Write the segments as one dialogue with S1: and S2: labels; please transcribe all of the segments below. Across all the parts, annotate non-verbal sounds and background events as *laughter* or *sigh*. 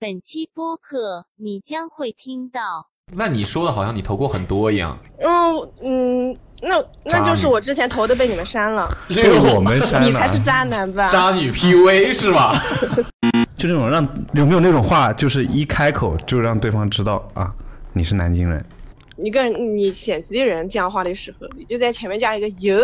S1: 本期播客你将会听到。
S2: 那你说的好像你投过很多一样，
S3: 嗯嗯，那那就是我之前投的被你们删了，
S4: 被我们删了，
S3: 你才是渣男吧？
S2: *laughs* 渣女 PUA 是吧？
S4: 就那种让有没有那种话，就是一开口就让对方知道啊，你是南京人。
S3: 你跟人你嫌弃的人讲话的时候，你就在前面加一个哟。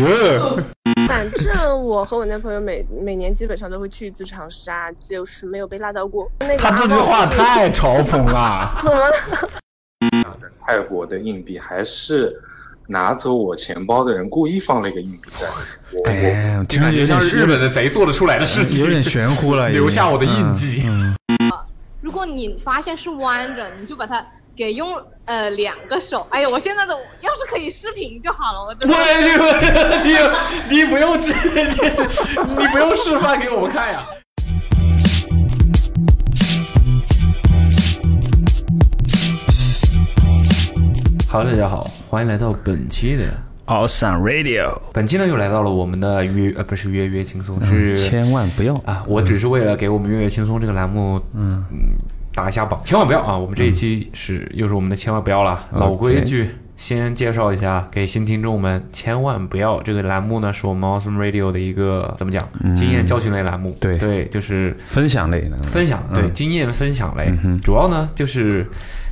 S4: 哟，
S3: 反正我和我男朋友每每年基本上都会去一次长沙，就是没有被拉到过。那个
S4: 他这句
S3: 阿茂
S4: 话
S3: 就是
S4: 太嘲讽了。
S3: 怎么了？
S5: 泰国的硬币，还是拿走我钱包的人故意放了一个硬币在那里。我
S4: *laughs*
S5: 我
S4: 哎，
S2: 这
S4: 听着
S2: 感觉
S4: 有
S2: 像
S4: 点
S2: 是日本的贼做得出来的事情，
S4: 有点嗯玄乎了，已经
S2: 留下我的印。记。
S6: 如果你发现是弯着，你就把它给用呃两个手。哎呀，我现在的要是可以视频就好了，我真
S4: 嗯
S6: 的。
S2: 喂， *laughs* 你你你不用这， *laughs* 你你不用示范给我们看呀。Hello，大家好，欢迎来到本期的。
S4: Awesome Radio，
S2: 本期呢又来到了我们的约呃不是约约轻
S4: 嗯
S2: 松是
S4: 千万不要
S2: 啊！我只是为了给我们月月轻松这个栏目，嗯打一下榜，千万不要啊！我们这一期是、又是我们的千万不要了，
S4: OK
S2: 老规矩。先介绍一下给新听众们，千万不要这个栏目呢，是我们 Awesome Radio 的一个怎么讲经验教训类栏目。
S4: 嗯对
S2: 对，就是
S4: 分享类的，
S2: 分享，对、
S4: 嗯
S2: 经验分享类，
S4: 嗯哼
S2: 主要呢就是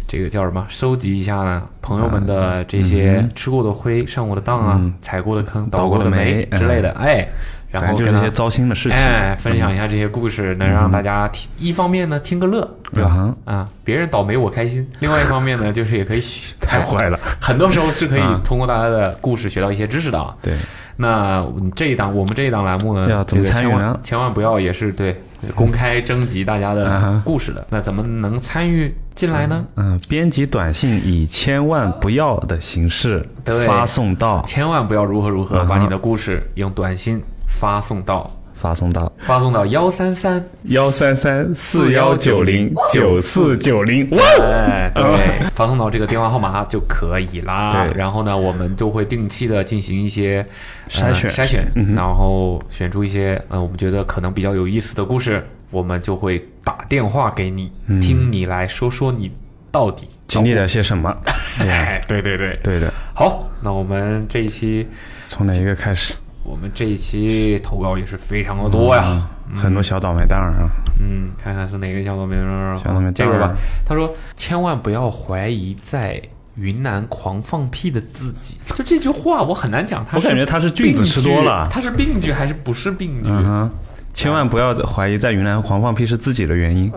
S2: 这个叫什么，收集一下呢朋友们的这些吃过的灰、上过的当啊、
S4: 嗯
S2: 踩过的坑、
S4: 倒
S2: 过
S4: 过
S2: 的
S4: 的霉嗯
S2: 之类的，哎，然
S4: 反
S2: 后
S4: 正就是
S2: 跟
S4: 一
S2: 他
S4: 些糟心的事情。
S2: 哎，分享一下这些故事，能让大家听，一方面呢听个乐，对吧？
S4: 嗯
S2: 啊，别人倒霉我开
S4: *laughs*
S2: 心。另外一方面呢，就是也可以学
S4: 太坏了，
S2: 很多时候是可以
S4: 嗯
S2: 通过大家的故事学到一些知识的啊。
S4: 对，
S2: 那我们这一档我们这一档栏目呢，
S4: 要怎么
S2: 这个
S4: 参与
S2: 千万
S4: 呢
S2: 千万不要也是对公开征集大家
S4: 嗯
S2: 的
S4: 哼
S2: 故事的。那怎么能参与进来呢？
S4: 嗯，编辑短信以千万不要的形式
S2: 对
S4: 发送到，
S2: 千万不要如何如何，
S4: 嗯哼
S2: 把你的故事用短信发送到
S4: 发送到
S2: 发送
S4: *laughs*
S2: 到幺三三
S4: 幺三三四幺九零九四九零。哇哦
S2: 哎，对， *laughs* 发送到这个电话号码就可以啦。
S4: 对
S2: 然后呢，我们就会定期的进行一些、呃
S4: 筛选
S2: 筛选，
S4: 嗯哼
S2: 然后选出一些呃，我们觉得可能比较有意思的故事，我们就会打电话给你，
S4: 嗯
S2: 听你来说说你到底
S4: 经历了些什 *laughs* 么？哎呀，
S2: 哎， *laughs* 对对对。
S4: 对的，
S2: 好，那我们这一期，
S4: 从哪一个开始？
S2: 我们这一期投稿也是非常的多呀。
S4: 嗯很多小倒霉蛋儿啊！
S2: 嗯，看看是哪个小岛民儿啊
S4: 小岛民
S2: 这
S4: 当
S2: 个
S4: 然
S2: 吧。他说：“千万不要怀疑在云南狂放屁的自己。”就这句话，我很难讲他是
S4: 我
S2: 病句。
S4: 感觉他是菌子吃多了
S2: 他是病句还是不是病句？
S4: 嗯哼，千万不要怀疑在云南狂放屁是自己的原因，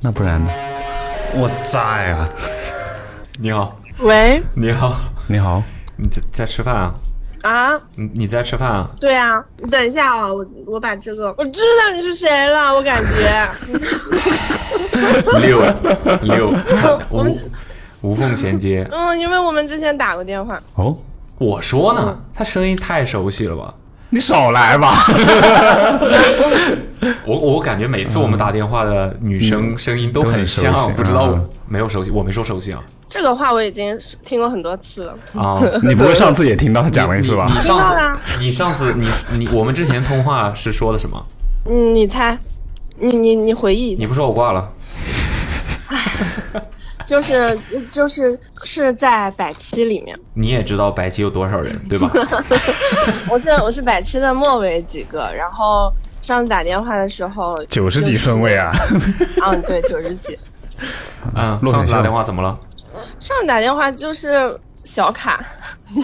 S4: 那不然呢？我在啊呀！
S2: 你好，
S3: 喂
S2: 你好，
S4: 你好，
S2: 你在在吃饭啊？
S3: 啊，
S2: 你你在吃饭
S4: *laughs*
S2: 啊？
S3: 对啊，你等一下啊、我我把这个，我知道你是谁了，我感觉
S4: *laughs*
S2: 六
S4: 啊
S2: 六 *laughs* 无无缝衔接。
S3: 嗯，因为我们之前打过电话，
S4: 哦，
S2: 我说呢，他声音太熟悉了吧？
S4: 你少来吧！
S2: 我我感觉每次我们打电话的女生声音都
S4: 嗯都
S2: 很
S4: 很熟
S2: 像，
S4: 悉
S2: 不知道
S4: 嗯
S2: 没有熟悉，我没说熟悉啊
S3: 这个话我已经是听过很多次了。
S2: 啊。
S4: *laughs* 你不会上次也听到他讲了一次吧
S2: 你？
S4: *laughs*
S2: 你
S3: 知道啊啦
S2: 你上次你上次你你我们之前通话是说的什么？
S3: 嗯，你猜，你你你回忆一
S2: 你
S3: 下，
S2: 不说我挂了，
S3: 就是就是是在百期里面，
S2: 你也知道白棋有多少人对
S4: *laughs*
S2: 吧？
S3: 我是我是百期的末尾几个，然后上次打电话的时候
S4: 九十几顺位啊！
S3: *laughs* 嗯，对，九十几。
S2: 嗯，
S4: 落选
S2: 上次打
S4: 秀
S2: 电话怎么
S3: *laughs*
S2: 了？
S3: 上次打电话就是小卡， *laughs*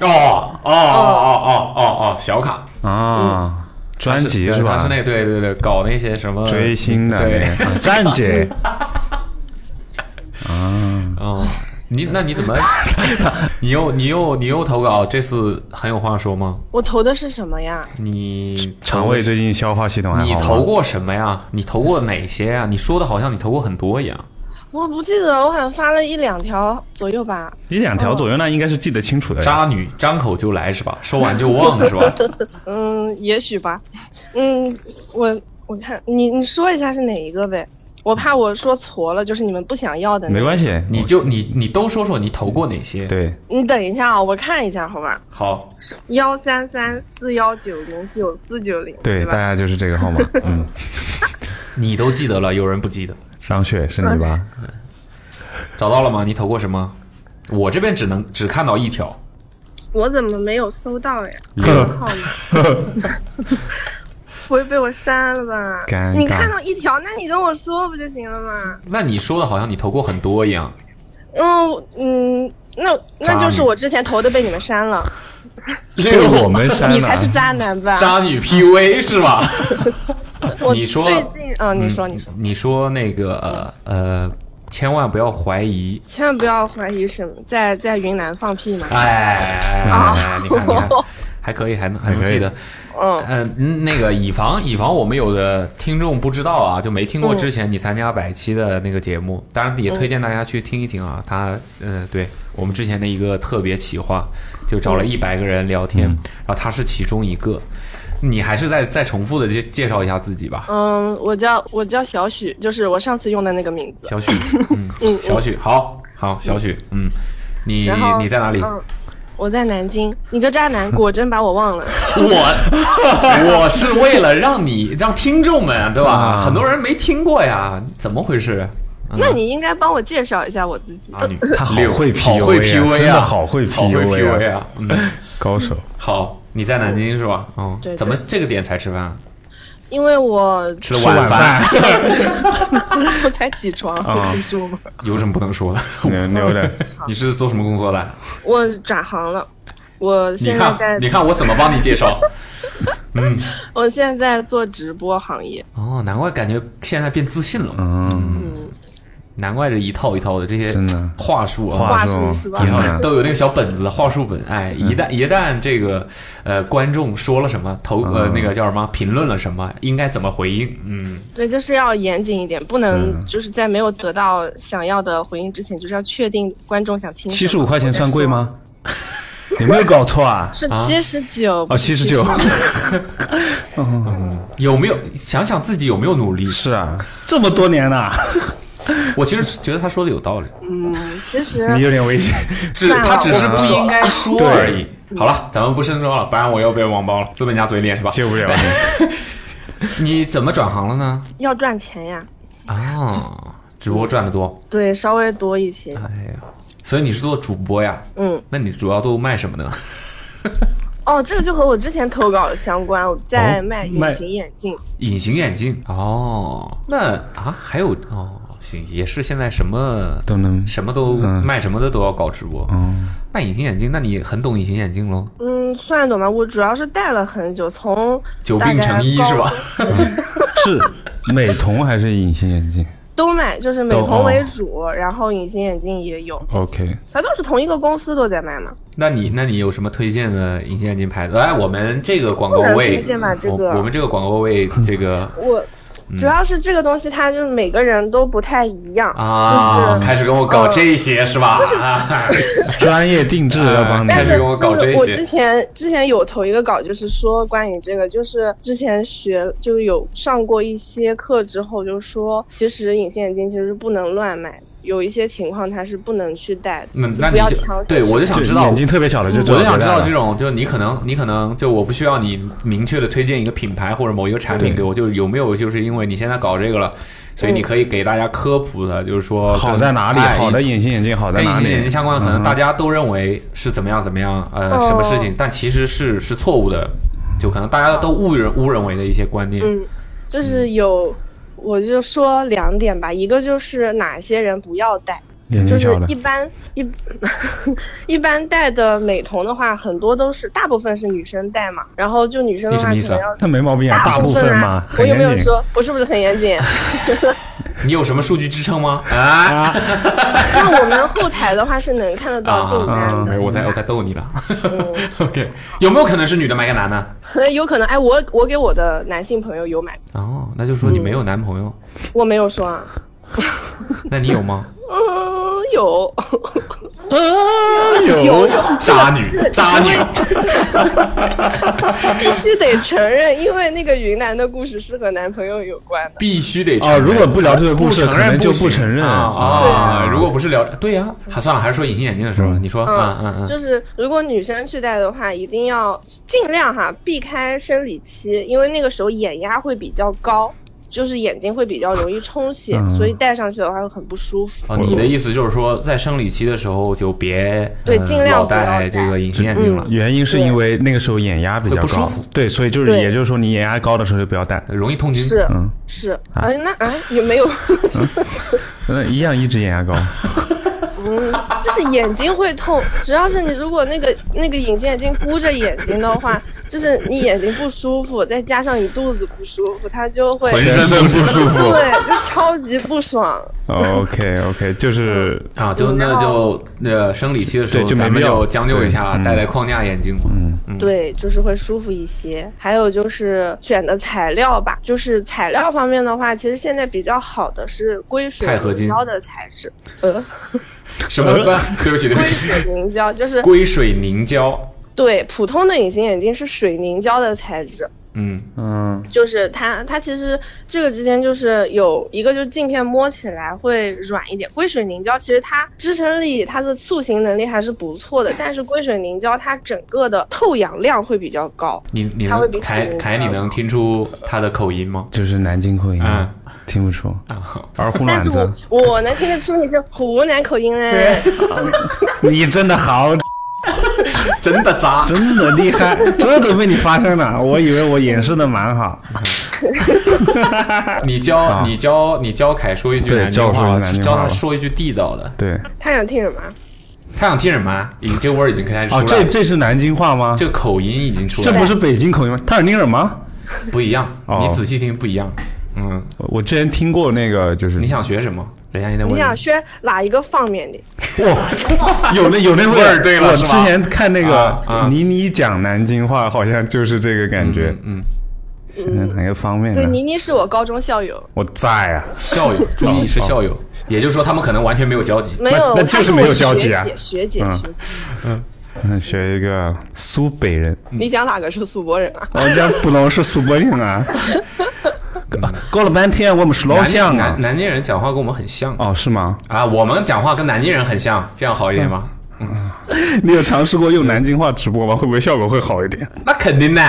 S2: 哦哦哦哦哦哦，小卡
S4: *laughs* 啊，专辑
S2: 对
S4: 是吧？
S2: 他是那对对对，搞那些什么
S4: 追星的
S2: 对，
S4: 那 *laughs* 个，站姐，
S2: 嗯。你那你怎
S4: *laughs*
S2: 么？你又你又你又投稿，这次很有话说吗？
S3: 我投的是什么呀？
S2: 你
S4: 肠胃最近消化系统还好
S2: 你
S4: 吗
S2: 投？过什么呀？你投过哪些呀？你说的好像你投过很多一样。
S3: 我不记得了，我好像发了一两条左右吧。
S4: 一两条左右，那应该是记得清楚的。
S2: 渣女张口就来是吧？说完就忘是吧？
S3: 嗯，也许吧。嗯，我我看你你说一下是哪一个呗？我怕我说错了，就是你们不想要的。
S4: 没关系，
S2: 你就你你都说说你投过哪些？，
S4: 对
S3: 你等一下啊、我看一下，好吧？
S2: 好，
S3: 幺三三四幺九零九四九零，
S4: 对，大
S3: 吧？
S4: 家就是这个号码。嗯，
S2: 你都记得了，有人不记得。
S4: 张雪是你吧？
S3: 嗯
S2: 找到了吗？你投过什么？我这边只能只看到一条，
S3: 我怎么没有搜到呀？我号码，
S4: *laughs*
S3: 不会被我删了吧
S4: 尴？尬
S3: 你看到一条，那你跟我说不就行了吗？
S2: 那你说的好像你投过很多一样。
S3: 嗯嗯，那那就是我之前投的被你们删了，
S4: 被我们
S3: *laughs*
S4: 删了。
S3: 你才是渣男吧？
S2: 渣女 PUA 是吧？
S3: 我
S2: 你说
S3: 最近，嗯，你说你说，
S2: *laughs* 你说那个呃呃，千万不要怀疑，
S3: 千万不要怀疑什么，在在云南放屁
S4: 啊
S3: 嘛。
S2: 哎，你看你看，还可以，还能还能记得。
S3: 嗯，
S2: 嗯、那个以防以防我们有的听众不知道啊，就没听
S3: 嗯
S2: 过之前你参加百期的那个节目，当然也推荐大家去听一听啊。他呃，对我们之前的一个特别企划，就找
S3: 嗯
S2: 了一百个人聊天，然后他是其中一个。你还是再再重复的介介绍一下自己吧，
S3: 嗯，我叫我叫小许，就是我上次用的那个名字。
S2: *laughs* 小许，嗯，小许，好好，小许，嗯，你
S3: 然后
S2: 你在哪里？
S3: 嗯，我在南京。你个渣男，果真把我忘
S4: *laughs*
S3: 了。
S2: *laughs* 我我是为了让你让听众们对吧？
S4: 啊
S2: 很多人没听过呀，怎么回事？嗯
S3: 那你应该帮我介绍一下我自己。
S2: 啊，女
S4: 他好
S2: 六
S4: 会
S2: 好
S4: PUA
S2: 会
S4: 啊
S2: PUA 啊，
S4: 真的好会
S2: 好会
S4: PUA 啊
S2: PUA 啊。嗯，
S4: 高手，
S2: 好，你在南京是吧？嗯
S3: 对，对
S2: 怎么这个点才吃饭？啊
S3: 因为
S4: *laughs*
S3: 我
S2: 吃了晚饭，
S3: 我才起床，
S4: 啊
S3: 我跟你说吗？
S2: 有什么不能说的？
S4: *laughs* 牛牛的，
S2: 你是做什么工作的？
S3: 我转行了，我
S2: 你
S3: 现在
S2: 看
S3: 在，
S2: 你看我怎么帮你介
S3: *laughs*
S2: 绍？嗯，
S3: 我现在做直播行业。
S2: 哦，难怪感觉现在变自信了，
S4: 嗯，
S3: 嗯，
S2: 难怪这一套一套的这些
S4: 真的
S2: 话术啊，
S3: *laughs* 话
S4: 术嗯
S3: 术是吧
S2: 然
S4: 真
S2: 后
S4: 的
S2: 都有那个小本子、话术本，哎，一旦一旦这个呃观众说了什么，投呃
S4: 嗯
S2: 那个叫什么评论了什么，应该怎么回应？嗯，
S3: 对，就是要严谨一点，不能
S4: 是
S3: 就是在没有得到想要的回应之前，就是要确定观众想听什么。
S4: 七十五块钱算贵吗？啊有没有搞错啊？
S3: 是七十九
S4: 哦，七十九，
S2: 有没有想想自己有没有努力？
S4: 是啊，这么多年了，
S2: 我其实觉得他说的有道理，
S3: 嗯， *laughs* 其实
S4: *laughs* 你有点危险。
S2: 只
S3: 算了
S2: 他只是
S4: 我
S2: 哦不应该说
S4: 对
S2: 而已。好了，咱们不深装了，不然我又被网暴了，资本家嘴脸是吧？
S4: 救不了
S2: 你怎么转行了呢？
S3: 要赚钱呀，
S2: 啊，直播赚的多，
S3: 对，稍微多一些。
S2: 哎呀，所以你是做主播呀？
S3: 嗯，
S2: 那你主要都卖什么呢？
S3: 哦，这个就和我之前投稿相关，我在
S2: 哦
S3: 卖隐形眼镜。
S2: 隐形眼镜哦，那啊还有哦，行，也是现在什么
S4: 都能
S2: 什么都
S4: 嗯
S2: 卖什么的都要搞直播。
S4: 嗯，
S2: 卖隐形眼镜，那你很懂隐形眼镜喽？
S3: 嗯，算懂吧，我主要是戴了很久，从
S2: 久病成医
S3: 大概
S2: 是
S3: 高
S2: 吧？
S4: 是美瞳还是隐形眼镜
S3: *laughs* 都买，就是美
S4: 都哦
S3: 瞳为主，然后隐形眼镜也有，
S4: ？OK，
S3: 它都是同一个公司都在卖嘛。
S2: 那你那你有什么推荐的隐形眼镜牌子？哎，我们这个广告
S3: 不能
S2: 位，
S3: 推荐吧这个
S2: 我我们这个广告 *laughs* 位，这
S3: *laughs*
S2: 个
S3: 我
S2: 嗯
S3: 主要是这个东西，它就是每个人都不太一样，
S2: 啊，
S3: 就是。呃
S2: 开始跟我搞这些是吧？
S3: *laughs*
S2: 啊
S4: 专业定制要帮你
S2: 哎
S3: 但
S2: 开始
S3: 是
S2: 给我搞这
S3: 就是我
S2: 些
S3: 之前之前有投一个稿，就是说关于这个，就是之前学就有上过一些课之后，就说其实隐形眼镜其实不能乱买，有一些情况它是不能去戴的，
S2: 那嗯那
S3: 不
S2: 你
S3: 要强
S2: 就
S3: 求
S2: 对我就想知道
S4: 眼睛特别小的就
S2: 我就想知道这
S4: 种
S2: 种，就你可能你可能就我不需要你明确的推荐一个品牌或者某一个产品
S4: 对
S2: 给我，就有没有就是因为你现在搞这个了，所以你可以给大家科普的，就是说
S4: 好在哪里？
S2: 哎
S4: 好的隐形眼镜好在
S2: 跟隐
S4: 哪
S2: 形
S4: 里？
S2: 眼镜相关，可能大家都认为是怎么样怎么样，呃，
S3: 哦
S2: 什么事情，但其实是是错误的，就可能大家都误认误认为的一些观念。
S3: 嗯，就是有，我就说两点吧，一个就是哪些人不要戴，
S4: 眼
S3: 就
S4: 睛
S3: 是
S4: 小的
S3: 一般一 *laughs* 一般戴的美瞳的话，很多都是大部分是女生戴嘛，然后就女生
S2: 你
S3: 的
S2: 什
S3: 话
S2: 么
S3: 可
S2: 意思啊
S3: 能要。
S4: 那没毛病啊，大部分嘛
S3: 啊，，我
S4: 很
S3: 有
S4: 严
S3: 没有
S4: 谨。
S3: 说我是不是很严
S4: *laughs*
S3: 谨？
S2: 你有什么数据支撑吗？啊，
S3: 那我们后台的话是能看得到
S2: 啊
S3: 订单
S2: 没
S3: 的
S2: 有，我在我在逗你 *laughs* 了。OK，有没有可能是女的买给男的？，
S3: 可有可能哎，我我给我的男性朋友有买，
S2: 哦，那就说你没有男朋友，
S3: 我没有说啊，
S2: 那你有吗？
S3: 嗯，有， *laughs*
S4: 啊
S2: 有嗯渣 *laughs* 女，渣女，
S3: 必须得承认，因为那个云南的故事是和男朋友有关的。
S2: 必须得承
S4: 哦，
S2: 认
S4: 如果不聊这个故事，
S2: 承
S4: 可
S2: 认
S4: 能就
S2: 不行
S4: 承认
S2: 啊啊！如果不是聊，对呀，还算了，还是说隐形眼镜的时候，
S4: 嗯
S2: 你说，嗯嗯嗯，
S3: 就是如果女生去戴的话，一定要尽量哈避开生理期，因为那个时候眼压会比较高，就是眼睛会比较容易充血，
S4: 嗯
S3: 所以戴上去的话会很不舒服。
S2: 哦，你的意思就是说，在生理期的时候就别
S3: 对
S2: 呃
S3: 尽量
S2: 老
S3: 不要
S2: 戴这
S3: 戴
S2: 个隐形眼镜了，
S4: *laughs* 原因是因为那个时候眼压比较
S2: 会
S4: 高，
S2: 不舒服
S4: 对，所以就是
S3: 对
S4: 也就是说你眼压高的时候就不要戴。
S2: 容易痛经。
S3: 是
S4: 嗯，
S3: 是，哎，那啊也没有，
S4: 那呃一样一直眼压高，
S3: *laughs* 就是眼睛会痛，只要是你如果那个那个隐形眼镜箍着眼睛的话，就是你眼睛不舒服，再加上你肚子不舒服，它就会
S2: 浑身
S4: 不舒服。
S3: 对，就超级不爽。
S4: OK OK，就是
S2: 啊，就那
S3: 然后
S2: 就呃生理期的时候，
S4: 对就没
S2: 咱们
S4: 必要
S2: 就将就一下，
S4: 对嗯
S2: 戴戴框架眼镜嘛。嗯嗯，
S3: 对，就是会舒服一些。还有就是选的材料吧，就是材料方面的话，其实现在比较好的是硅水
S2: 钛合金
S3: 凝胶的材质，呃，
S2: 什么？
S4: *laughs*
S2: 对不起，对不
S3: 硅
S2: 起，
S3: 水凝胶就是
S2: 硅水凝胶。
S3: 对普通的隐形眼镜是水凝胶的材质，
S2: 嗯，
S4: 嗯，
S3: 就是它它其实这个之间就是有一个就是镜片摸起来会软一点，硅水凝胶其实它支撑力它的塑形能力还是不错的，但是硅水凝胶它整个的透氧量会比较高，
S2: 你你
S3: 它会
S2: 能
S3: 比
S2: 凯
S3: 水凝胶
S2: 凯，你能听出他的口音吗？啊
S4: 就是南京口音，
S2: 嗯
S4: 听不出。而呼
S3: 但
S4: 卵
S3: 是
S4: 子
S3: 我，我能听得出你是湖南口音嘞。
S4: *laughs* 你真的好，
S2: 真的渣。
S4: 真的厉害，这都被你发现了。我以为我掩饰的蛮好，
S2: 你教你教你教凯说一句
S4: 啊对
S2: 南
S4: 教
S2: 京
S4: 我说一句
S2: 话，
S4: 南京
S2: 教
S4: 话
S2: 他
S4: 吧
S2: 说一句地道的。
S4: 对。
S3: 他想听什么？
S2: 他想听什么啊？已经这味儿已经开始出
S4: 哦，
S2: 来
S4: 这
S2: 了，
S4: 这是南京话吗？
S2: 这口音已经出
S4: 这
S2: 来了
S4: 不，是北京口音吗？泰尔尼尔吗？
S2: 不一样。
S4: 哦
S2: 你仔细听不一样。嗯，
S4: 我我之前听过那个，就是
S2: 你想学什么？人家也在问
S3: 你想学哪一个方面的？
S4: 哇， *laughs* 有那有那
S2: 味儿对了
S4: 我
S2: 是
S4: 之
S2: 吧
S4: 前看那
S2: 啊啊
S4: 个倪妮讲南京话，好像就是这个感觉
S2: 嗯。嗯，
S4: 现在哪个方面
S3: 对，
S4: 呢
S3: 倪？妮是我高中校友，
S4: 我在啊，
S2: 校友，注意是校
S4: 哦
S2: 友，也就是说他们可能完全没有交集。
S3: 没有，
S4: 那那就是
S3: 她
S4: 没有
S3: 我
S4: 交集啊
S3: 学姐，学姐，
S4: 嗯
S3: 学姐
S4: 嗯，学一个苏北人，
S2: 嗯
S3: 你讲哪个是苏泊人啊？
S4: 我家不能是苏北人
S2: *laughs*
S4: 啊。搞了半天，我们是老
S2: 南
S4: 乡
S2: 京南
S4: 啊。
S2: 南京人讲话跟我们很像
S4: 哦，是吗？ *laughs*
S2: 啊，我们讲话跟南京人很像，这样好一点吗？
S4: 嗯你有尝试过用南京话直播吗？会不会效果会好一点？
S2: 那肯定的，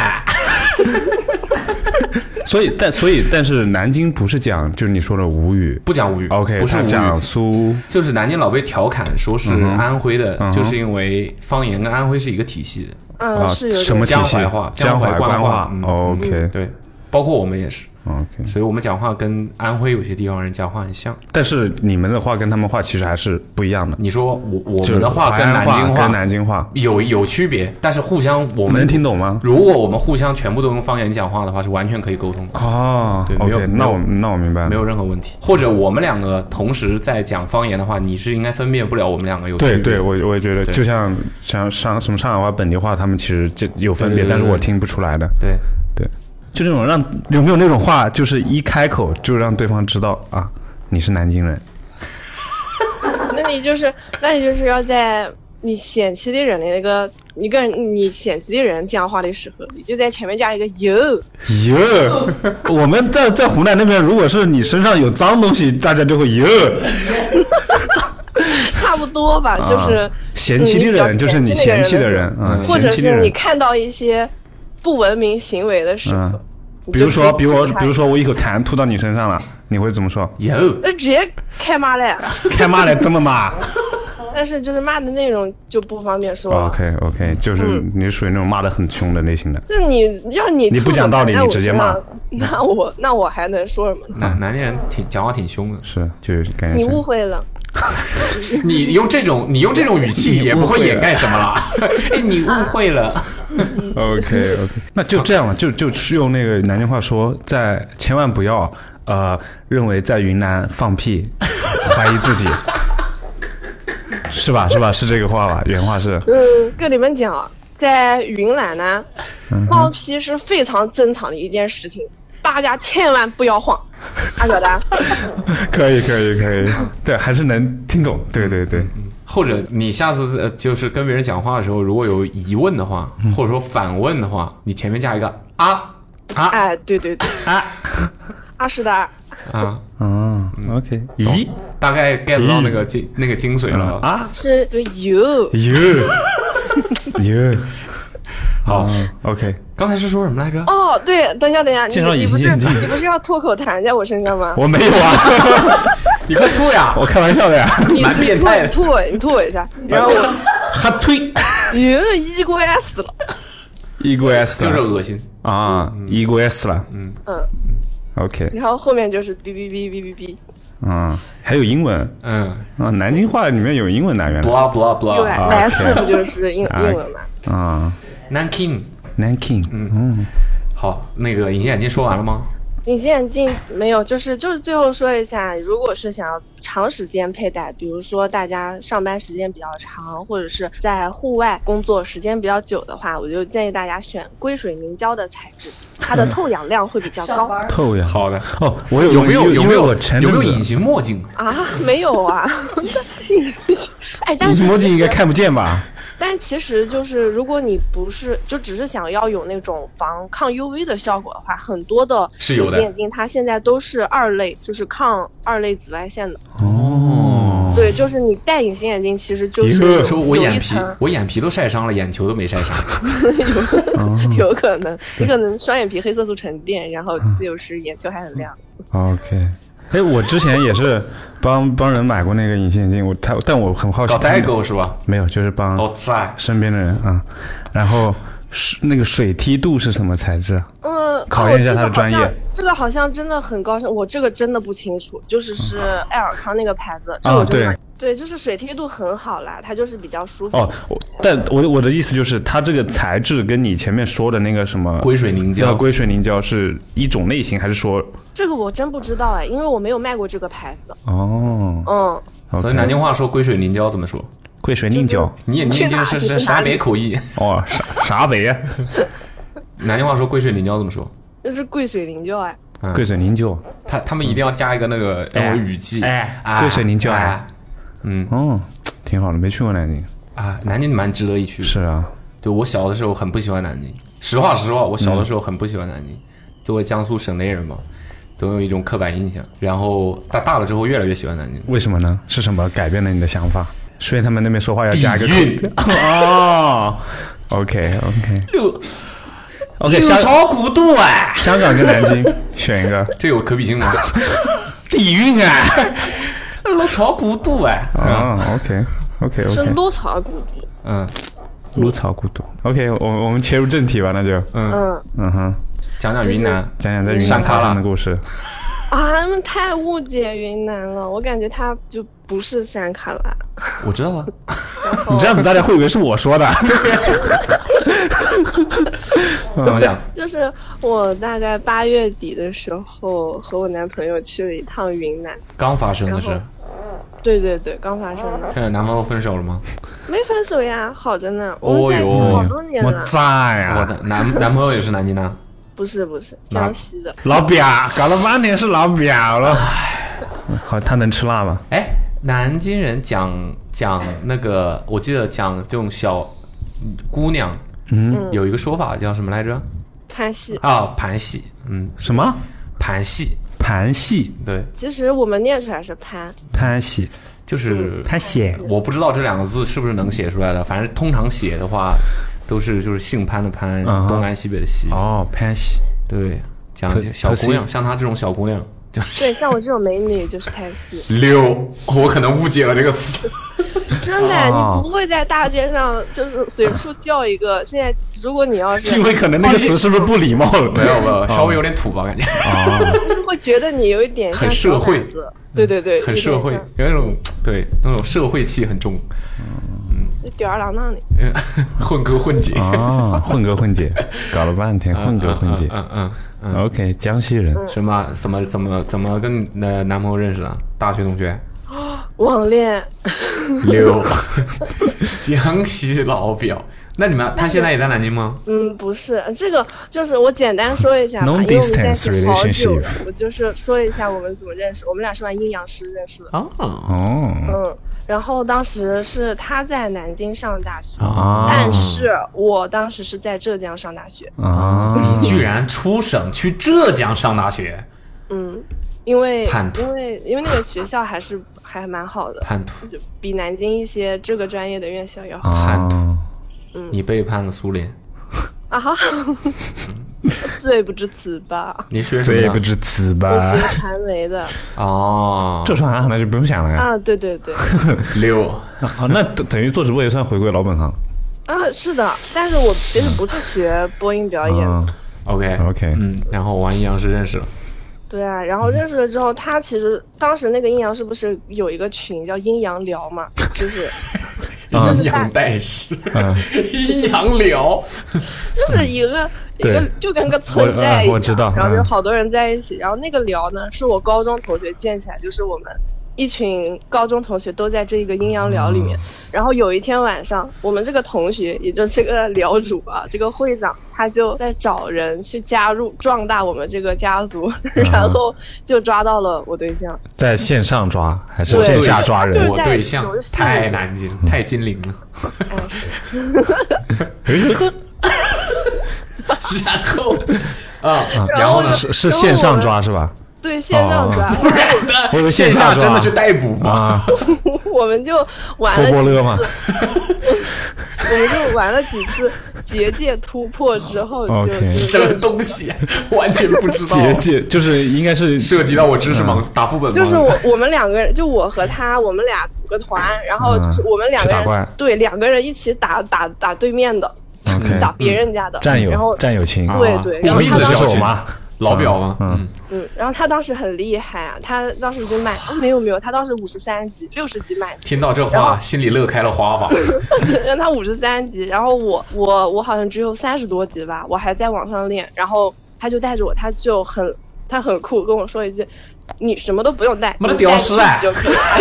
S4: 所以，但所以，但是南京不是讲，就是你说的吴语。
S2: 不讲吴语
S4: OK，
S2: 不是
S4: 他
S2: 吴
S4: 讲
S2: 语，
S4: 苏
S2: 就是南京老被调侃说是
S4: 嗯哼
S2: 安徽的，
S4: 嗯哼
S2: 就是因为方言跟安徽是一个体系的，
S3: 嗯，
S4: 啊，
S3: 是有点
S4: 什么体
S2: 江
S4: 系
S2: 淮话？
S4: 江
S2: 淮
S4: 官
S2: 话
S4: 话。
S2: 嗯
S4: OK
S2: 对，包括我们也是，
S4: OK，
S2: 所以我们讲话跟安徽有些地方人讲话很像。
S4: 但是你们的话跟他们话其实还是不一样的。
S2: 你说我我
S4: 就是
S2: 们的话跟南
S4: 淮安
S2: 京
S4: 话
S2: 话
S4: 跟南京话
S2: 有有区别，但是互相我们
S4: 能听懂吗
S2: 如果我们互相全部都用方言讲话的话，是完全可以沟通的，
S4: 哦
S2: 对没有
S4: ，OK，那我那我明白了。
S2: 没有任何问题。或者我们两个同时在讲方言的话，你是应该分辨不了我们两个有区别
S4: 对
S2: 的。
S4: 对，我我也觉得，就像像上什么上海话、本地话，他们其实这有分别，
S2: 对对对
S4: 但是我
S2: 对
S4: 听不出来的。
S2: 对
S4: 对，就那种让有没有那种话，就是一开口就让对方知道啊，你是南京人。
S3: 那你就是，那你就是要在你嫌弃的人的那个，你跟你嫌弃的人讲话的时候，你就在前面加一个哟，
S4: 哟，我们在在湖南那边，如果是你身上有脏东西，大家就会哟。
S3: 差不多吧，
S4: 啊
S3: 就是
S4: 嫌弃的人就是你嫌弃的人啊，
S3: 或
S4: 嫌
S3: 者
S4: 弃的
S3: 是你
S4: 人。
S3: 看到一些不文明行为的时候，
S4: 嗯，
S3: 你
S4: 比
S3: 就
S4: 如说，
S3: 可以
S4: 比如我
S3: 批，判
S4: 比如，说我一口痰吐到你身上了，你会怎么说？ *laughs*
S2: 有
S3: 那直接开骂嘞。
S4: 开骂嘞，这么 *laughs* 骂
S3: 但是就是骂的内容就不方便说了。
S4: 啊？OK OK，就是你属于那种骂的很凶的类型的。
S3: 就你要你
S4: 你不
S3: 吐
S4: 讲
S3: 的
S4: 道
S3: 话
S4: 理
S3: 在
S4: 你
S3: 我
S4: 直接
S3: 身
S4: 骂
S3: 上，那我那我还能说什么呢？
S2: 南南京人挺讲话挺凶的，
S4: 是，就是感觉
S3: 你
S4: 是
S3: 误会了，
S2: *laughs* 你用这种你用这种语气也不会掩盖什么了。 *laughs* 哎，你误会了，
S4: OK *laughs* OK，那就这样了，就就是用那个南京话说，在千万不要呃认为在云南放屁，怀疑自己， *laughs* 是吧？是吧？是这个话吧？原话是
S3: 嗯，跟你们讲，在云南呢，放屁是非常正常的一件事情，大家千万不要晃，啊，晓得？
S4: *laughs* 可以可以可以，对，还是能听懂，对对对，
S2: 或者你下次呃就是跟别人讲话的时候，如果有疑问的话，或者说反问的话，你前面加一个啊啊
S3: 哎，对对对，
S2: 啊
S3: 啊是的，
S2: 啊，
S4: 嗯 o k 咦
S2: 咦，大概 get 到那个精那个精髓了吧？
S4: 啊
S3: 是对有
S2: *laughs*
S4: 哟哟
S2: 好，
S4: ，OK，
S2: 啊刚才是说什么来着？
S3: 哦，哦，对，等一下，等一下，
S4: 介绍
S3: 你你
S4: 隐
S3: 不是
S4: 形眼镜
S3: 你不是要脱口痰在我身上吗？
S4: 我没有啊， *laughs*
S2: 你快吐呀！
S4: 我开玩笑
S2: *laughs*
S4: 的呀，
S3: 你
S2: 蛮
S3: 你
S2: 变
S3: 吐
S2: 态
S3: 你
S2: 的
S3: 吐我你吐我一下，然后我
S4: 哈推，
S3: 云衣柜死了，
S4: 一锅
S2: *laughs*
S4: S
S2: 就是
S4: 了
S2: 恶心。
S4: 啊，一锅 S 了
S3: 嗯，
S4: ，OK，
S3: 然后后面就是哔哔哔哔哔
S4: 啊，还有英文
S2: 嗯
S4: 啊，南京话里面有英文来源
S2: ，blah blah
S3: 哔
S2: blah，
S4: 啊
S3: ，US 不就是英
S4: 啊
S3: 英文嘛？
S4: 啊，
S2: 南京。
S4: 南京，嗯，
S2: 好，那个隐形眼镜说完了吗？
S3: 隐形眼镜没有，就是就是最后说一下，如果是想要长时间佩戴，比如说大家上班时间比较长，或者是在户外工作时间比较久的话，我就建议大家选硅水凝胶的材质，它
S2: 嗯
S3: 的透氧量会比较高
S4: 透呀，
S2: 好的。
S4: 哦，我有
S2: 有没有
S4: 因为
S2: 有
S4: 因
S2: 没
S4: 为
S2: 有
S4: 我前
S2: 有没有
S4: 阵子
S2: 隐形墨镜？
S3: 啊，没有啊，哎，但
S4: 隐
S3: 是
S4: 形墨镜
S3: 其
S4: 应该
S3: 实
S4: 看不见吧？
S3: 但其实就是，如果你不是就只是想要有那种防抗 UV 的效果的话，很多的
S2: 是有的
S3: 隐形眼镜它现在都是二类，就是抗二类紫外线的。
S4: 哦，
S3: 对，就是你戴隐形眼镜，其实就是
S4: 哟
S3: 有
S2: 说我
S3: 有
S2: 眼
S3: 一
S2: 皮
S3: 层，
S2: 我眼皮都晒伤了，眼球都没晒
S4: *laughs*
S2: 伤。
S4: 嗯
S3: *laughs* 有可能，你可能双眼皮黑色素沉淀，然后自由时眼球还很亮。
S4: OK，哎，我之前也是帮帮人买过那个隐形眼镜，我他但我很好奇
S2: 搞
S4: 他们，
S2: 代购是吧？
S4: 没有，就是帮
S2: 哦，在
S4: 身边的人啊。然后水那个水梯度是什么材质啊？
S3: 嗯，
S4: 考验一下
S3: 哦
S4: 他的专业。
S3: 这个好像这个好像真的很高深，我这个真的不清楚，就是是爱尔康那个牌子，这
S4: 嗯啊
S3: 我真的、
S4: 对
S3: 对，就是水贴度很好啦，它就是比较舒服。
S4: 哦，我但我的我的意思就是，它这个材质跟你前面说的那个什么
S2: 硅水凝胶
S4: 呃硅水凝胶是一种类型，还是说
S3: 这个我真不知道哎，因为我没有卖过这个牌子。
S4: 哦
S3: 嗯，
S4: ，OK，
S2: 所以南京话说硅水凝胶怎么说？
S4: 硅水凝胶？
S2: 你眼睛就是
S3: 去哪
S2: 是
S3: 里
S2: 陕北口音。
S4: 哦，啥啥北呀？
S2: 南京话说硅水凝胶怎么说？
S3: 那是贵水灵胶哎。
S2: 嗯
S4: 硅水凝胶。
S2: 他他们一定要加一个那个那种语气，
S4: 哎
S2: 啊
S4: 硅水凝胶
S2: 哎嗯
S4: 哦，挺好的，没去过南京。
S2: 啊，南京蛮值得一去的。
S4: 是啊，
S2: 对我小的时候很不喜欢南京，实话实话，我小的时候很不喜欢南京。作为江苏省内人嘛，总有一种刻板印象。然后大大了之后，越来越喜欢南京。
S4: 为什么呢？是什么改变了你的想法？所以他们那边说话要加一个
S2: 底蕴
S4: *laughs* 哦。OK OK
S2: 六
S4: OK，
S2: 六
S4: 香
S2: 朝古渡哎，
S4: 香港跟南京选一个
S2: 这有可比 *laughs* 性吗？嗯
S4: 底蕴啊。
S2: 六朝古渡哎，
S4: 啊 OK OK
S3: 是
S4: OK，
S3: 撸草谷底。
S2: 嗯，
S4: 撸草孤独。OK，我我们切入正题吧，那就嗯
S3: 嗯
S4: 嗯哼，
S2: 讲讲云南，
S4: 讲讲在云
S2: 上
S4: 南
S2: 咖
S4: 发
S2: 了
S4: 生的故事。
S3: 啊，他们太误解云南了，我感觉它就不是山卡拉。
S2: 我知道啊，
S4: *laughs* 你这样子，大家会以为是我说 *laughs* 的。
S2: 怎么讲？
S3: 就是我大概八月底的时候和我男朋友去了一趟云南，
S2: 刚发生的事
S3: 然，对对对，刚发生的，
S2: 现在男朋友分手了吗？
S3: 没分手呀，好着呢，我们在
S2: 哦
S3: 一起
S2: 哟
S3: 好多年
S4: 我
S3: 了，
S4: 在
S2: 我
S4: 呀，
S2: 的男男朋友也是南京的，
S3: 不是不是，
S2: 哪
S3: 江西的，
S4: 老表搞了半天是老表了。好，他能吃辣吗？
S2: 哎，南京人讲讲那个，我记得讲这种小嗯姑娘，嗯，有一个说法叫什么来着？
S3: 看戏。
S2: 啊，盘戏，嗯，
S4: 什么？
S2: 盘戏，
S4: 盘戏，
S2: 对，
S3: 其实我们念出来是潘，
S4: 潘戏，
S2: 就是
S4: 潘戏，
S2: 我不知道这两个字是不是能写出来的，反正通常写的话都是就是姓潘的潘，
S4: 嗯哼
S2: 东南西北的西，
S4: 哦，潘戏，
S2: 对，讲
S4: 可
S2: 小
S4: 可惜
S2: 姑娘，像她这种小姑娘就是
S3: 对，像我这种美女就是潘西。
S2: 溜，我可能误解了这个词，
S3: 真的，
S4: 哦
S3: 你不会在大街上就是随
S2: *laughs*
S3: 处叫一个。现在如果你要是
S4: *laughs* 因为可能那个词是不是不礼貌了？
S2: *laughs* 哦没有没有，哦稍微有点土吧，感觉。
S3: 会觉得你有一点像
S2: 很社会
S3: 小孩子，对对对，
S2: 很社会，有一种对那种社会气很重，
S3: 吊儿郎当的。
S2: 嗯混哥混姐，
S4: 啊，混哥混姐，搞了半天混哥混姐。
S2: 嗯嗯嗯
S4: OK，江西人，
S2: 嗯，什么怎么怎么怎么跟你的男朋友认识的？大学同学，
S3: 网恋，
S2: 六， *laughs* 江西老表。那你们他现在也在南京吗？
S3: 嗯，不是这个，就是我简单说一下吧，
S4: No
S3: 因为我们在一起
S4: distance
S3: 好久
S4: relationship
S3: 了，我就是说一下我们怎么认识，我们俩是玩阴阳师认识的，
S2: 啊，
S4: 哦
S3: 嗯，然后当时是他在南京上大学，
S4: 啊
S3: 但是我当时是在浙江上大学，
S4: 啊，
S2: 居然出省去浙江上大学，
S3: 嗯，因为
S2: 叛徒
S3: 因为因为那个学校还是还蛮好的，
S2: 叛徒，
S3: 就比南京一些这个专业的
S2: 哦
S3: 院校要好
S2: 叛徒
S4: 啊，
S2: 你背叛了苏联。
S3: 啊啊哈， *laughs* 罪不至此吧。
S2: 你学什
S4: 罪不
S2: 么？
S4: 至此
S3: 我
S4: 吧？
S3: 学传媒
S4: *laughs* 啊
S3: 的
S2: 哦，
S4: 这传行那就不用想了呀。
S3: 啊，对对对，
S2: 六
S4: 好，那等等于做直播也算回归老本行。
S3: 啊是的，但是我其实不是学播音表演的，
S4: 嗯，
S2: ，OK
S4: OK
S2: 嗯，然后我跟阴阳师认识了，
S3: 对啊，然后认识了之后，他其实当时那个阴阳师不是有一个群叫阴阳聊嘛，就是
S4: 啊
S2: 阴阳代师
S4: 嗯，
S2: 阴阳聊，
S3: 就是一个、一个
S4: 对
S3: 就跟个村寨一
S4: 我
S3: 样，
S4: 我知道
S3: 然后就
S4: 嗯
S3: 好多人在一起，然后那个聊呢是我高中同学建起来，就是我们。一群高中同学都在这个阴阳聊里
S4: 嗯
S3: 面，然后有一天晚上，我们这个同学，也就是这个聊主啊，这个会长，他就在找人去加入壮大我们这个家族，
S4: 嗯
S3: *laughs* 然后就抓到了我对象。
S4: 在线上抓还是
S2: 我
S4: 线
S2: 对
S4: 下抓人？嗯
S2: 我对象
S3: 就是在
S2: 太难精，太精灵了。
S4: 哦
S2: *laughs* 然后啊， *laughs* 然后呢？
S4: 是是线上抓是吧？
S3: 对，线
S4: 哦
S3: 上抓， *laughs*
S2: 不然呢
S4: *laughs* 我以？为
S2: 线
S4: 线
S2: 下
S4: 下
S2: 真的
S4: 抓
S2: 去逮捕吗？
S4: 啊，
S3: 我们就玩
S4: *laughs* 佛
S3: 了
S4: 伯乐嘛。
S3: 我们就玩了几次结界突破之
S4: *laughs*
S3: 后就，
S4: OK
S3: 就
S2: 什么东西？啊完全不知
S4: *laughs*
S2: 道。 *laughs*
S4: 结界就是应该是
S2: 涉及到我知识盲
S4: 嗯
S2: 打副本吗？
S3: 就是我我们两个人，就我和他，我们俩组个团，然后
S4: 嗯
S3: 就是我们两个
S4: 去打
S3: 人、
S4: 怪
S3: 对两个人一起打打打对面的
S4: OK 嗯
S3: 打别人家的
S4: 战
S3: 然后
S4: 友战友情，
S2: 啊
S3: 对对
S2: 什么意思？
S3: 然后
S2: 小
S4: 手
S2: 姐
S4: 嘛，
S2: 老表吗？
S4: 嗯
S3: 嗯，然后他当时很厉害啊，他当时就满、哦没有没有，他当时五十三级，六十级满级，
S2: 听到这话，心里乐开了花吧？
S3: *laughs* 让他五十三级，然后我我我好像只有三十多级吧，我还在网上练，然后他就带着我，他就很他很酷，跟我说一句。你什么都不用带，
S2: 妈的
S3: 你带
S2: 屌丝哎
S4: 啊
S3: 自己就可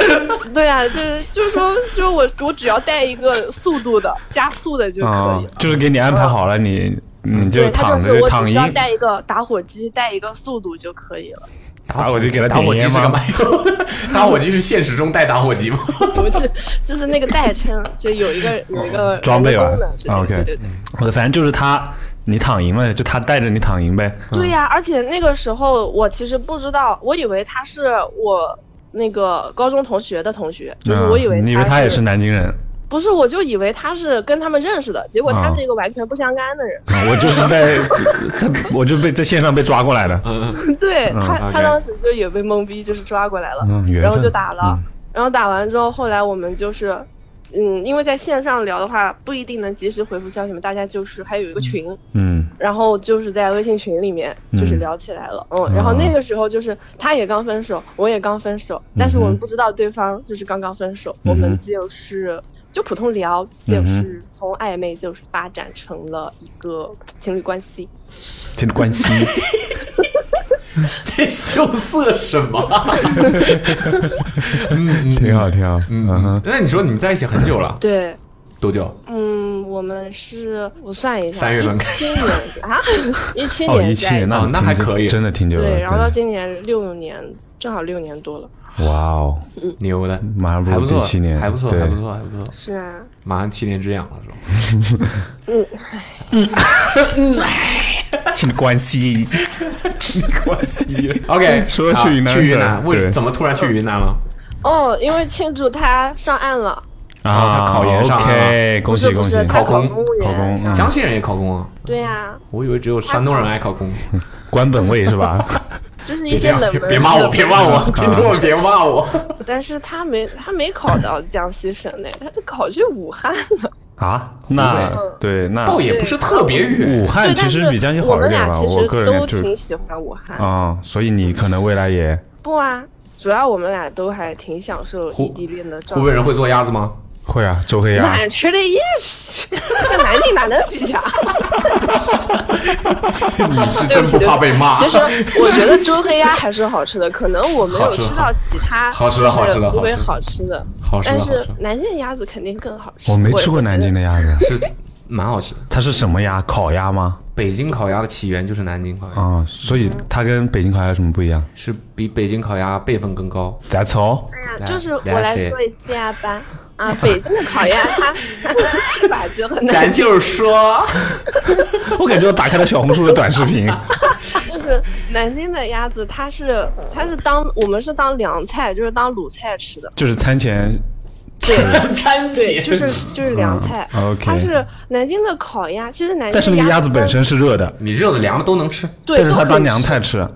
S3: 以了。 *laughs* 对啊，就是就是说，就是我我只要带一个速度的加速的就可
S4: 啊
S3: 以。，嗯
S4: 就是给你安排好了，你你就
S3: 对，他
S4: 躺
S3: 就
S4: 着
S3: 是
S4: 就
S3: 我
S4: 躺
S3: 只需
S4: 赢
S3: 要，带一个打火机，带一个速度就可以了。
S4: *laughs*
S3: *laughs*
S4: 打火机给他
S2: 打
S4: 点
S2: 火机
S4: 烟
S2: 是干嘛
S4: 吗？
S2: 呀？ *laughs* 打火机是现实中带打火机吗？ *laughs*
S3: 不是，就是那个代称，就有一个有一个
S4: 装备吧
S3: 功能是吧
S4: 啊，OK
S3: 对对对。
S4: 我的反正就是他，你躺赢了，就他带着你躺赢呗。
S3: 对呀、而且那个时候我其实不知道，我以为他是我那个高中同学的同学，就是
S4: 嗯
S3: 我以为
S4: 你以为
S3: 他
S4: 他也是
S3: *laughs*
S4: 南京人，
S3: 不是，我就以为他是跟他们认识的，结果他
S4: 啊
S3: 是一个完全不相干的
S4: *laughs*
S3: 人。
S4: 啊我就是在在我就被在线上被抓过来的。
S3: 啊对、
S2: OK
S3: 他，他当时就也被懵逼，就是抓过来了，
S4: 嗯缘分
S3: 然后就打了，然后打完之后，后来我们就是。嗯，因为在线上聊的话，不一定能及时回复消息嘛，大家就是还有一个群，
S4: 嗯，
S3: 然后就是在微信群里面就是聊起来了，嗯，然后那个时候就是他也刚分手，我也刚分手，但是我们不知道对方就是刚刚分手，我
S4: 嗯
S3: 们
S4: 哼
S3: 就是就普通聊，
S4: 嗯哼
S3: 就是从暧昧就是发展成了一个情侣关系，
S4: 这个关系
S2: 在羞涩什么？ *laughs* 嗯，
S4: *laughs* 挺好，挺好。
S2: 嗯。
S4: 嗯
S2: 嗯
S4: 哼，
S2: 那你说你们在一起很久了？
S3: 对，
S2: 多久？
S3: 嗯，我们是我算一下，
S2: 三月份开
S3: 一七年啊，一七
S4: 哦，
S3: 年
S4: 一七
S3: 在
S4: 年
S2: 哦那
S4: 挺
S2: 还
S4: 久
S2: 可以
S4: 真的挺久了。
S3: 对，然后到
S4: 对
S3: 今年六年，正好六年多了，
S4: 哇哦，
S2: 牛的，
S4: 马上步
S2: 还
S4: 入
S2: 不错，
S4: 第七年
S2: 还不错，
S4: 对
S2: 还不错，还不错，
S3: 是啊，
S2: 马上七年之痒了是吧？
S4: 这个关系
S2: *laughs* 关系。OK， *laughs*
S4: 说
S2: 啊
S4: 去云南
S2: 去云
S4: 的
S2: 南，为
S4: 对
S2: 怎么突然去云南了？
S3: 哦，因为庆祝他上岸了。
S4: 啊，
S2: 他考研上了
S4: OK，恭喜
S3: 不
S4: 恭
S3: 是
S4: 喜
S3: 不是，他
S2: 考公
S3: 公务
S4: 考公
S3: 员上
S4: 嗯
S3: 岸，
S2: 江西人也考公啊？
S3: 对呀，
S2: 我以为只有山东人爱考
S3: *laughs*
S2: 公。
S4: 官本位是吧？
S3: 就是
S2: 别
S3: 一
S2: 这
S3: 些
S2: 样
S3: 冷，门。
S2: 别骂我，别骂我，听众们别骂我。
S3: 但是他没他没考到江西省内，他就考去武汉了。
S4: 啊，那对那
S2: 倒也不是特别远
S4: 武，汉
S3: 嗯对，
S4: 其实
S3: 但
S4: 比
S3: 是
S4: 江西
S3: 我
S4: 好一
S3: 们
S4: 点
S3: 俩
S4: 吧，
S3: 其
S4: 我个
S3: 实
S4: 人
S3: 都
S4: 就
S3: 挺喜欢武汉。
S4: 啊、所以你可能未来也
S3: 不啊，主要我们俩都还挺享受
S2: 湖
S3: 异地恋的
S2: 湖
S3: 状
S2: 北
S3: 态。
S2: 人会做鸭子吗？
S4: 会啊，周黑鸭
S3: 哪吃的也 *laughs* 比，跟南京哪能比啊？
S2: *laughs* 你是真不怕被骂？
S3: 其实我觉得周黑鸭还是好吃的，可能我没
S2: 好
S3: 有
S2: 吃
S3: 吃到其他
S2: 好吃的好吃的
S3: 就是湖北
S2: 好
S3: 好吃的，
S2: 好吃的
S3: 但
S2: 好吃
S3: 是
S2: 的，
S3: 南京的鸭子肯定更好吃。
S4: 我没吃过南京的鸭子， *laughs*
S2: 是蛮好吃的。
S4: 它是什么鸭？烤鸭吗？
S2: 北京烤鸭的起源就是南京烤鸭，
S4: 啊、所以它跟北京烤鸭有什么不一样
S2: 是比北京烤鸭辈分更高。
S4: ？That's
S3: *laughs*
S4: all。
S3: 哎呀
S2: 来，
S3: 就是我
S2: 来
S3: 来
S2: 谁
S3: 说一下吧。啊，北京的烤鸭，它它的翅膀就很
S2: *laughs*
S3: 难，
S2: 咱就是 *laughs* 说，
S4: 我感觉我打开了小红书的短视
S3: *laughs*
S4: 频。
S3: 就是南京的鸭子，它是它是当我们是当凉菜，就是当卤菜吃的。
S4: 就是餐前
S3: 对
S7: 餐姐，
S3: 对，就是就是凉菜，
S4: 嗯，OK
S3: 它是南京的烤鸭，其实南京
S4: 但是那个鸭子本身
S3: 汤
S4: 是热的，
S2: 你热的凉的都能吃。
S3: 对，
S4: 但是它
S3: 都
S4: 当
S3: 可以
S4: 凉
S3: 吃
S4: 菜吃。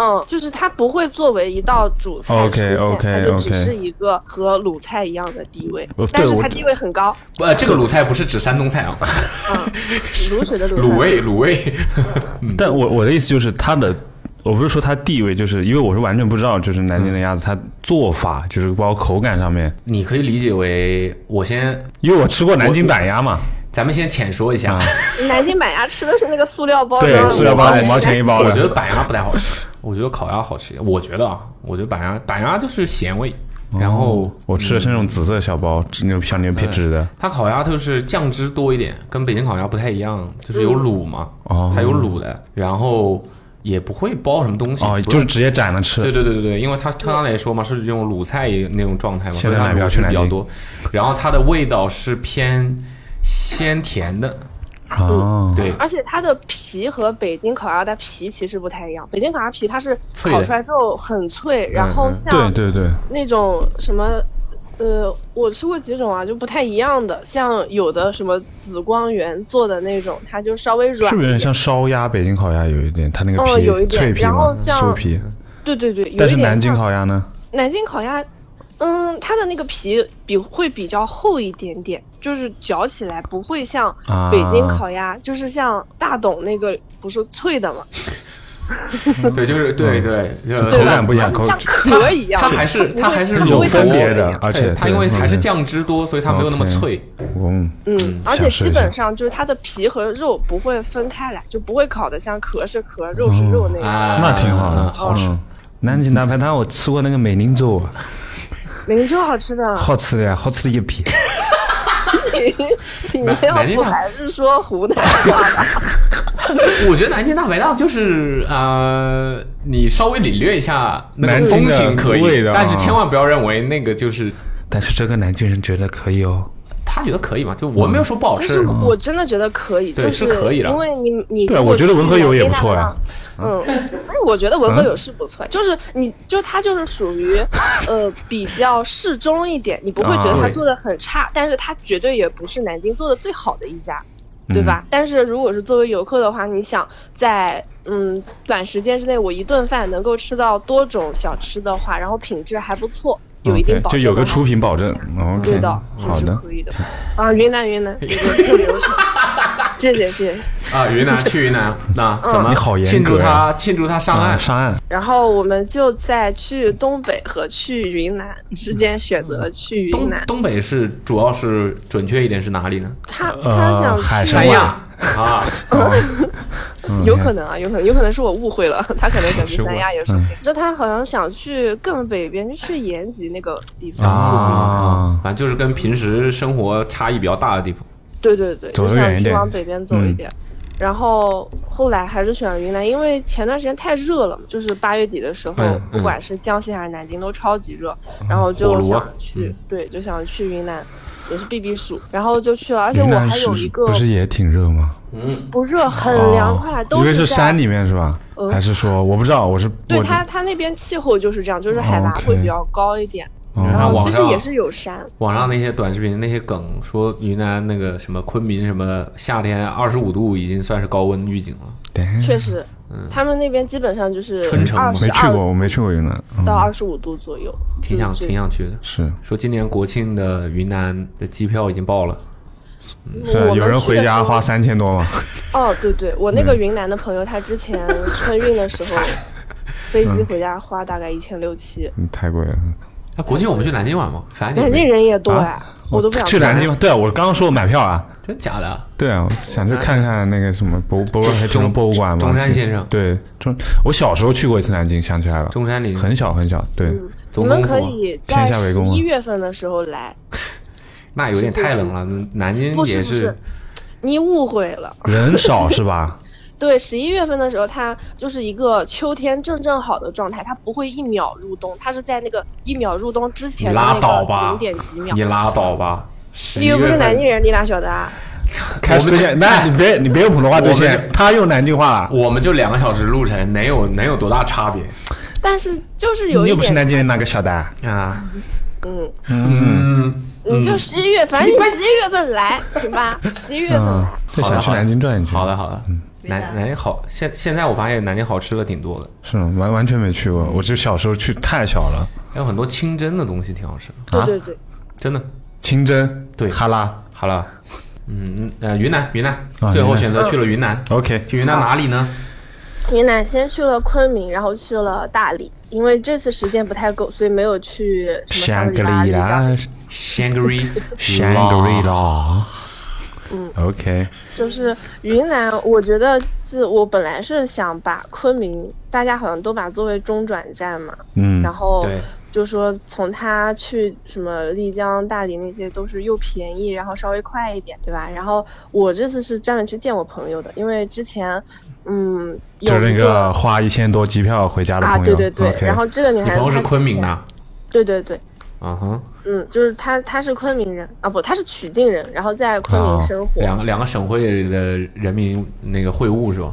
S3: 嗯，就是它不会作为一道主菜
S4: OK，
S3: 出现
S4: OK，
S3: 它就只
S4: OK
S3: 是一个和鲁菜一样的地位
S4: 呃对，
S3: 但是
S4: 我
S3: 它地位很高。
S2: 呃，这个鲁菜不是指山东菜啊， *laughs*
S3: 嗯，卤水的
S2: 卤
S3: 卤菜，
S2: 味卤味。
S3: 嗯
S4: 但我我的意思就是它的。我不是说它地位，就是因为我是完全不知道，就是南
S3: 嗯
S4: 京的鸭子它做法，就是包括口感上面，
S2: *laughs* 你可以理解为，我先，
S4: 因为我吃过南京板鸭嘛，
S2: 咱们先浅说一下，
S3: 南京板鸭吃的是那个塑料包装
S4: 对，
S3: 的，
S4: 塑料包五毛
S3: 哎
S4: 钱一包的。
S2: 我觉得板鸭不太好吃， *laughs* 我觉得烤鸭好吃一点。我觉得啊，我觉得板鸭板鸭就是咸味，
S4: 哦
S2: 然后
S4: 我吃的是那种紫色小包，牛小牛皮纸的。
S2: 它烤鸭就是酱汁多一点，跟北京烤鸭不太一样，就是有卤嘛，
S4: 哦
S2: 它有卤的，然后也不会包什么东西，
S4: 哦，
S2: 不
S4: 就是直接斩了吃。
S2: 对对对对对，因为它它刚才也说嘛，是用卤菜那种状态嘛，所
S4: 现在
S2: 以它
S4: 买不了
S2: 卤
S4: 去
S2: 是
S4: 南
S2: 比较
S4: 京
S2: 多，然后它的味道是偏鲜甜的，
S4: 哦，
S2: 对，
S3: 而且它的皮和北京烤鸭的皮其实不太一样，北京烤鸭皮它是
S2: 脆的
S3: 烤出来之后很脆，然后
S2: 嗯
S4: 对
S3: 像
S4: 对对，
S3: 那种什么。呃，我吃过几种啊，就不太一样的，像有的什么紫光园做的那种，它就稍微软一
S4: 是不
S3: 点，
S4: 是有点像烧鸭？北京烤鸭有一点，它那个
S3: 嗯
S4: 皮
S3: 有一点
S4: 脆皮
S3: 然
S4: 嘛
S3: 后，像
S4: 酥皮。
S3: 对对对，有一
S4: 但是
S3: 点
S4: 南京
S3: 像
S4: 烤鸭呢？
S3: 南京烤鸭，嗯，它的那个皮比会比较厚一点点，就是嚼起来不会像
S4: 啊
S3: 北京烤鸭，就是像大董那个不是脆的嘛，
S2: 对，就是对对，呃
S4: 嗯口感不一样，口
S3: 像壳一样
S2: 它。还是它还是
S3: 它不
S2: 有
S3: 会
S4: 分别的
S2: 多
S4: 而且
S2: 对它
S4: 对
S2: 因为还是
S4: OK
S2: 酱汁多，所以它没有那么
S4: OK
S2: 脆。
S4: 嗯，
S3: 嗯，而且
S4: 想试一
S3: 基
S4: 下
S3: 本上就是它的皮和肉不会分开来，就不会烤的像壳是壳，肉是肉
S4: 哦
S3: 那样。
S2: 啊，
S4: 那挺好的，
S2: 嗯好吃。
S4: 嗯。南京大排档我吃过那个美林粥，
S3: 林州好
S4: *laughs*
S3: 吃的，
S4: 好吃的呀，好吃的一批。
S3: 你
S2: 南
S3: 们要
S2: 南京
S3: 不
S2: 的
S3: 还是说湖
S4: *laughs*
S3: 南话吧？
S2: 我觉得南京大排档就是呃，你稍微领略一下那个
S4: 南京
S2: 风
S4: 的
S2: 情可
S4: 味
S2: 以
S4: 道，啊
S2: 但是千万不要认为那个就是
S4: 但是这个南京人觉得可以哦。
S2: 他觉得可以嘛，就我没有说不好
S3: 其
S2: 吃
S3: 实。我真的觉得可以，
S2: 嗯对
S3: 就是
S2: 可以的
S3: 因为你你
S4: 对啊
S3: 如果
S4: 我觉得文和友也不错呀
S3: 去南京大排档。嗯，但是我觉得文和友是不错，就是你就它就是属
S4: *laughs*
S3: 于呃比较适中一点，你不会觉得
S2: 啊
S3: 它
S2: 对
S3: 做的很差，但是它绝对也不是南京做的最好的一家。对吧？
S4: 嗯
S3: 但是如果是作为游客的话，你想在嗯短时间之内，我一顿饭能够吃到多种小吃的话，然后品质还不错，有一定
S4: OK，
S3: 保
S4: 就
S3: 证啊
S4: 有个
S3: 的话
S4: 出品保证。
S3: 对
S4: OK，
S3: 的，其
S4: 好
S3: 实
S4: 的。
S3: 可以的。啊，云南云南，
S4: *laughs*
S3: 有个特流程。 *laughs* 谢谢谢
S2: *laughs*
S3: 谢。
S2: 啊，云南去云南，那
S3: 嗯
S2: 怎么
S4: 你好严
S2: 庆祝
S4: 格呀
S2: 他庆祝他上岸
S4: 啊，？上
S3: *laughs*
S4: 岸。
S3: 然后我们就在去东北和去云南之间选择了去云
S2: 东
S3: 南。
S2: 东北是主要是准确一点是哪里呢？
S3: 他他
S4: 呃
S3: 想
S4: 海
S3: 去
S4: 参
S2: 三亚啊，
S4: 嗯
S3: 有可能啊，有可能，有可能是我误会了，他可能想去三亚，也
S4: 是
S3: 说
S4: 我
S3: 不定。这他好像想去更北边，就去延吉那个地方附近。
S4: 啊，
S2: 反正就是跟平时生活差异比较大的地方。
S3: 对对对，
S4: 走
S3: 就
S4: 得
S3: 想
S4: 远一
S3: 去
S4: 点
S3: 往北边走
S4: 嗯
S3: 一点。然后后来还是选了云南，因为前段时间太热了，就是八月底的时候，
S4: 哎
S2: 嗯嗯
S3: 不管是江西还是南京都超级热，然后
S2: 火
S3: 就
S2: 炉啊
S3: 想
S4: 嗯
S3: 去，对，就想去云南，也是避避暑，然后就去了，而且
S4: 云
S3: 我
S4: 南
S3: 还有一
S4: 是
S3: 个
S4: 不是也挺热吗？
S3: 不热，很
S4: 哦
S3: 凉快，都
S4: 因为是
S3: 在
S4: 山里面是吧？
S3: 呃
S4: 还是说我不知道，我是
S3: 对
S4: 我
S3: 它，它那边气候就是这样，就是海拔
S4: OK
S3: 会比较高一点，
S4: 哦
S2: 你
S3: 然
S2: 看
S3: 后
S2: 网
S3: 其实
S2: 上
S3: 也是有山，
S2: 网上那些短视频那些梗说云南那个什么昆明什么夏天二十五度已经算是高温预警了。
S4: 对
S3: 确实，他们那边基本上就是
S2: 春城
S3: 二十
S4: 没去过，
S3: 二
S4: 嗯我没去过云南，嗯
S3: 到二十五度左右，
S2: 挺想
S3: 就是
S2: 挺想去的。
S4: 是
S2: 说今年国庆的云南的机票已经报了，
S4: 是啊
S3: 我们
S4: 有人
S3: 去
S4: 回
S3: 的时
S4: 家
S3: 候
S4: 花嗯三千多嘛？
S3: 哦，对对，我那个云南的朋友，他之前春运的时
S4: *laughs*
S3: 候，飞机回家花大概一千六七，
S4: 嗯太贵了。
S2: 那、哎国庆我们去南京玩吗？反正也
S3: 南
S2: 没
S3: 京人也多
S4: 啊
S3: 哎，我都不想
S4: 去南京
S3: 来
S4: 吗，对啊，我刚刚说我买票啊，
S2: 真假的？
S4: 对啊，我想
S3: 嗯
S4: 去看看那个什么博博物还什么
S2: 中
S4: 博物馆嘛？
S2: 中山
S4: 去
S2: 先生
S4: 对中，我小时候去过一次南京，想起来了，
S2: 中山陵
S4: 很小很小，对，
S3: 你
S2: 总
S3: 们
S2: 统
S3: 可
S2: 府
S3: 以
S4: 天
S3: 在
S4: 下为
S3: 十
S4: 公啊
S3: 一月份的时候来，
S2: 那有点太冷了，南京
S3: 不
S2: 也
S3: 是不是，你误会了。
S4: 人少
S3: *laughs*
S4: 是吧？
S3: 对，十一月份的时候，它就是一个秋天正正好的状态，它不会一秒入冬，它是在那个一秒入冬之
S2: 你
S3: 前的
S2: 拉
S3: 那
S2: 倒
S3: 个
S2: 吧
S3: 零点几秒
S2: 你。拉倒吧。
S3: 你又不是南京
S2: 人，
S3: 人，你哪晓得啊？
S4: 开始兑现，
S3: *laughs*
S4: 那你别你别用普通话兑
S2: 我
S4: 现
S2: 们，
S4: 他用南京话了，
S2: 我们就两个小时路程，能有能有多大差别
S3: 但是就是有
S4: 你
S3: 一
S4: 又不是
S3: 点，
S4: 南京人，哪个晓得啊？
S2: 啊？
S3: 嗯，
S2: 嗯，
S3: 你就十一月，反正你十一月份来，行
S4: *laughs*
S3: 吧？十一月份
S4: 嗯
S3: 来，，
S4: 就
S2: 好的
S4: 想去南京转一圈。
S2: 好的，好的。
S4: 嗯
S2: 南
S6: 白
S2: 南京好，现现在我发现南京好吃的挺多的，
S4: 是吗完完全没去
S2: 嗯
S4: 过，我就小时候去太小了。
S2: 还有很多清真的东西挺好吃的，
S4: 啊，
S3: 对对对，
S2: 真的。
S4: 清真
S2: 对
S4: 哈拉
S2: 好了，嗯呃，云南云南
S4: 啊，
S2: 最
S4: 云
S2: 后
S4: 南哦
S2: 选择去了云南，
S4: ，OK，
S2: 去云南哪里呢？
S3: 云南先去了昆明，然后去了大理，因为这次时间不太够，所以没有去什么
S4: 香
S3: 香
S4: 格
S3: 拉
S4: 里
S3: 丽这样
S4: 拉，
S2: Shangri
S4: 香格里拉。嗯，OK，
S3: 就是云南，我觉得自我本来是想把昆明，大家好像都把作为中转站嘛，
S4: 嗯
S3: 然，后
S2: 对
S3: 就说从它去什么丽江、大理那些都是又便宜，然后稍微快一点，对吧？然后我这次是专门去见我朋友的，因为之前，嗯，有
S4: 就是那
S3: 一
S4: 个花一千多机票回家的
S3: 啊，
S4: 朋友，
S3: 对对对
S4: OK
S3: 然后这个女
S2: 你
S3: 孩子
S2: 朋友是
S3: 她之
S2: 昆明的
S3: 前，对对对，
S2: 啊哈，
S3: 嗯，就是她她是昆明人啊，不，她是曲靖人，然后在昆
S4: 哦
S3: 明生活，
S2: 两个两个省会的人民那个会晤是吧？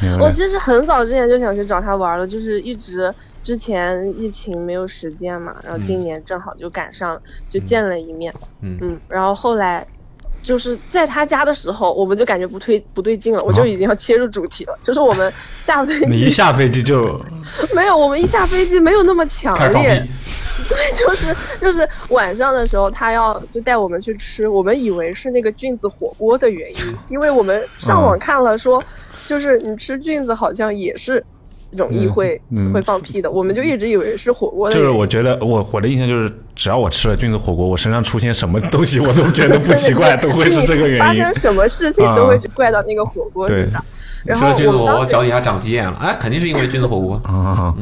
S4: 明
S3: 我
S4: 白
S3: 其实很早之前就想去找他玩了，就是一直之前疫情没有时间嘛，然后今年正好就赶上了，就见了一面，
S2: 嗯
S3: 嗯，然后后来就是在他家的时候，我们就感觉不对不对劲了，我就已经要切入主题了，就是我们下飞
S4: 你一
S3: 机
S4: 下飞
S3: *laughs*
S4: 机就
S3: 没有，我们一下飞机没有那么强
S2: 开始放
S3: 烈
S2: 屁，，
S3: 对，就是就是晚上的时候他要就带我们去吃，我们以为是那个菌子火锅的原
S4: 嗯
S3: 因，因为我们上网看了说，就是你吃菌子好像也是容易会、
S4: 嗯嗯
S3: 会放屁的，我们就一直以为是火锅的
S4: 就
S3: 原
S4: 是
S3: 因。
S4: 我 *laughs* 觉得我我的印象就是，只要我吃了菌子火锅，我身上出现什么东西我都觉得不
S3: *laughs*
S4: 奇怪，都会是这个
S3: 发
S4: 原因啊
S3: 生。什么事情都会去怪到那个火锅
S4: 对
S3: 身上。
S2: 你
S3: 然
S2: 吃
S3: 后
S2: 了菌
S3: 我
S2: 子
S3: 们
S2: 火锅，
S3: 当时
S2: 脚底下长鸡眼了，哎，肯定是因为菌子火锅。
S4: 啊，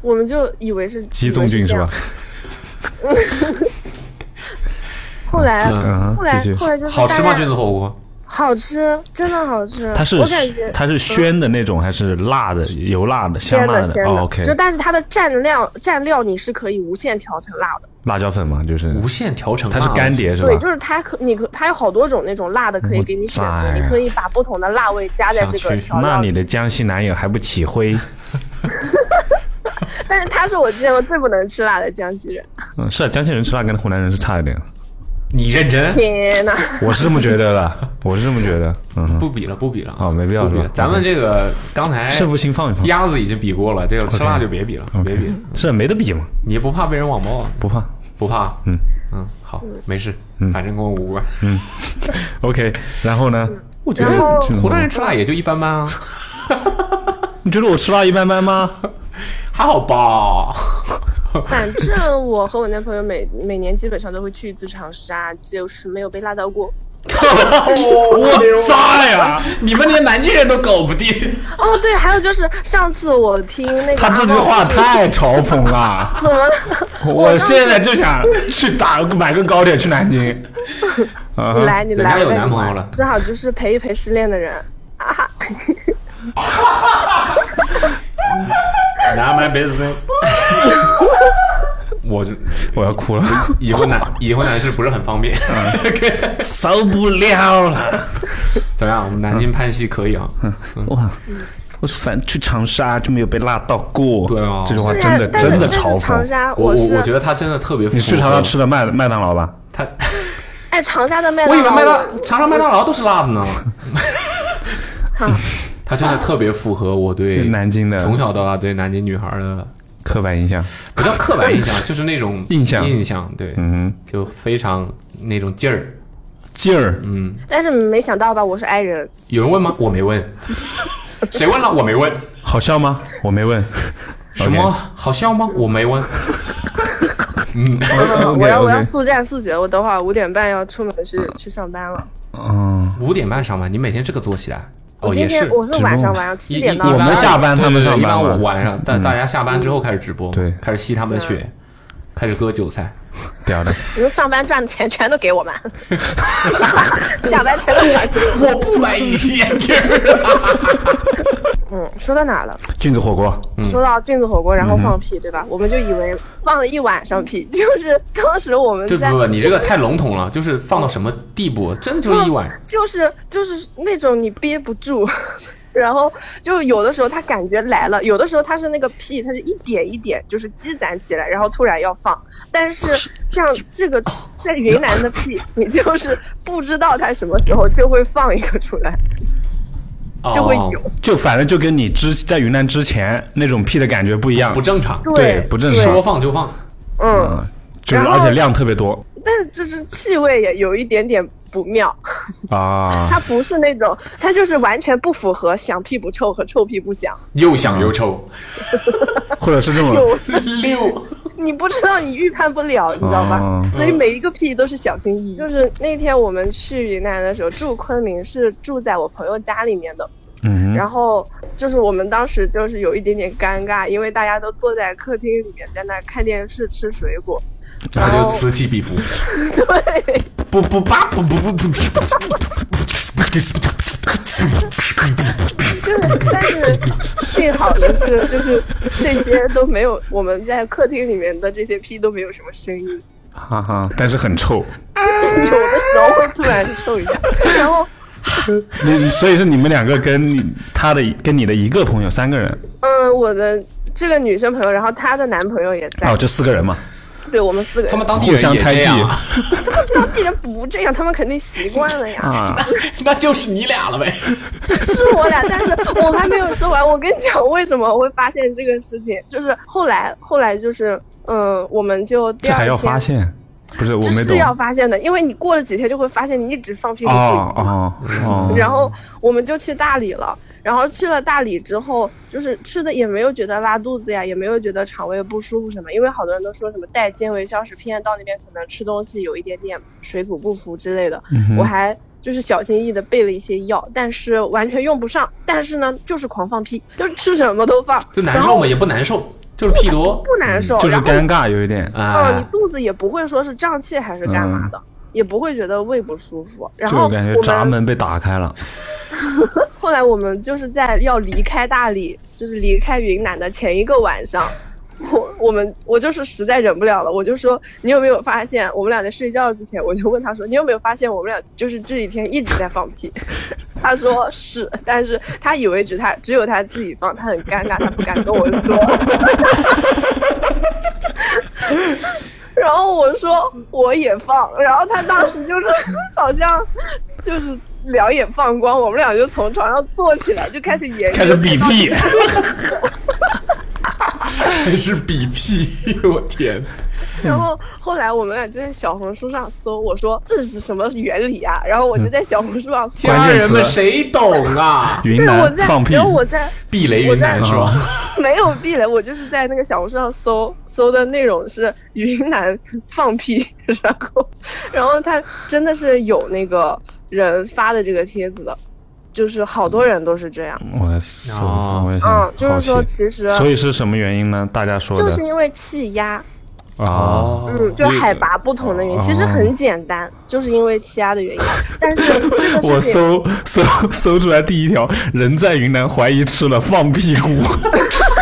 S3: 我们就以为是
S4: 鸡枞菌是吧？？
S3: 以为这样后来
S4: 嗯
S3: 后来
S4: 继续
S3: 后来就是
S2: 好吃
S3: 大
S2: 吗？
S3: 概
S2: 菌子火锅？
S3: 好吃，真的好吃。
S4: 它
S3: 嗯
S4: 是
S3: 我感觉嗯
S4: 它是鲜的那种还是辣的、油辣的、香
S3: 鲜
S4: 辣
S3: 的鲜
S4: 哦
S3: 的，
S4: ，OK，
S3: 就但是它的蘸料蘸料你是可以无限调成辣的，
S4: 辣椒粉嘛，就是
S2: 无限调啊成辣，
S4: 它是干碟是吧
S3: 对，？就是它可你可它有好多种那种辣的可以给你选
S4: 哇塞
S3: 择，你可以把不同的辣味加在
S2: 想
S3: 这个
S2: 去
S3: 调
S4: 那
S3: 料里。
S4: 你的江西男友还不
S3: *laughs*
S4: 起灰？
S3: 但是他是我见过最不能吃辣的江
S4: *laughs*
S3: 西人，
S4: 嗯，是啊，江西人吃辣跟湖南人是差一点，
S2: 你认真？
S3: 天呐，
S4: 我是这么觉
S3: *laughs*
S4: 得的，我是这么觉得。嗯哼，
S2: 不比了，不比了啊
S4: 哦没必要
S2: 不比了
S4: 是吧
S2: 咱们这个刚
S3: 哎
S2: 才
S4: 胜负心放一放，
S2: 鸭子已经比过了，这个吃辣就别比了，别比了。
S4: 是啊没得比嘛，
S2: 你不怕被人网暴啊？
S4: 不怕。
S2: 不怕？
S4: 嗯
S2: 嗯，好，没事，反正跟我无关。
S4: OK，然后呢？
S2: 我觉得
S3: 嗯然后
S2: 湖南人吃辣也就一般般 *laughs* 啊，
S4: 你觉得我吃辣一般般吗？
S2: 还好吧。
S3: 反正我和我男朋友每每年基本上都会去一次长沙，就是没有被辣到过。哎
S4: 我啊渣
S3: *laughs*
S4: 呀！
S2: 你们连南京人都搞不定，
S3: 哦，对，还有就是上次我听那个
S4: 他这句话
S3: 阿
S4: 啊
S3: 茂说
S4: 太嘲讽了，
S3: 怎么了？
S4: 我现在就想去打买个高铁去南京。啊
S3: 你来，你
S2: 人家
S3: 来，
S2: 有
S3: 我带
S2: 男
S3: 你
S2: 朋友
S3: 玩
S2: 了
S3: 正好就是陪一陪失恋的人。
S2: 拿 my business。我就
S4: 我要哭了，
S2: 已婚 *laughs* 男已婚男士不是很方便。
S4: 受不了了！
S2: 怎么样？我们南京潘西可以啊？
S4: 哇，我反正去长沙就没有被辣到过。
S2: 对啊
S4: 这句话
S3: 是
S4: 真
S3: 啊
S4: 的
S3: 但
S4: 真
S3: 是
S4: 的
S3: 但是
S4: 嘲
S3: 长
S4: 讽。
S3: 沙，
S2: 我
S3: 是
S2: 我觉得他真的特别符合。
S4: 你去长沙吃的麦麦当劳吧？
S2: 他？
S3: 哎，长沙的麦
S2: 我
S3: 当
S2: 以
S3: 劳，
S2: 为麦当长沙麦当劳都是辣的 *laughs* 呢。
S3: 啊
S2: 他真的特别符合我对
S4: 南京的
S2: 从小到大对南京女孩的
S4: 刻板印象，
S2: 不叫刻板印
S4: *laughs*
S2: 象，就是那种
S4: 印象
S2: 印象对，
S4: 嗯，
S2: 就非常那种劲儿。
S4: 劲儿，
S2: 嗯，
S3: 但是没想到吧，我是 i 人，
S2: 有人问吗？我没问， *laughs* 谁问了？我没问。
S4: 好笑吗？我没 *laughs* 问。
S2: 什
S4: *laughs*
S2: 么好笑吗？我没问。
S4: OK，OK，OK？
S3: *laughs* 呃我要我要速战速决，我等会儿五点半要出门去去上班了。
S4: 嗯，
S2: 五点半上班，你每天这个作息啊？哦，也
S3: 今天
S2: 是。
S3: 我是晚上
S4: 直播
S3: 晚上七
S2: 一
S3: 点
S2: 一
S3: 到
S2: 一
S4: 我
S2: 般
S4: 们下班
S2: 对
S4: 他们
S2: 对对
S4: 上班
S2: 一般我
S4: 嘛
S2: 晚上，但大家下班之后开始直播，
S4: 对
S2: 开始吸他们的血，开始割韭菜。
S4: 屌的，
S3: 你们上班赚的钱全都给
S2: *laughs*
S3: 我们，下班全都给 *laughs* 我
S2: 我不买 *laughs* 隐形眼镜了。
S3: 们。嗯，说到哪了？
S4: 菌子火锅。
S2: 嗯
S3: 说到菌子火锅，然后放屁，对吧？我们就以为放了一晚上屁，就是当时我们
S2: 对
S3: 在
S2: 不不，你这个太笼统了，就是放到什么地步，真的就是一晚。
S3: 就是就是那种你憋不住， *laughs* 然后就有的时候他感觉来了，有的时候他是那个屁，他是一点一点就是积攒起来，然后突然要放。但是像这个在云南的屁，你就是不知道它什么时候就会放一个出来， *laughs* 就会有。
S2: 哦
S4: 就反正就跟你之在云南之前那种屁的感觉不一样，
S2: 不正常，
S4: 对不正
S2: 说
S4: 常，
S2: 放就放。
S3: 嗯，
S4: 就是
S3: 然后
S4: 而且量特别多
S3: 但是这是气味也有一点点不妙，
S4: 啊
S3: 它。不是那种，它就是完全不符合响屁不臭和臭屁不响。
S2: 又响又臭，
S4: 或者是这种
S3: 有
S2: 六
S3: 你不知道，你预判不了，你知道吧？
S4: 哦
S3: 所以每一个屁都是小心翼翼。嗯就是那天我们去云南的时候，住昆明是住在我朋友家里面的，
S4: 嗯
S3: 然
S4: 哼，
S3: 后就是我们当时就是有一点点尴尬，因为大家都坐在客厅里面，在那看电视吃水 *laughs* 果。然
S2: 他就
S3: 后
S2: 此起彼伏，
S3: 对，
S2: 不不吧不不不不不，
S3: 就是但是幸好的是，就是这些都没有，我们在客厅里面的这些屁都没有什么声音。
S4: 哈啊哈，但是很臭。
S3: 有的时候会突然臭 *laughs* 一下，然后
S4: 你所以是你们两个跟你他的跟你的一个朋友三个人
S3: 嗯，我的这个女生朋友，然后她的男朋友也在，
S4: 哦，就四个人嘛，
S3: 对我们四个
S2: 他
S3: 人
S2: 们。当地
S4: 互
S2: 人
S4: 相
S2: 也
S4: 猜
S2: 这
S4: 忌
S2: 样啊，
S3: 当地人不这样，他们肯定习惯了呀。 *laughs*
S4: 啊。
S2: 那就是你俩了呗。
S3: 是我俩，但是我还没有说完。我跟你讲，为什么我会发现这个事情，就是后来后来就是，嗯，我们就第
S4: 这
S3: 二天
S4: 还要发现？不是我
S3: 这
S4: 没
S3: 是
S4: 懂。
S3: 要发现的，因为你过了几天就会发现你一直放屁都自己
S4: 哦哦哦，
S3: 然后我们就去大理了，然后去了大理之后，就是吃的也没有觉得拉肚子呀，也没有觉得肠胃不舒服什么，因为好多人都说什么带纤维消食片，到那边可能吃东西有一点点水土不服之类的。
S4: 嗯哼
S3: 我还就是小心翼翼的备了一些药，但是完全用不上。但是呢，就是狂放屁，就是吃什么都放，
S2: 就难
S3: 然
S2: 受
S3: 后
S2: 嘛，也不难受，就是屁多
S3: 不难受，
S4: 嗯就是
S3: 然后
S4: 尴尬有一点，
S3: 嗯，你
S2: 啊。
S3: 肚子也不会说是胀气还是干嘛的。也不会觉得胃不舒服，然后
S4: 就感觉
S3: 我
S4: 闸
S3: 们
S4: 门被打开了。
S3: 后来我们就是在要离开大理，就是离开云南的前一个晚上，我 *laughs* 我们我就是实在忍不了了，我就说你有没有发现我们俩在睡觉之前，我就问他说你有没有发现我们俩就是这几天一直在放屁， *laughs* 他说是，但是他以为只他只有他自己放，他很尴尬，他不敢跟我说。 *laughs* 然后我说我也放，然后他当时就是好像就是两眼放光，我们俩就从床上坐起来，就开始研究
S4: 开始比屁，
S2: 还是比屁，我天！
S3: 然后后来我们俩就在小红书上搜，我说这是什么原理啊？然后我就
S4: 嗯
S3: 在小红书上搜，
S4: 关
S2: 家
S4: 键词
S2: 人们谁懂啊？
S4: 云
S3: 对，我
S4: 南
S3: 在
S4: 放，屁
S3: 然，后我在
S2: 避雷云南是吧？
S3: 没有避雷，我就是在那个小红书上搜搜的内容是云南放屁，然后然后他真的是有那个人发的这个帖子的，就是好多人都是这样。
S4: 我搜一下
S2: 哦
S4: 我也
S3: 嗯
S4: 想，
S3: 就
S4: 好
S3: 是说，
S4: 奇。
S3: 其实
S4: 所以是什么原因呢？大家说
S3: 就
S4: 的
S3: 是因为气压，
S4: 啊，
S3: 嗯，就是海拔不同的原因，其
S4: 哦
S3: 实很简单，就是因为气压的原因。但是这个
S4: 我
S3: 事情，
S4: 搜搜搜出来第一条，人在云南怀疑吃了放屁菇，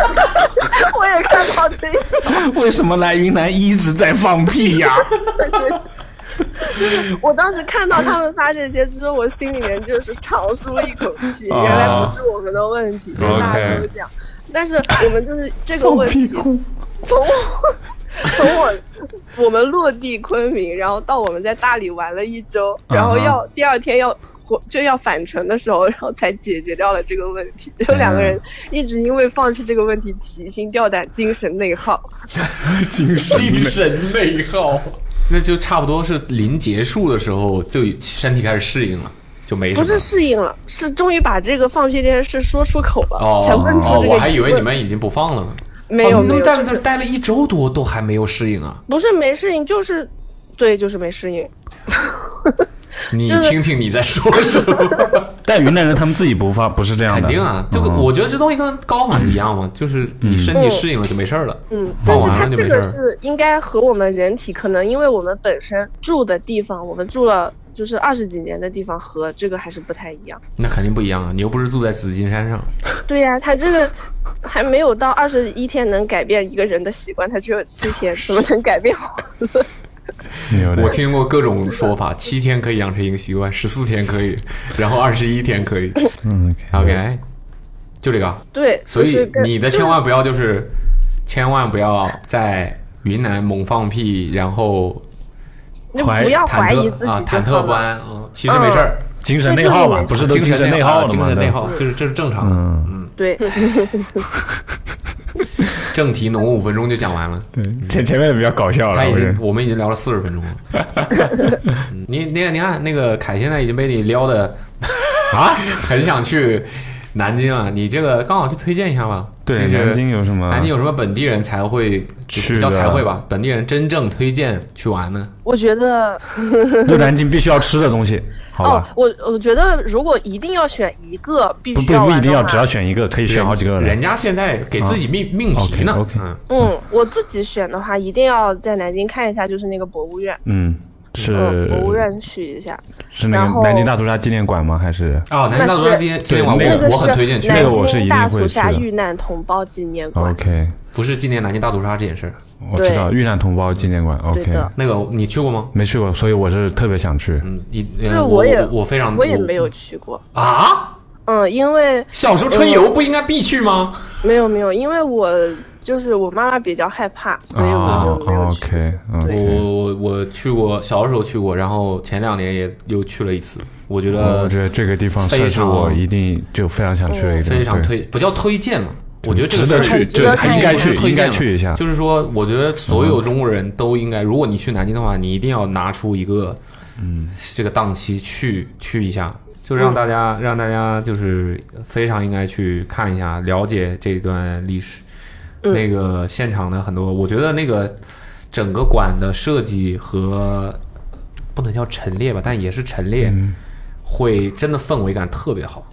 S3: *laughs* 我也看到这一
S4: *laughs* 为什么来云南一直在放屁
S3: *laughs*
S4: 呀？
S3: 我当时看到他们发这些之后，我心里面就是长舒一口气，原来不是我们的问题，就大家都讲。但是我们就是这个问题，从我从我我们落地昆明，然后到我们在大理玩了一周，然后要第二天要。回就要返程的时候，然后才解决掉了这个问题。就两个人一直因为放弃这个问题提心吊胆、精神内耗。
S4: *laughs* 精神内
S2: 神内耗。那就差不多是临结束的时候，就身体开始适应了，就没什
S3: 不
S2: 么
S3: 是。适应了，是终于把这个放屁这件事说出口了，
S2: 哦
S3: 才问出
S2: 哦
S3: 这个疑，问。
S2: 我还以为你们已经不放了呢。
S3: 没有
S2: 哦那么
S3: 没有，
S2: 但这待了一周多都还没有适应啊！
S3: 不是没适应，就是对，就是没适应。
S2: 你
S3: 就是
S2: 听听你在说什么？
S4: *laughs* 但云南人他们自己不放，不是这样的。
S2: *laughs* 肯定啊，这个
S4: 嗯
S2: 我觉得这东西跟高反一样嘛，就是你身体适应了就没事儿了。
S3: 嗯，
S2: 放
S3: 但是
S2: 完
S3: 它
S2: 了就
S3: 这
S2: 没
S3: 个
S2: 事儿了。
S3: 是应该和我们人体，可能因为我们本身住的地方，我们住了就是二十几年的地方，和这个还是不太一样。
S2: 那肯定不一样啊！你又不是住在紫金山上，
S3: 对呀、它这个还没有到二十一天能改变一个人的习惯，它只有七天，怎么能改变好？
S4: 牛的
S2: 我听过各种说法，七天可以养成一个习惯，十四天可以，然后二十一天可以。
S4: 嗯
S2: OK，就这个。
S3: *laughs* 对，
S2: 所
S3: 就是
S2: 以
S3: 跟
S2: 你的
S3: 就是
S2: 千万不要就是，千万不要在云南猛放屁，然后
S3: 就
S4: 怀
S3: 不要怀
S2: 忐
S3: 疑自己
S2: 忑啊
S3: 就
S2: 忐
S3: 好
S2: 忑
S3: 了
S2: 不安，嗯，其实没事儿，
S4: 精神内耗嘛，不是都
S2: 精
S4: 神
S2: 内
S4: 耗了吗？
S2: 精神
S4: 对
S2: 内耗就是这是正常的，
S4: 嗯
S2: 嗯，
S3: 对， *laughs*
S2: 正题挪五分钟就讲完了。
S4: 对，前前面比较搞笑
S2: 他
S4: 了，
S2: 已
S4: 我觉
S2: 经
S4: 得，
S2: 我们已经聊了四十分钟了。嗯你你看你看那个凯现在已经被你撩的啊， *laughs* 很想去南京了。你这个刚好去推荐一下吧。
S4: 对
S2: 就是
S4: 南京有什么
S2: 南京有什么本地人才会
S4: 去
S2: 比较
S4: 的
S2: 才会吧？本地人真正推荐去玩呢？
S3: 我觉得
S4: 就南京必须要吃的东西，好
S3: 哦
S4: 吧？，
S3: 我我觉得如果一定要选一个，必
S4: 不
S3: 须
S4: 不
S3: 要
S4: 不
S3: 玩
S4: 一定
S3: 的
S4: 要
S3: 话
S4: 只要选一个，可以选好几个
S2: 人
S4: 人。啊
S2: 家现在给自己命命题呢。
S4: OK，OK
S2: 嗯
S3: 嗯，我自己选的话，一定要在南京看一下，就是那个博物院，
S4: 嗯，
S3: 嗯，
S4: 是
S3: 博物院去一下。
S4: 是那
S3: 然
S4: 个
S3: 后
S4: 南京大屠杀纪念馆吗？还是
S2: 哦，南京大屠杀
S3: 那是
S2: 今天今天晚
S4: 对那
S2: 我
S4: 个
S2: 我很推荐去，
S3: 南
S4: 那个
S3: 京
S4: 我是一定
S3: 大
S4: 会
S3: 屠杀
S4: 去的
S3: 遇难同胞纪念馆。
S4: OK？
S2: 不是纪念南京大屠杀这件事儿。啊
S4: 我知道遇难同胞纪念馆
S3: 对
S4: ，OK，
S3: 的
S2: 那个你去过吗？
S4: 没去过，所以我是特别想去。
S2: 嗯，你
S3: 这
S2: 呃
S3: 我
S2: 我
S3: 也
S2: 我嗯非常
S3: 我也没有去过，
S2: 啊。
S3: 嗯，因为
S2: 小时候春
S3: 呃
S2: 游不应该必去吗？
S3: 没有没有，因为我就是我妈妈比较害怕，所以我就没有去。
S4: 啊 OK
S2: 我
S4: OK，
S2: 我我去过，小的时候去过，然后前两年也又去了一次。我觉得
S4: 我觉哦得这个地方算
S2: 呃非
S4: 是
S2: 常哦
S4: 我一定就非常想去的一个地方，
S2: 非常
S4: 嗯对
S2: 推，不叫推荐嘛。我觉得这个
S4: 值得
S2: 事儿
S4: 去，
S3: 值得
S4: 对，
S3: 看
S4: 还应该去，
S2: 推荐
S4: 应该
S2: 嘛
S4: 去一下。嗯
S2: 就是说，我觉得所有中国人都应该，如果你去南京的话，你一定要拿出一个，嗯，这个档期去去一下，就
S3: 嗯
S2: 让大家、让大家就是非常应该去看一下，了解这一段历史。
S3: 嗯
S2: 那个现场的很多，我觉得那个整个馆的设计和不能叫陈列吧，但也是陈列，
S4: 嗯
S2: 会真的氛围感特别好。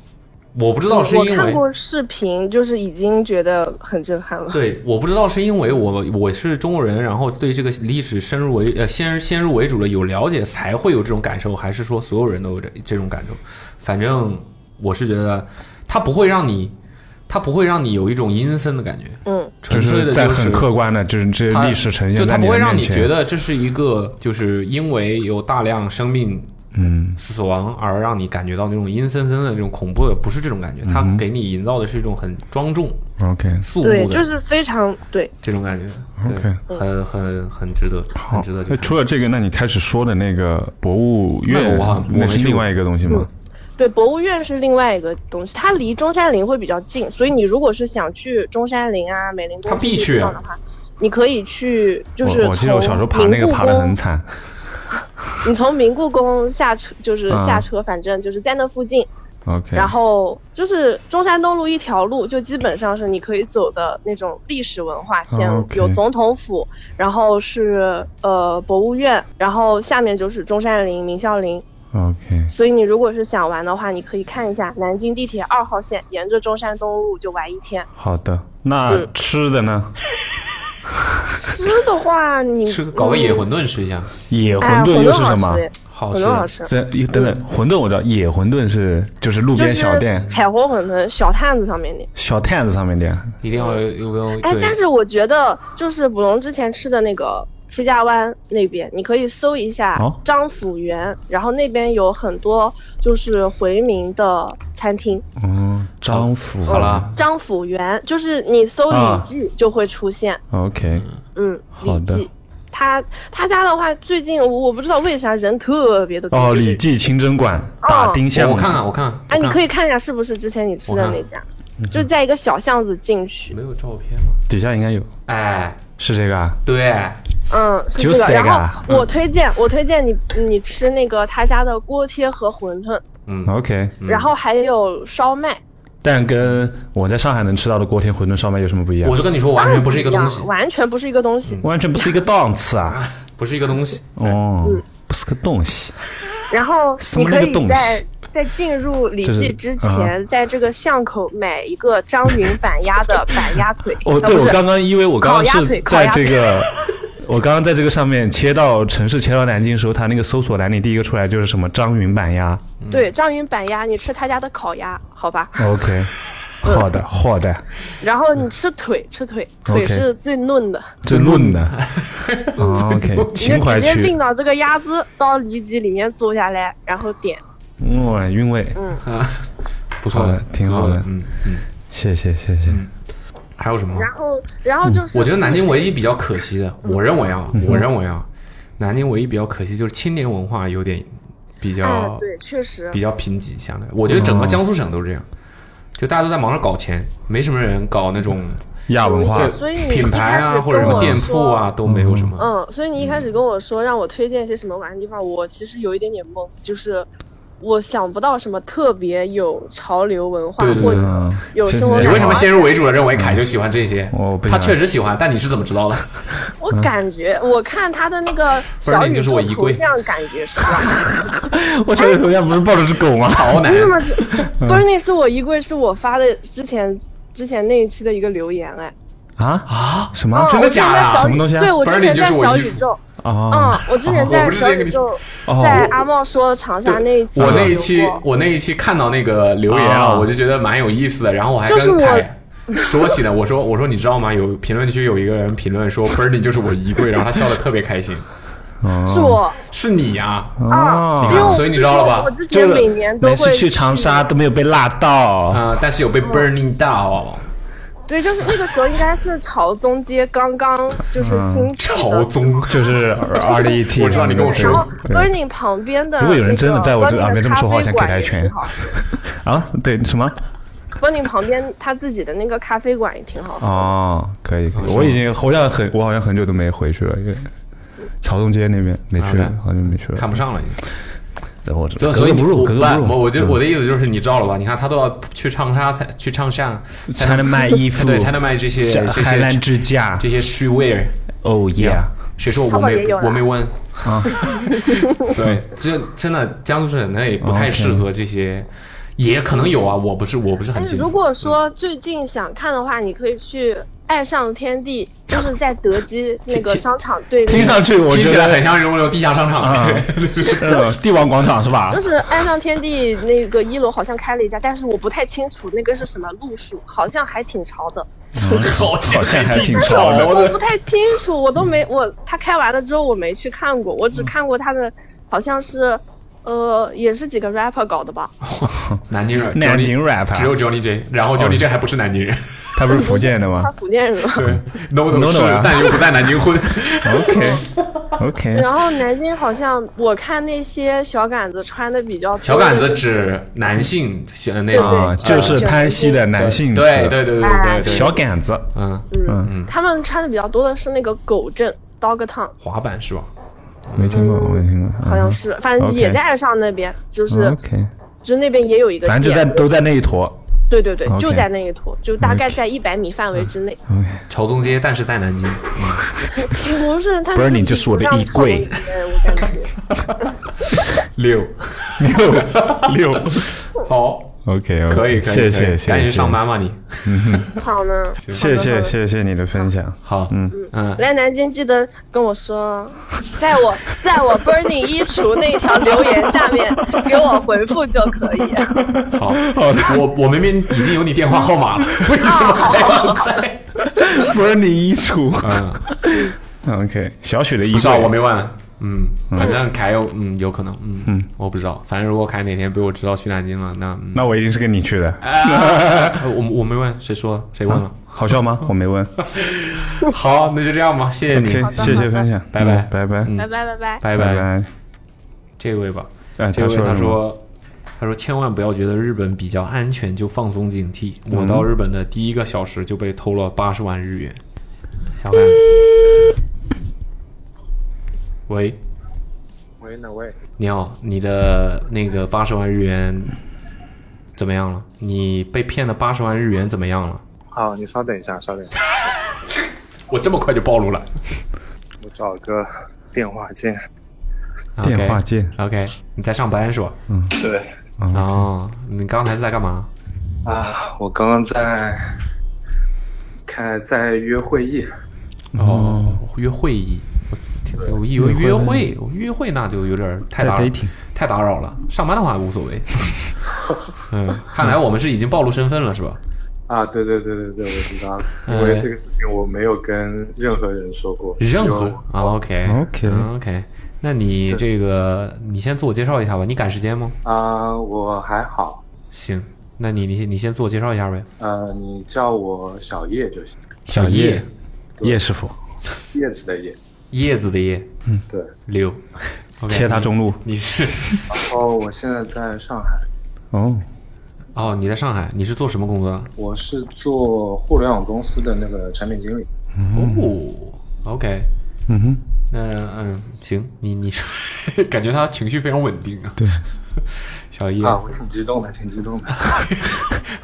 S2: 我不知道哦是因
S3: 我
S2: 为
S3: 看过视频，就是已经觉得很震撼 *laughs* 了。
S2: 对，我不知道是因为我我是中国人，然后对这个历史深入为呃先先入为主的有了解，才会有这种感受，还是说所有人都有这这种感受？反正我是觉得，它不会让你，它不会让你有一种阴森的感觉，
S3: 嗯，
S4: 就
S2: 纯粹
S4: 是
S2: 的
S4: 在
S2: 就
S4: 很客观的，就是这些
S2: 它
S4: 历史呈现
S2: 就
S4: 在
S2: 它不
S4: 你的
S2: 会让
S4: 面
S2: 你觉
S4: 前。
S2: 得这是一个就是因为有大量生命
S4: 嗯，
S2: 死亡而让你感觉到那种阴森森的那种恐怖的，不是这种感觉，它
S4: 嗯
S2: 给你营造的是一种很庄重
S4: OK
S2: 肃穆
S3: 对，
S2: 的，
S3: 就是非常对。
S2: 这种感觉。
S4: OK
S2: 对，很很很值得，很
S4: 好
S2: 值得去
S4: 哦那
S2: 看。
S4: 除了这个，那你开始说的那个博物
S2: 那
S4: 院
S2: 个我好像，我
S4: 那
S2: 没
S4: 是
S2: 去
S4: 另
S2: 过
S4: 外一个东西吗？
S3: 对，博物院是另外一个东西，它离中山陵会比较近，所以你如果是想去中山陵啊、美龄宫
S2: 它必
S3: 这些
S2: 去
S3: 地方的话，你可以去，就是
S4: 啊我我记得我小时候爬
S3: 从
S4: 那个
S3: 明故
S4: 爬的
S3: 宫
S4: 很惨。
S3: 你从明故宫下车，就是
S4: 啊
S3: 下车，反正就是在那附近，
S4: OK，
S3: 然后就是中山东路一条路，就基本上是你可以走的那种历史文化线
S4: 啊
S3: 路，
S4: ，OK
S3: 有总统府，然后是呃博物院，然后下面就是中山陵、明孝陵。
S4: OK
S3: 所以你如果是想玩的话，你可以看一下南京地铁二号线，沿着中山东路就玩一天。
S4: 好的，那
S3: 嗯
S4: 吃的呢？
S3: 吃的话，你嗯
S2: 吃个搞个野馄饨吃一下，
S4: 野
S3: 哎呀
S4: 馄
S3: 馄
S4: 饨又是
S3: 好
S4: 什么？
S3: 吃
S2: 好
S3: 馄
S2: 吃
S3: 饨好吃，
S4: 这一等等，馄饨我知道，野馄饨是就是路
S3: 就
S4: 边
S3: 是
S4: 小店、
S3: 彩虹馄饨小摊子上面的。
S4: 小摊子上面店。
S2: 一定要有有没有？
S3: 哎，
S2: 对
S3: 但是我觉得就是捕龙之前吃的那个七家湾那边，你可以搜一下
S4: 哦
S3: 张府园，然后那边有很多就是回民的餐厅。
S4: 嗯，张府。
S2: 好了，
S3: 张府园就是你搜《
S4: 啊
S3: 礼记》就会出现，
S4: 哦，OK，
S3: 嗯，《
S4: 好
S3: 礼
S4: 的
S3: 记》。他他家的话，最近我我不知道为啥人特别的多。
S4: 哦，《
S3: 就是
S4: 礼记·清真馆》
S3: 哦
S4: 打丁巷。
S2: 我我看看，我看看。
S3: 哎，
S2: 我
S3: 你
S2: 看
S3: 可以看一下是不是之前你吃的
S2: 我看
S3: 那家，
S4: 嗯
S3: 就在一个小巷子进去，
S2: 没有照片吗？
S4: 底下应该有，
S2: 哎，
S4: 是这个啊？
S2: 对，
S3: 嗯，是这
S4: 就是
S3: 个。
S4: 这个
S3: 然
S4: 啊
S3: 后我推荐，我推荐你你吃那个他家的锅贴和馄饨，
S2: 嗯，
S4: OK，
S2: 嗯
S3: 然后还有烧麦，
S4: 但跟我在上海能吃到的锅贴、馄饨、烧麦有什么不一样
S2: 我？就跟你说，完全不是一个东西
S3: 样，完全不是一个东西。
S4: 完全不是一个档次 *laughs* 啊！
S2: 不是一个东西。
S4: 哦，
S3: 嗯
S4: 不是个东西。
S3: 然后
S4: 什
S3: 你
S4: 么那
S3: 可
S4: 个
S3: 以
S4: 东西
S3: 在在进入李
S4: 这
S3: 记
S4: 是
S3: 之
S4: 啊
S3: 前，在这个巷口买一个张云板鸭的板鸭腿。
S4: 哦，
S3: 啊
S4: 对，
S3: 不
S4: 我
S3: 是
S4: 刚刚因为我刚
S3: 烤
S4: 刚
S3: 鸭
S4: 是
S3: 腿烤
S4: 在
S3: 鸭
S4: 这 *laughs* 个，我刚刚在这个上面切到城市切到南京的时候，它那个搜索栏里第一个出来就是什么张云板鸭。
S2: 嗯
S3: 对张云板鸭，你吃他家的烤鸭，好吧？
S4: OK，好的，好的，
S3: 然后
S2: 嗯
S3: 你吃腿，吃腿，腿
S4: OK
S3: 是最嫩的，
S4: 这论的。哦 OK，
S3: 你就
S4: 秦淮
S3: 直接
S4: 区
S3: 拎，到这个鸭子到里脊里面坐下来，
S2: 哦
S3: 然后点。
S4: 哇，韵味。
S2: 不错
S4: 好的挺好的
S2: 嗯嗯，
S4: 谢谢谢谢，
S2: 还有什么？
S3: 然后，嗯然后就
S2: 嗯
S3: 是
S2: 我觉得南京唯一比较可惜的，我认为
S4: 嗯
S2: 啊，我认为啊，南京唯一比较可惜就是青年文化有点比
S3: 哎
S2: 较，
S3: 对，确实
S2: 比较贫瘠，相对我觉得整
S4: 哦
S2: 个江苏省都是这样，就大家都在忙着搞钱，没什么人搞那
S4: 嗯
S2: 种
S4: 亚文化
S2: 对
S3: 啊所以你
S2: 品牌
S3: 一开始
S2: 啊
S3: 跟
S2: 或者什么
S3: 我
S2: 店铺啊都没有什么。
S3: 嗯，所以你一开始跟我说让我推荐一些什么玩的地方，我其实有一点点懵，就是我想不到什么特别有潮流文化
S2: 对对
S3: 或
S2: 对
S3: 者
S4: 嗯，
S3: 有生活
S2: 你
S3: 感。
S4: 是是
S2: 为什么先入为主的认为凯就喜欢这些？
S4: 我不喜
S2: 他
S4: 欢
S2: 确实喜欢，但你是怎么知道的？
S3: 我感觉，我看他的那个
S2: 嗯不
S3: 小
S2: 是你
S3: 宇
S2: 就是我
S3: 宙
S2: 衣
S3: 头
S2: 柜
S3: 像，感觉是吧？
S4: 我小时头像不是抱着只狗吗？
S2: 潮男
S3: 不，是吗？哎这不是，那是我衣柜，是我发的之前之前那一期的一个留言，哎，
S4: 啊啊！什么
S3: 啊？
S2: 真的
S3: 我之前
S2: 假的
S3: 在小
S4: 什么东西啊
S3: 对我
S2: 不是你
S3: 之前
S2: 就
S3: 在
S2: 是我
S3: 小
S2: 衣
S3: 宇
S2: 服
S3: 宙，嗯
S4: 啊，，
S3: 我之前
S2: 我
S3: 在
S2: 不是
S3: 小
S2: 这个
S3: 宇
S2: 你
S3: 宙，
S4: 哦
S3: 在
S4: 我
S3: 阿茂说长沙那一期有
S2: *laughs* 我
S3: 过，
S2: 那一期我那一期看到那个留言
S4: 啊
S2: 了，我就觉得蛮有意思的，然后我还
S3: 就是
S2: 跟
S3: 我
S2: 凯。 *laughs* 说起来，我说我说你知道吗？有评论区有一个人评论说 Bernie 就是我衣柜，然后他笑得特别开心。
S3: 是我
S2: 是你呀、
S3: 啊，
S4: 哦
S3: 因为我
S2: 所以你知道了吧
S3: 我之
S4: 这
S3: 前
S4: 个
S3: 每年都
S4: 每
S3: 会
S4: 次去长沙都没有被辣到
S2: 啊、但是有
S3: 哦
S2: 被 Bernie 到
S3: 对，就是那个时候应该是潮宗街刚刚就是
S4: 嗯
S3: 兴起
S2: 朝
S3: 的。
S2: 宗，
S4: 就是二零一 T，
S2: 我知道你跟我
S3: 然
S2: 说
S3: 后
S2: 过
S4: 对
S3: Burning 旁边的，
S4: 如果有人真的在我这耳边这么说话我想给他一拳
S3: b
S4: 啊，对什么？
S3: u r n i n g 旁边他自己的那个咖啡馆也挺好喝的。
S4: 哦，可以，可以我已经好像很，我好像很久都没回去了，因为朝东街那边没去，
S2: 啊对
S4: 好久没去了。
S2: 看不上了已经。
S4: 对，我
S2: 对，
S4: 这
S2: 所以你
S4: 格格不入，
S2: 我
S4: 格格
S2: 我
S4: 不入。
S2: 我就我的意思就是，你知道了吧？你看他都要去长沙才去长沙才
S4: 才能卖衣服，
S2: 对才能卖这些
S4: 这
S2: 这些
S4: 海南支架
S2: 这些虚 wear。
S4: ，Oh yeah，
S2: 谁说我
S3: 淘宝
S2: 没
S3: 也有啦
S2: 我没问
S4: 啊？
S2: 对，这真的江苏省内不太
S4: OK
S2: 适合这些，也可能有啊，我不是我不是很
S3: 但是
S2: 清楚。
S3: 如
S4: 嗯
S3: 果说最近想看的话，你可以去爱上天地，就是在德
S4: *laughs*
S3: 基那个商场对面。
S4: 听上去我
S2: 听
S4: 觉
S2: 起来
S4: 得
S2: 很像那种地下商场
S4: 啊， *laughs* 呃帝王广场是吧
S3: 就？是爱上天地那个一楼好像开了一家，但是我不太清楚那个是什么路数，好像还挺潮的，
S2: 好
S4: 好像还挺
S2: 潮
S4: 潮
S2: *laughs*
S4: 的
S3: 我不太清楚，我都没我他开完了之后我没去看过，
S4: 嗯
S3: 我只看过他的好像是，呃，也是几个 rapper 搞的吧，
S2: 南京人，
S4: 南京 rap，啊
S2: 只有 Johnny J，然后 Johnny J 还不是南京人，
S4: 他不是福建的
S3: 他
S4: 吗
S3: 福建
S4: *laughs*
S3: 人。
S2: 对，No No
S4: No No
S2: 是
S4: 啊，
S2: 但又不在南京混。
S4: ？OK OK，
S3: 然后南京好像我看那些小杆子穿的比较多
S2: *laughs*
S3: 的
S2: 小杆子指男性选那种
S4: 啊，就是潘西的男性词
S2: 对啊对对对对对，
S4: 小杆子，
S2: 嗯
S3: 他们穿的比较多的是那个狗镇 dog town，
S2: 滑板是吧？
S4: 没听过，没听过，
S3: 好像是，反正
S4: OK
S3: 也在爱上那边，就是、
S4: OK，
S3: 就是那边也有一个
S4: 反
S3: 店，
S4: 正就在都在那一坨。
S3: 对对对
S4: OK 嗯
S3: 就在那一坨，就大概在一百米范围之内。 *laughs*
S4: OK，
S2: 朝宗街，但是在南京。
S3: 不是，他
S4: 不是
S3: 们
S4: 你就是我的衣柜
S3: 比不上朝鲜人我感觉。
S2: *laughs* 六
S4: 六六
S2: *laughs* 好，
S4: ，OK，
S2: 可以可以，
S4: 谢
S2: 可
S4: 谢
S2: 以
S4: 谢谢，
S2: 赶紧去上班吧你。
S3: 好呢，
S4: *laughs* 谢谢谢谢你的分享，
S2: 好，嗯嗯，
S3: 来南京记得跟我说，在我在我 burning 衣橱那条留言下面给我回复就可以。 *laughs*
S2: *laughs* 好，我我明明已经有你电话号 *laughs* 码了，为什么还要在？
S4: 不是你衣橱
S2: 嗯，
S4: *laughs* ，OK，小雪的衣
S2: 不知道，
S4: 柜，
S2: 我没问。嗯，反正凯有，嗯，有可能，嗯嗯，我不知道。反正如果凯哪天被我知道去南京了，那嗯 *laughs*
S4: 那我一定是跟你去的，
S2: 啊我我没问，谁说了？谁问了？
S4: 好笑吗？我没问
S2: 好，那就这样吧，谢谢
S4: ，OK，
S2: 你，
S4: 谢谢分享，
S2: 拜拜
S4: 嗯拜拜
S2: 嗯
S3: 拜拜拜拜。
S2: 拜
S4: 拜拜，
S2: 这位吧，
S4: 哎，
S2: 这位
S4: 说
S2: 他
S4: 什么，
S2: 说，他说千万不要觉得日本比较安全就放松警惕。
S4: 嗯
S2: 我到日本的第一个小时就被偷了八十万日元。小凯，喂，
S5: 喂，哪位？
S2: 你好，你的那个八十万日元怎么样了？你被骗的八十万日元怎么样了？
S5: 好，你稍等一下，稍等一下，
S2: 我这么快就暴露了？
S5: 我找个电话间。
S4: 电话嗯见
S2: OK，, OK，你在上班是吧？
S5: 对
S2: 哦，你刚才是在干嘛？
S5: 啊，我刚刚在看在约会议，
S2: 哦，约会议，我我以为约
S4: 约
S2: 会，我约会那就有点儿太
S4: 在
S2: 打
S4: dating
S2: 太打扰了。上班的话无所
S4: *laughs*
S2: 谓。嗯，看来我们是已经暴露身份了，是吧？
S5: 啊，对对对对对， *laughs* 我知道了，
S2: 哎
S5: 因为这个事情我没有跟任何人说过，
S2: 任何
S5: 只有
S2: 啊，OK
S4: OK
S2: OK，那你这个你先自我介绍一下吧，你赶时间吗？
S5: 啊，我还好，
S2: 行，那你你你先自我介绍一下呗。
S5: 呃，你叫我小叶就行，
S4: 小叶
S2: 叶，
S4: 叶师傅，
S5: 叶子的叶。
S2: 叶子的叶，
S5: 对，
S2: 柳。OK，
S4: 嗯切他中路。
S2: *laughs* 你是
S5: 然后哦我现在在上海，
S4: 哦，
S2: 哦，你在上海，你是做什么工作的？
S5: 我是做互联网公司的那个产品经理。
S2: 哦，OK，
S4: 嗯哼，
S2: 那嗯，行，你你说，感觉他情绪非常稳定啊。对，小叶
S5: 啊，我挺激动的，挺激动的。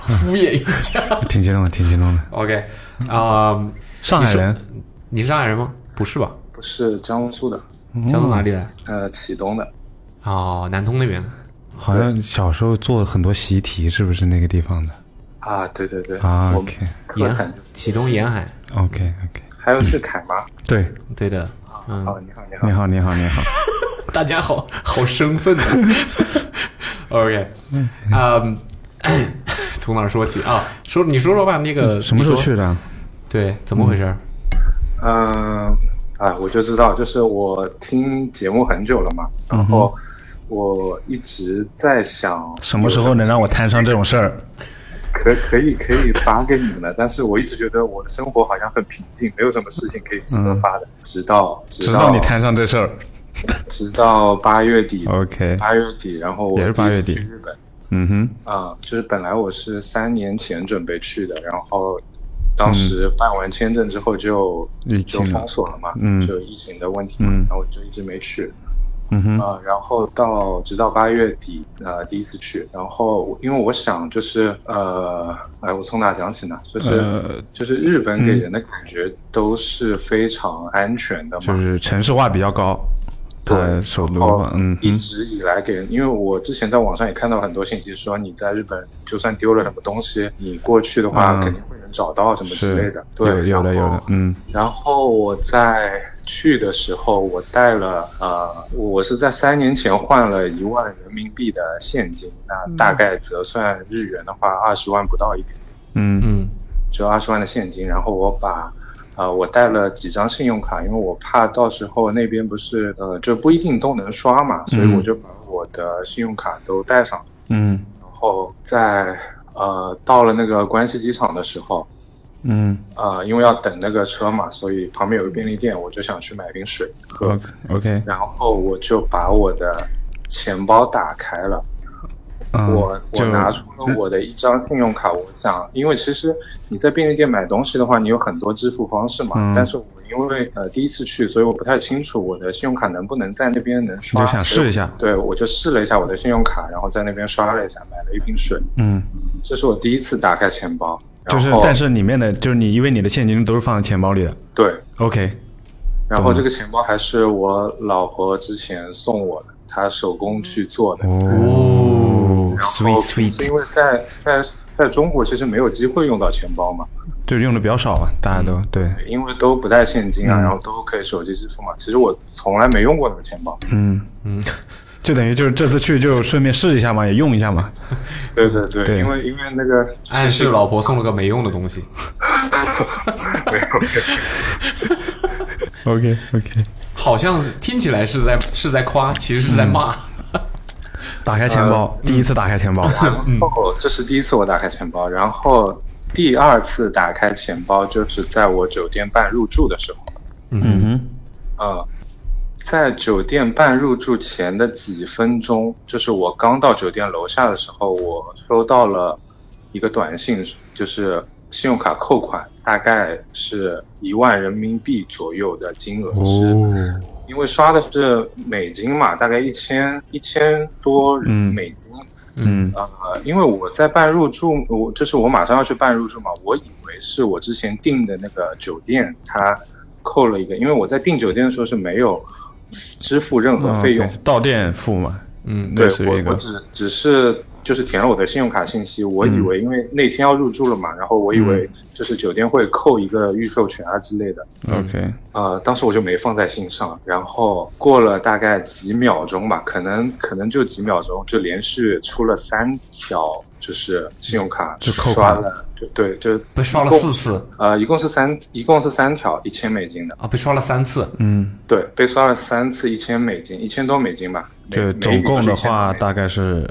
S2: 敷衍一下。
S4: 挺激动的，挺激动的。
S2: OK，啊、
S4: 上海人，
S2: 你是上海人吗？不是吧？
S5: 不是江苏的，
S4: 嗯
S2: 江苏哪里的？
S5: 呃，启东的。
S2: 哦，南通那边的。
S4: 好像小时候做很多习题，是不是那个地方的
S5: 啊，对对对，
S4: 啊
S5: 我们
S4: ？OK
S5: 课
S2: 沿海
S5: 谈就是，
S2: 启东沿海，
S4: OK OK，
S5: 还有是凯吗？
S4: 对，
S2: 对的，嗯，
S5: 哦，你好，你好
S4: 你。好，你好，你好，
S2: 大家好好生分啊。OK，啊、
S4: 嗯
S2: 从哪儿说起啊？说你说说吧，那个
S4: *laughs* 什么时候
S2: 你说
S4: 去的啊？
S2: 对，怎么回事？
S5: 嗯，啊，我就知道，就是我听节目很久了嘛，
S4: 嗯
S5: 然后我一直在想
S4: 什么时候能让我摊上这种事 *laughs* 儿？
S5: 可可以可以发给你们的，但是我一直觉得我的生活好像很平静，没有什么事情可以值得发的，直到
S4: 嗯直
S5: 直
S4: 到你摊上这事儿。
S5: 直到八月底，
S4: OK，
S5: 八月底，然后我
S4: 也是八月底
S5: 第一次去日本
S4: 嗯哼，
S5: 啊、就是本来我是三年前准备去的，然后当时
S4: 嗯
S5: 办完签证之后就、
S4: 疫情
S5: 就
S4: 了
S5: 封锁了嘛，
S4: 嗯
S5: 就疫情的问题嘛，
S4: 嗯
S5: 然后我就一直没去。
S4: 嗯哼，
S5: 啊、然后到直到八月底，呃，第一次去，然后我因为我想就是呃，哎，我从哪讲起呢？就是、
S4: 呃
S5: 就是日本给人的感觉都是非常安全的嘛，
S4: 就是城市化比较高，它首都
S5: 然后
S4: 嘛，嗯
S5: 一
S4: 哼，
S5: 直以来给人，因为我之前在网上也看到很多信息说，你在日本就算丢了什么东西，你过去的话
S4: 嗯
S5: 肯定会能找到什么之类的
S4: 是，，
S5: 对，
S4: 有有的
S5: 然
S4: 有
S5: 后
S4: 的，嗯
S5: 然后我在去的时候，我带了呃，我是在三年前换了一万人民币的现金，那大概折算日元的话，二十万不到一点，
S4: 嗯
S2: 嗯
S5: 只有二十万的现金。然后我把呃，我带了几张信用卡，因为我怕到时候那边不是呃，就不一定都能刷嘛，所以我就把我的信用卡都带上了。
S4: 嗯
S5: 然后在呃到了那个关西机场的时候，
S4: 嗯
S5: 呃，因为要等那个车嘛，所以旁边有个便利店，我就想去买瓶水喝。
S4: ，OK OK，
S5: 然后我就把我的钱包打开了，
S4: 嗯
S5: 我我
S4: 就
S5: 拿出了我的一张信用卡，我想，因为其实你在便利店买东西的话，你有很多支付方式嘛，
S4: 嗯
S5: 但是我因为呃第一次去，所以我不太清楚我的信用卡能不能在那边能
S4: 你
S5: 刷，
S4: 就想
S5: 所以
S4: 试
S5: 我
S4: 一下，
S5: 对，我就试了一下我的信用卡，然后在那边刷了一下，买了一瓶水。
S4: 嗯，
S5: 这是我第一次打开钱包，然
S4: 就是
S5: 后
S4: 但是里面的就是你因为你的现金都是放在钱包里的
S5: 对，
S4: ，OK，
S5: 然
S4: 懂
S5: 后
S4: 了
S5: 这个钱包还是我老婆之前送我的，她手工去做的。
S4: 哦
S5: 哦然后
S4: ，sweet
S5: 是
S4: sweet，
S5: 因为在在在中国其实没有机会用到钱包嘛，
S4: 就是用的比较少啊，大家都对，
S5: 因为都不带现金啊，
S4: 嗯
S5: 然后都可以手机支付嘛。其实我从来没用过那个钱包。
S4: 嗯
S2: 嗯，
S4: 就等于就是这次去就顺便试一下嘛，也用一下嘛，
S5: 对对对，
S4: 对
S5: 因为因为那个
S2: 暗示老婆送了个没用的东西。
S5: 没有没有
S4: OK OK，
S2: 好像是听起来是在是在夸，其实是在骂。
S4: 打开钱包，第一次打开钱包，
S5: 然后这是第一次我打开钱包，然后第二次打开钱包就是在我九点半入住的时候。
S4: 嗯哼，
S5: 呃，在九点半入住前的几分钟，就是我刚到酒店楼下的时候，我收到了一个短信，就是信用卡扣款，大概是一万人民币左右的金额，是
S4: 哦，
S5: 因为刷的是美金嘛，大概一千一千多
S4: 嗯
S5: 美金。
S4: 嗯
S5: 呃，因为我在办入住，我就是我马上要去办入住嘛，我以为是我之前订的那个酒店，它扣了一个，因为我在订酒店的时候是没有支付任何费
S4: 嗯
S5: 用，
S4: OK，到店付嘛，
S2: 嗯
S4: 类
S5: 对
S4: 似于一
S5: 我我
S4: 个，
S5: 只只是就是填了我的信用卡信息，我以为因为那天要入住了嘛，然后我以为就是酒店会扣一个预售权啊之类的，
S4: OK，
S5: 呃，当时我就没放在心上，然后过了大概几秒钟吧，可能可能就几秒钟，就连续出了三条，就是信用卡
S4: 就扣
S5: 刷
S4: 款
S5: 了，就对，就
S2: 被刷了
S5: 一共
S2: 四，次
S5: 呃，一共是三，一共是三条一千美金的，
S2: 啊，被刷了三次。
S4: 嗯，
S5: 对，被刷了三次一千美金，一千多美金吧，每
S4: 就
S5: 每一
S4: 总
S5: 笔都
S4: 共
S5: 是
S4: 的
S5: 1000多
S4: 话
S5: 美金
S4: 大概是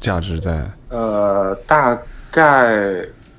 S4: 价值在？
S8: 呃，大概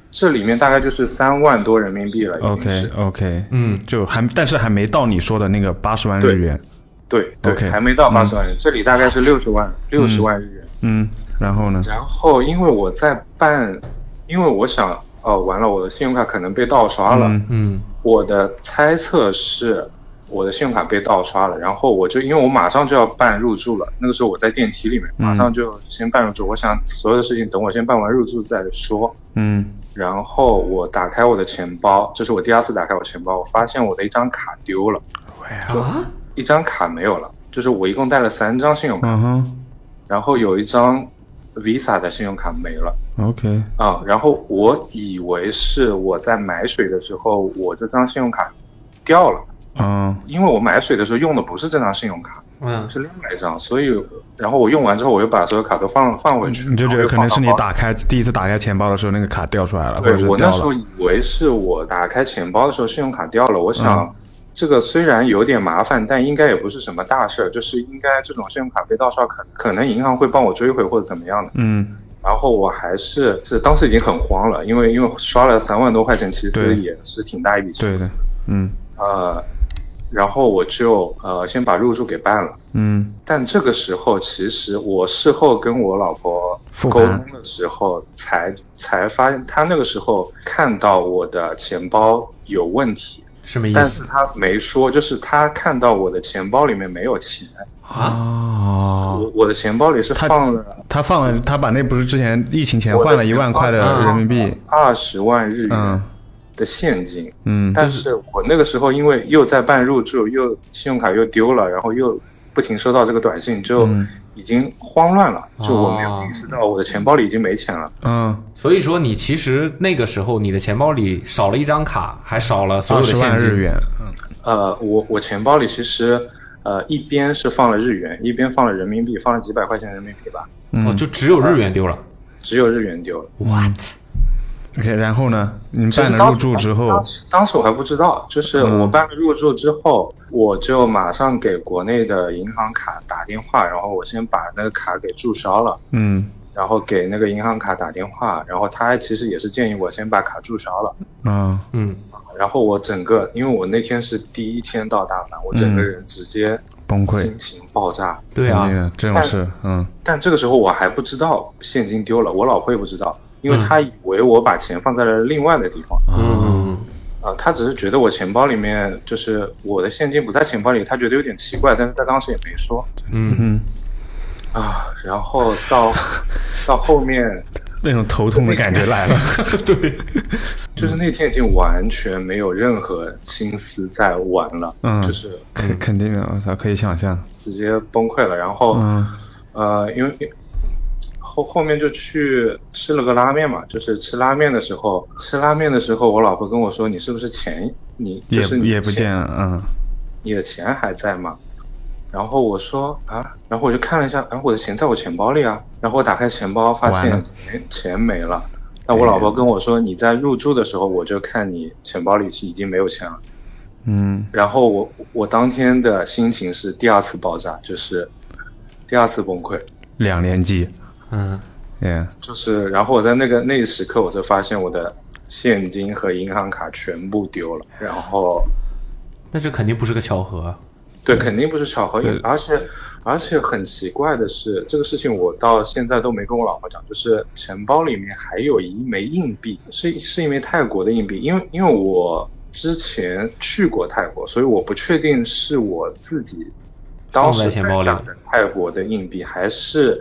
S8: 这里面大概就是三万多人民币了，已经
S4: OK
S8: 是
S4: OK，
S2: 嗯，
S4: 就还但是还没到你说的那个八十万日元，
S8: 对对
S4: OK，
S8: 还没到八十万人，这里大概是六十万六十万日元。
S4: 嗯，然后呢？
S8: 然后因为我在办，因为我想，哦，完了，我的信用卡可能被盗刷了。
S4: 嗯
S2: 嗯
S8: 我的猜测是，我的信用卡被盗刷了。然后我就因为我马上就要办入住了，那个时候我在电梯里面，
S4: 嗯
S8: 马上就先办入住。我想所有的事情等我先办完入住再说。
S4: 嗯
S8: 然后我打开我的钱包，这是我第二次打开我钱包，我发现我的一张卡丢了，
S2: 啊，
S8: 一张卡没有了。就是我一共带了三张信用卡，
S4: 嗯哼
S8: 然后有一张 Visa 的信用卡没了。
S4: ，OK，
S8: 啊、然后我以为是我在买水的时候，我这张信用卡掉了，
S4: 嗯
S8: 因为我买水的时候用的不是这张信用卡，
S2: 嗯
S8: 是另外一张，所以然后我用完之后，我又把所有卡都放换回去，
S4: 嗯你就觉得
S8: 然后又
S4: 可能是你
S8: 放到包
S4: 打开第一次打开钱包的时候，那个卡掉出来了，或者
S8: 对
S4: 是
S8: 我
S4: 掉
S8: 那时候
S4: 了。
S8: 以为是我打开钱包的时候信用卡掉了，我想、
S4: 嗯
S8: 这个虽然有点麻烦，但应该也不是什么大事儿，就是应该这种信用卡被盗刷，可可能银行会帮我追回或者怎么样的。
S4: 嗯，
S8: 然后我还是是当时已经很慌了，因为因为刷了三万多块钱，其
S4: 对
S8: 实也是挺大一笔钱。
S4: 对的，嗯
S8: 呃，然后我就呃先把入住给办了。
S4: 嗯
S8: 但这个时候，其实我事后跟我老婆
S4: 复
S8: 沟
S4: 盘
S8: 通的时候，才才发现她那个时候看到我的钱包有问题，
S2: 什么意
S8: 但
S2: 思
S8: 是她没说，就是她看到我的钱包里面没有钱，
S2: 啊？
S4: 哦，
S8: 我我的钱包里是
S4: 她
S8: 放了
S4: 他放了，他把那不是之前疫情前
S8: 我的
S4: 换了一
S8: 钱啊
S4: 万
S8: 包
S4: 块的
S2: 嗯
S4: 人民币，
S8: 二十万日
S4: 嗯
S8: 元的现金，
S4: 嗯，
S8: 但是我那个时候因为又在办入住，又信用卡又丢了，然后又不停收到这个短信，就
S4: 嗯
S8: 已经慌乱了，就我没
S2: 哦
S8: 有意识到我的钱包里已经没钱了。
S4: 嗯，
S2: 所以说你其实那个时候你的钱包里少了一张卡，还少了所
S4: 二
S2: 有的
S4: 十
S2: 现
S4: 万
S2: 金
S4: 日。元，
S8: 呃，我我钱包里其实呃一边是放了日元，一边放了人民币，放了几百块钱人民币吧，
S2: 哦，
S4: 嗯
S2: 就只有日元丢了。
S8: 只有日元丢了。
S2: What？
S4: ，OK，然后呢，你
S8: 其
S4: 办
S8: 实
S4: 了
S8: 当
S4: 入
S8: 时
S4: 住之后
S8: 当，时当时我还不知道，就是
S4: 哦嗯
S8: 我办了入住之后，我就马上给国内的银行卡打电话，然后我先把那个卡给注销了。
S4: 嗯
S8: 然后给那个银行卡打电话，然后他其实也是建议我先把卡注销了。
S4: 啊
S2: 嗯，
S8: 然后我整个，因为我那天是第一天到大阪，我整个
S4: 嗯
S8: 人直接
S4: 崩溃
S8: 心，情爆炸。
S2: 对啊
S4: 肯，定的这种
S8: 但
S4: 事，嗯
S8: 但这个时候我还不知道现金丢了，我老婆也不知道，因为她以为我把钱放在了另外的地方
S2: 嗯，
S8: 啊、她只是觉得我钱包里面就是我的现金不在钱包里，她觉得有点奇怪，但是她当时也没说
S2: 嗯，
S4: 嗯，
S8: 啊。然后到到后面，
S4: 那种头痛的感觉来了，
S2: *laughs*
S8: 就是那天已经完全没有任何心思在玩了，
S4: *laughs* 嗯
S8: 就是
S4: 肯肯定的，我操，可以想象，
S8: 直接崩溃了。然后、
S4: 嗯
S8: 呃，因为后后面就去吃了个拉面嘛，就是吃拉面的时候，吃拉面的时候，我老婆跟我说：“你是不是钱你就
S4: 也
S8: 是你
S4: 也不
S8: 钱
S4: 见了，嗯。
S8: 你的钱还在吗？”然后我说啊，然后我就看了一下，啊，我的钱在我钱包里啊。然后我打开钱包，发
S4: 完了
S8: 现钱钱没了。那我老婆跟我说，你在入住的时候，我就看你钱包里已经没有钱了。
S4: 嗯
S8: 然后我我当天的心情是第二次爆炸，就是第二次崩溃。，
S4: 两连击，
S2: 嗯，
S4: 耶、
S8: 就是，然后我在那个那一时刻，我就发现我的现金和银行卡全部丢了。然后，
S2: 那这肯定不是个巧合。
S8: 对，肯定不是巧合，因为
S4: 对
S8: 而且而且很奇怪的是，这个事情我到现在都没跟我老婆讲，就是钱包里面还有一枚硬币，是是一枚泰国的硬币，因为因为我之前去过泰国，所以我不确定是我自己当时
S2: 放在钱包里
S8: 在打的泰国的硬币，还是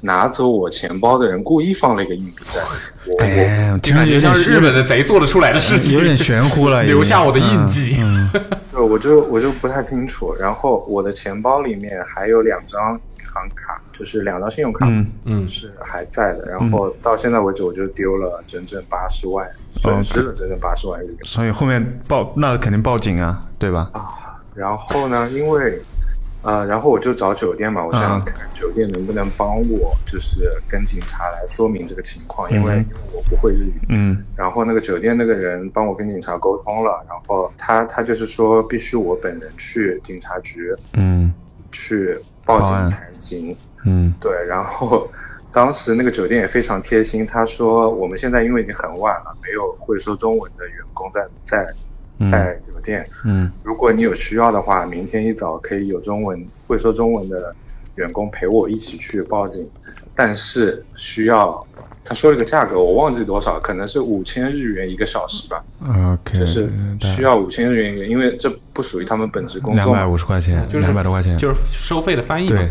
S8: 拿走我钱包的人故意放了一个硬币在里面。我我
S4: yeah.，
S2: 这感觉像是日本的贼做得出来的事情，
S4: 有点玄乎
S2: *laughs*
S4: 了，已经
S2: 留下我的印记。
S4: 嗯
S8: 对，我就我就不太清楚。然后我的钱包里面还有两张银行卡，就是两张信用卡
S4: 嗯
S2: 嗯，
S8: 是还在的。然后到现在为止，我就丢了整整八十万，
S2: 哦
S8: 损失了整整八十万日元。
S4: 所以后面报那肯定报警啊，对吧？
S8: 然后呢，因为呃，然后我就找酒店嘛，我想
S2: 啊
S4: 嗯
S8: 看酒店能不能帮我，就是跟警察来说明这个情况，因为
S4: 嗯
S8: 因为我不会日语。
S4: 嗯
S8: 然后那个酒店那个人帮我跟警察沟通了，然后他他就是说必须我本人去警察局，
S4: 嗯
S8: 去报
S4: 报案
S8: 警才行。
S4: 嗯
S8: 对，然后当时那个酒店也非常贴心，他说我们现在因为已经很晚了，没有会说中文的员工在在
S4: 嗯
S8: 在酒店。
S4: 嗯，
S8: 如果你有需要的话，明天一早可以有中文会说中文的员工陪我一起去报警，但是需要他说了个价格，我忘记多少，可能是五千日元一个小时吧，
S4: OK，
S8: 就是需要五千日元一个，因为这不属于他们本职工
S4: 两
S8: 作嘛。
S4: 百五十块钱，
S2: 就是
S4: 两百多块钱，
S2: 就是收费的翻译嘛
S4: 对。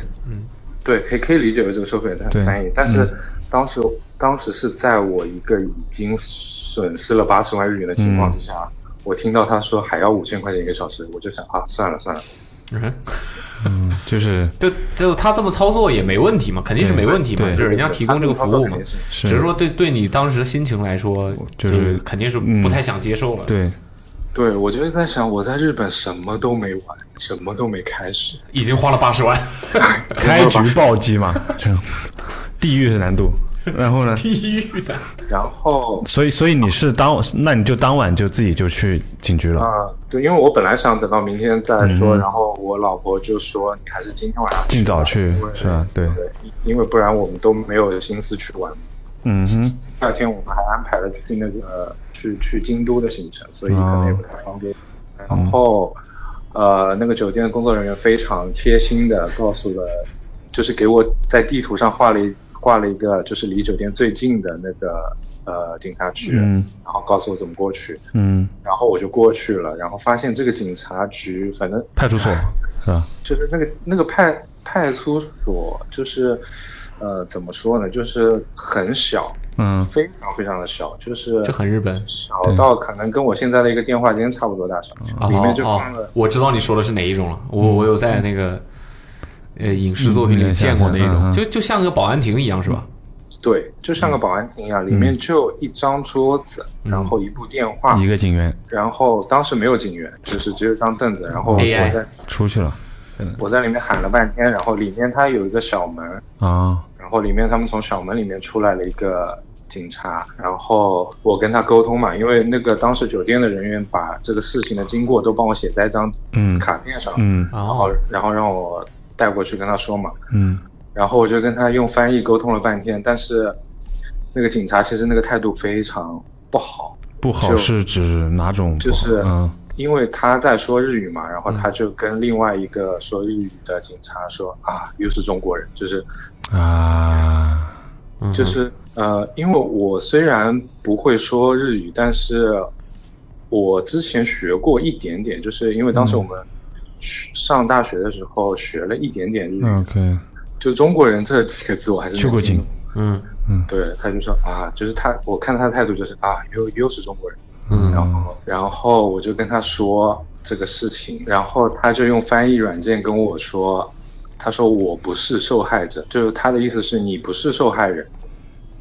S8: 对，可以可以理解为这个收费的
S4: 对嗯
S8: 翻译，但是当时、当时是在我一个已经损失了八十万日元的情况之下，
S4: 嗯
S8: 我听到他说还要五千块钱一个小时，我就想啊，算了算了，
S2: 嗯，
S4: 嗯，就是
S2: 就就他这么操作也没问题嘛，肯定是没问题嘛，
S4: 对
S2: 就是人家提供这个服务嘛
S8: 对对对他这么操作肯定是。
S4: 是
S2: 只是说对对你当时的心情来说，
S4: 就是
S2: 肯定是
S4: 嗯
S2: 不太想接受了，
S4: 对，
S8: 对我就是在想我在日本什么都没玩，什么都没开始，
S2: 已经花了八十万，
S4: 开局暴击嘛，这种地狱式难度。然后呢？
S2: 地狱的。
S8: 然后
S4: 所以，所以你是当，那你就当晚就自己就去警局了，
S8: 啊、对，因为我本来想等到明天再说，
S4: 嗯
S8: 然后我老婆就说你还是今天晚上去
S4: 尽早去
S8: 因为
S4: 是吧？对，
S8: 对，因为不然我们都没有心思去玩。
S4: 嗯哼，
S8: 第二天我们还安排了去那个呃去去京都的行程，所以可
S4: 哦
S8: 能也不太方便。然后，呃，那个酒店的工作人员非常贴心的告诉了，就是给我在地图上画了一画了一个就是离酒店最近的那个呃警察局，
S4: 嗯
S8: 然后告诉我怎么过去，
S4: 嗯，
S8: 然后我就过去了，然后发现这个警察局反正
S4: 派
S8: *laughs*
S4: 出所是吧？
S8: 就是那个那个派派出所就是，
S2: 嗯
S8: 呃，怎么说呢，就是很小，
S4: 嗯
S8: 非常非常的小，就是
S2: 这很日本
S8: 小到可能跟我现在的一个电话间差不多大小，
S2: 哦
S8: 里面就
S2: 哦
S8: 放了，
S2: 我知道你说的是哪一种了，我我有在那个嗯呃影视作品里见过那
S4: 嗯嗯
S2: 种，
S4: 嗯
S2: 就就像个保安亭一样是吧？
S8: 对，就像个保安亭一样，里面就一张桌子，
S2: 嗯
S8: 然后一部电话
S4: 一，个警员
S8: 然后当时没有警员，就是只有一张凳子，然后我
S2: AI
S8: 在
S4: 出去了
S8: 我在里面喊了半天，然后里面它有一个小门，
S4: 啊，
S8: 然后里面他们从小门里面出来了一个警察，然后我跟他沟通嘛，因为那个当时酒店的人员把这个事情的经过都帮我写在一张
S4: 嗯
S8: 卡片上，
S4: 嗯
S2: 啊
S8: 然后然后让我带过去跟他说嘛，
S4: 嗯
S8: 然后我就跟他用翻译沟通了半天，但是那个警察其实那个态度非常不好，
S4: 不好
S8: 就是
S4: 指哪种不好？
S8: 就是
S4: 嗯
S8: 因为他在说日语嘛，然后他就跟另外一个说日语的警察说
S4: 嗯
S8: 啊，又是中国人，就是
S4: 啊，
S2: 嗯
S8: 就是呃，因为我虽然不会说日语，但是呃我之前学过一点点，就是因为当时我们学上大学的时候学了一点点日语，
S4: OK，
S8: 就中国人这几个字我还是能
S4: 去过
S8: 听
S4: 警
S8: 懂。
S2: 嗯
S8: 对，他就说啊，就是他，我看他的态度就是啊，又又是中国人，然
S4: 嗯
S8: 后然后我就跟他说这个事情，然后他就用翻译软件跟我说，他说我不是受害者，就是他的意思是你不是受害人，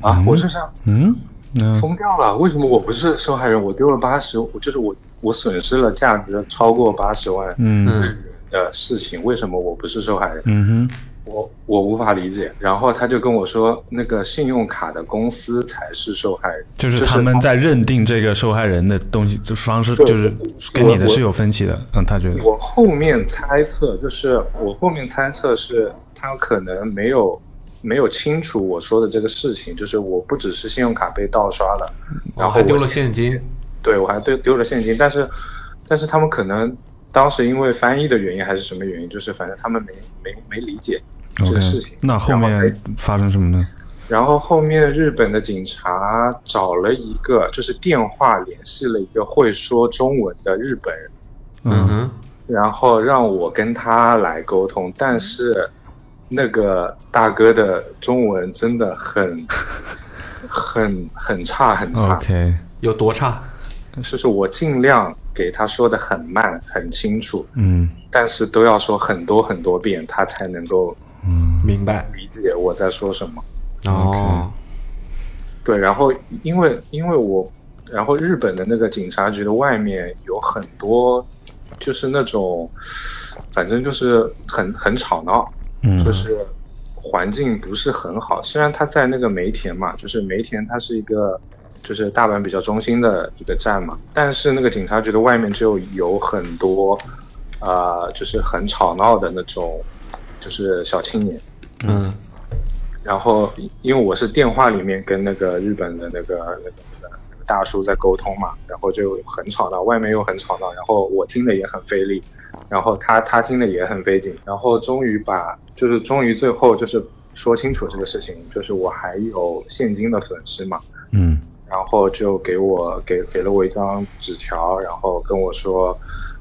S8: 啊，我就想
S4: 嗯，那
S8: 疯掉了，为什么我不是受害人？我丢了八十，我就是我我损失了价值超过八十万
S4: 嗯
S2: 嗯
S8: 的事情，为什么我不是受害人？
S4: 嗯哼
S8: 我我无法理解。然后他就跟我说，那个信用卡的公司才是受害人，
S4: 就是他们在认定这个受害人的东西就是方式，
S8: 对
S4: 就是跟你的是有分歧的。嗯，他觉得，
S8: 我后面猜测，就是我后面猜测是他可能没有没有清楚我说的这个事情，就是我不只是信用卡被盗刷了，然
S2: 然后哦
S8: 后
S2: 还丢
S8: 我
S2: 了现金，
S8: 对我还丢丢了现金，但是但是他们可能当时因为翻译的原因还是什么原因，就是反正他们没没没理解这
S4: OK，
S8: 个事情。
S4: 那后
S8: 然后
S4: 面
S8: 还
S4: 发生什么呢？
S8: 然后后面日本的警察找了一个，就是电话联系了一个会说中文的日本人，
S2: 嗯
S4: 嗯
S2: 哼，
S8: 然后让我跟他来沟通，但是那个大哥的中文真的很很很差很差，
S4: 嗯，OK，
S2: 有多差？
S8: 就是我尽量给他说的很慢很清楚，
S4: 嗯
S8: 但是都要说很多很多遍，他才能够
S2: 明白
S8: 理解我在说什么。
S2: 哦，
S8: 对，然后因为因为我，然后日本的那个警察局的外面有很多，就是那种，反正就是很很吵闹，
S4: 嗯
S8: 就是环境不是很好。虽然它在那个梅田嘛，就是梅田它是一个就是大阪比较中心的一个站嘛，但是那个警察局的外面就有很多，呃，就是很吵闹的那种，就是小青年。
S2: 嗯
S5: 然后因为我是电话里面跟那个日本的那个那个那个那个大叔在沟通嘛，然后就很吵闹，外面又很吵闹，然后我听的也很费力，然后他他听的也很费劲，然后终于把就是终于最后就是说清楚这个事情，就是我还有现金的损失嘛，
S4: 嗯
S5: 然后就给我给给了我一张纸条，然后跟我说，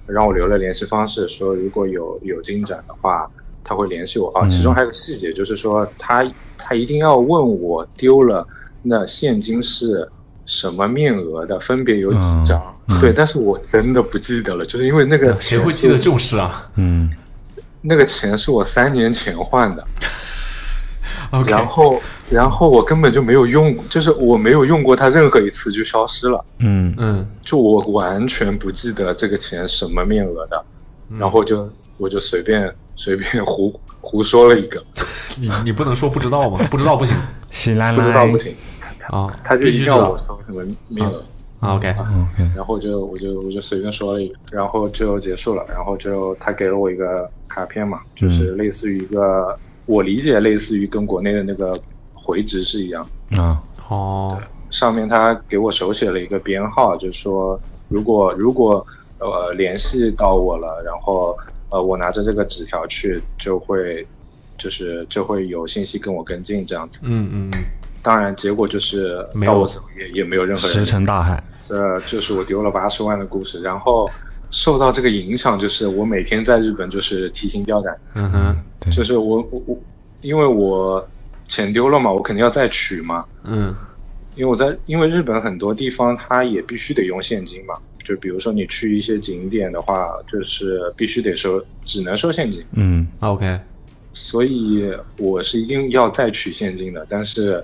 S5: 让我留了联系方式，说如果有有进展的话，他会联系我啊。
S4: 嗯
S5: 其中还有个细节，就是说他他一定要问我丢了那现金是什么面额的，分别有几张。
S4: 嗯嗯
S5: *laughs* 对，但是我真的不记得了，就是因为那个
S2: 嗯谁会
S5: 钱是
S2: 记得这种事啊
S4: 嗯，
S5: 那个钱是我三年前换的。
S2: ？OK，
S5: 然后，然后我根本就没有用，就是我没有用过它任何一次就消失了。
S4: 嗯
S2: 嗯，
S5: 就我完全不记得这个钱什么面额的，
S2: 嗯
S5: 然后就我就随便随便胡胡说了一个，
S2: 你你不能说不知道吗？不知道不行
S4: 喜来来，
S5: 不知道不行，
S2: 啊，
S5: 他就
S2: 必
S5: 一
S2: 须
S5: 定
S2: 知
S5: 要
S2: 道
S5: 我说什么面额，
S2: 啊。OK，
S4: ，OK，
S5: 然后就我就我就随便说了一个，然后就结束了，然后就他给了我一个卡片嘛，就是类似于一个我理解类似于跟国内的那个回执是一样，
S4: 啊，
S2: 哦，
S5: 上面他给我手写了一个编号，就是说如果如果呃联系到我了，然后呃我拿着这个纸条去，就会就是就会有信息跟我跟进这样子。
S2: 嗯嗯嗯，
S5: 当然结果就是
S2: 没有
S5: 到我手也也没有任何
S4: 石
S5: 人，
S4: 沉大海，
S5: 这就是我丢了八十万的故事。然后受到这个影响，就是我每天在日本就是提心吊胆，
S2: 嗯哼，
S4: 对，
S5: 就是我我我因为我钱丢了嘛，我肯定要再取嘛。
S2: 嗯
S5: 因为我在，因为日本很多地方它也必须得用现金嘛，就比如说你去一些景点的话，就是必须得收，只能收现金，
S4: 嗯，
S2: 啊，OK，
S5: 所以我是一定要再取现金的。但是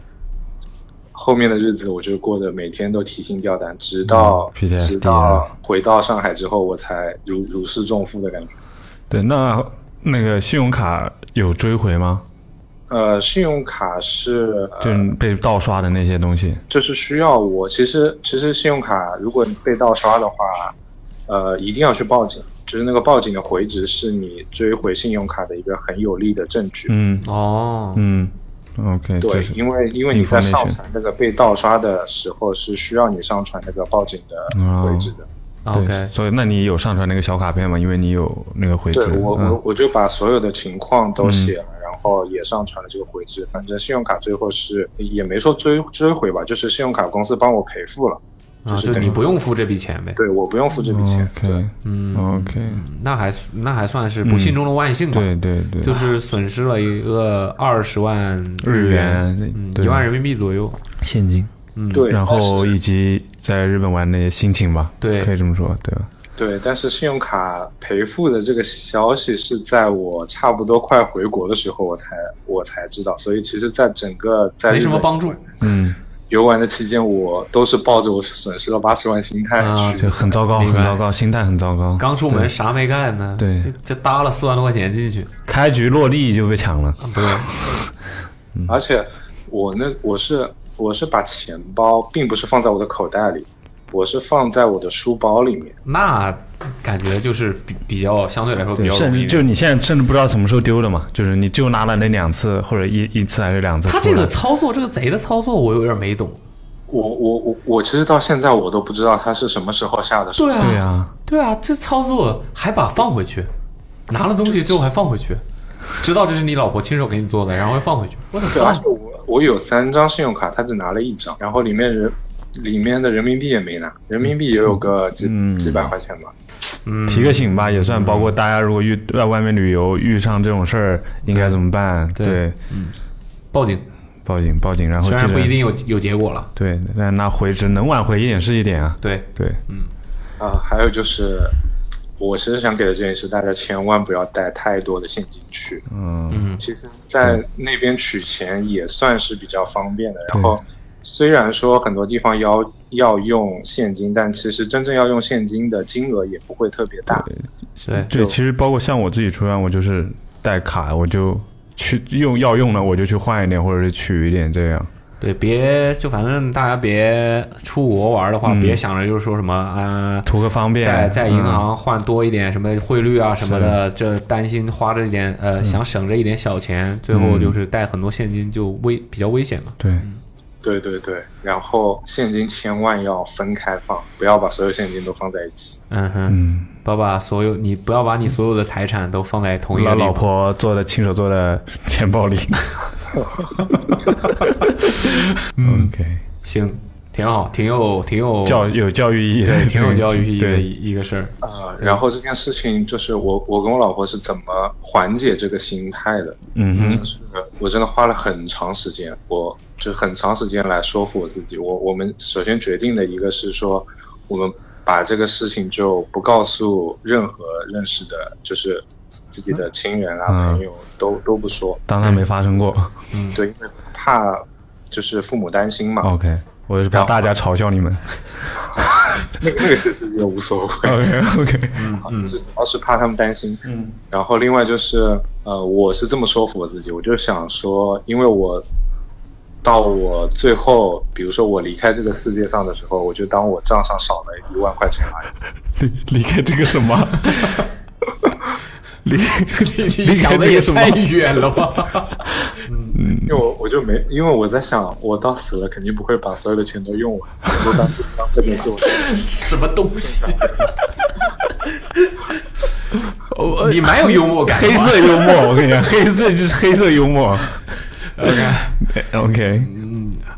S5: 后面的日子我就过得每天都提心吊胆，直到、
S4: 嗯 PTSD
S5: 直到回到上海之后，我才如如释重负的感觉。
S4: 对，那那个信用卡有追回吗？
S5: 呃，信用卡是、呃
S4: 就是被盗刷的那些东西，
S5: 就是需要我，其实其实信用卡如果你被盗刷的话，呃，一定要去报警，就是那个报警的回执是你追回信用卡的一个很有力的证据。
S4: 嗯
S2: 哦，
S4: 嗯，OK，
S5: 对
S4: 就，是
S5: 因为因为你在
S4: information
S5: 上传那个被盗刷的时候是需要你上传那个报警
S4: 啊
S5: 的回执的。
S4: 对，
S2: 啊 OK，
S4: 所以那你有上传那个小卡片吗？因为你有那个回执，
S5: 对我我
S4: 嗯
S5: 我就把所有的情况都写了，然后也上传了这个回执。反正信用卡最后是也没说追追回吧，就是信用卡公司帮我赔付了，
S2: 啊，
S5: 就是
S2: 就
S5: 等于
S2: 你不用付这笔钱呗。
S5: 对我不用付这笔钱。
S4: 哦，OK，
S2: 嗯
S4: OK，
S2: 那还那还算是不幸中的万幸吧。
S4: 嗯对对
S5: 嗯
S4: 对，
S2: 就是损失了一个二十万
S4: 日
S2: 元，
S4: 元
S2: 嗯，
S4: 对
S2: 一万人民币左右。
S4: 现金，
S5: 对，
S4: 然
S5: 但是
S4: 后以及在日本玩的心情吧，
S2: 对
S4: 可以这么说，对吧？
S5: 对，但是信用卡赔付的这个消息是在我差不多快回国的时候，我才我才知道。所以其实，在整个在
S2: 没什么
S5: 日本
S2: 帮助
S4: 嗯，
S5: 游玩的期间，我都是抱着我损失了八十万心态
S2: 啊
S5: 去。
S4: 就很糟糕，
S2: 明
S4: 很
S2: 白
S4: 糟糕，心态很糟糕。
S2: 刚出门啥没干呢，
S4: 对
S2: 就就搭了四万多块钱进去，
S4: 开局落地就被抢了，
S2: 啊不对，
S5: 而且我那我是我是把钱包并不是放在我的口袋里，我是放在我的书包里面。
S2: 那感觉就是比比较相对来说比
S4: 对，
S2: 较
S4: 甚
S2: 容易
S4: 至
S2: 一
S4: 就
S2: 点。
S4: 你现在甚至不知道什么时候丢的嘛，就是你就拿了那两次或者一一次还是两次出
S2: 他
S4: 来，
S2: 这个操作，这个贼的操作，我有点没懂。
S5: 我我我我其实到现在我都不知道它是什么时候下的手。
S2: 对啊，
S4: 对啊，
S2: 对啊，这操作还把放回去，拿了东西之后还放回去，知道这是你老婆亲手给你做的，然后又放回去。我
S5: 对，
S2: 操
S5: 而且！我我有三张信用卡，他只拿了一张，然后里面人里面的人民币也没拿，人民币也有个几、
S4: 嗯
S5: 几百块钱吧。
S4: 提个醒吧，也
S2: 嗯
S4: 算包括大家如果遇在外面旅游遇上这种事儿应该怎么办？
S2: 对
S4: 对，
S2: 报警，
S4: 报警报警，然后
S2: 虽
S4: 记
S2: 然
S4: 得
S2: 不一定有有结果了。
S4: 对，但那回执能挽回一点是一点啊，
S2: 对，
S4: 对，
S5: 啊、还有就是，我其实想给的建议是，大家千万不要带太多的现金去。
S4: 嗯，
S2: 嗯，
S5: 其实，在那边取钱也算是比较方便的。
S4: 对
S5: 然后，虽然说很多地方要要用现金，但其实真正要用现金的金额也不会特别大。
S2: 对，
S4: 对，其实包括像我自己出来，我就是带卡，我就去用要用了我就去换一点或者是取一点这样，
S2: 对，别就反正大家别出国玩的话，
S4: 嗯
S2: 别想着就是说什么啊，
S4: 图个方便，
S2: 在在银
S4: 嗯
S2: 行换多一点什么汇率啊什么的，这担心花这一点呃，想省着一点小钱，最后
S4: 嗯
S2: 就是带很多现金就危比较危险嘛。
S4: 对，
S5: 对对对，然后现金千万要分开放，不要把所有现金都放在一起。
S2: 嗯哼，
S4: 嗯，
S2: 不要把所有你不要把你所有的财产都放在同一个
S4: 老
S2: 地
S4: 老
S2: 方。
S4: 婆做的亲手做的钱 *laughs* 包里。OK，
S2: 行，挺好，挺有挺有
S4: 嗯教有教育意义
S2: 对
S4: 的，
S2: 挺有教育意义的
S4: 对，啊
S2: 一一个事儿。
S5: 呃，然后这件事情就是我我跟我老婆是怎么缓解这个心态的？
S4: 嗯哼，
S5: 就是我真的花了很长时间，我就很长时间来说服我自己。我我们首先决定的一个是说，我们把这个事情就不告诉任何认识的，就是自己的亲人啊、
S4: 嗯
S5: 朋友都都不说，
S4: 当然没发生过。
S5: 对，因为怕就是父母担心嘛。 *laughs*
S4: OK，我是怕大家嘲笑你们。
S5: 那个那个其实也无所谓。
S4: OK OK，
S5: 啊就是主要是怕他们担心。嗯，然后另外就是呃，我是这么说服我自己，我就想说，因为我到我最后，比如说我离开这个世界上的时候，我就当我账上少了一万块钱而已。
S4: *laughs* 离离开这个什么？ *laughs* 离离
S2: 你
S4: 离开
S2: 想的
S4: 这
S2: 也
S4: 个什么
S2: 太？远了吧？
S5: 因为我我就没，因为我在想，我到死了肯定不会把所有的钱都用完，我就当当这个是我的。
S2: 什么东西？你蛮有幽默感的
S4: 黑
S2: 嘛，
S4: 色幽 *laughs* 默，我跟你讲，黑色就是黑色幽默。OK，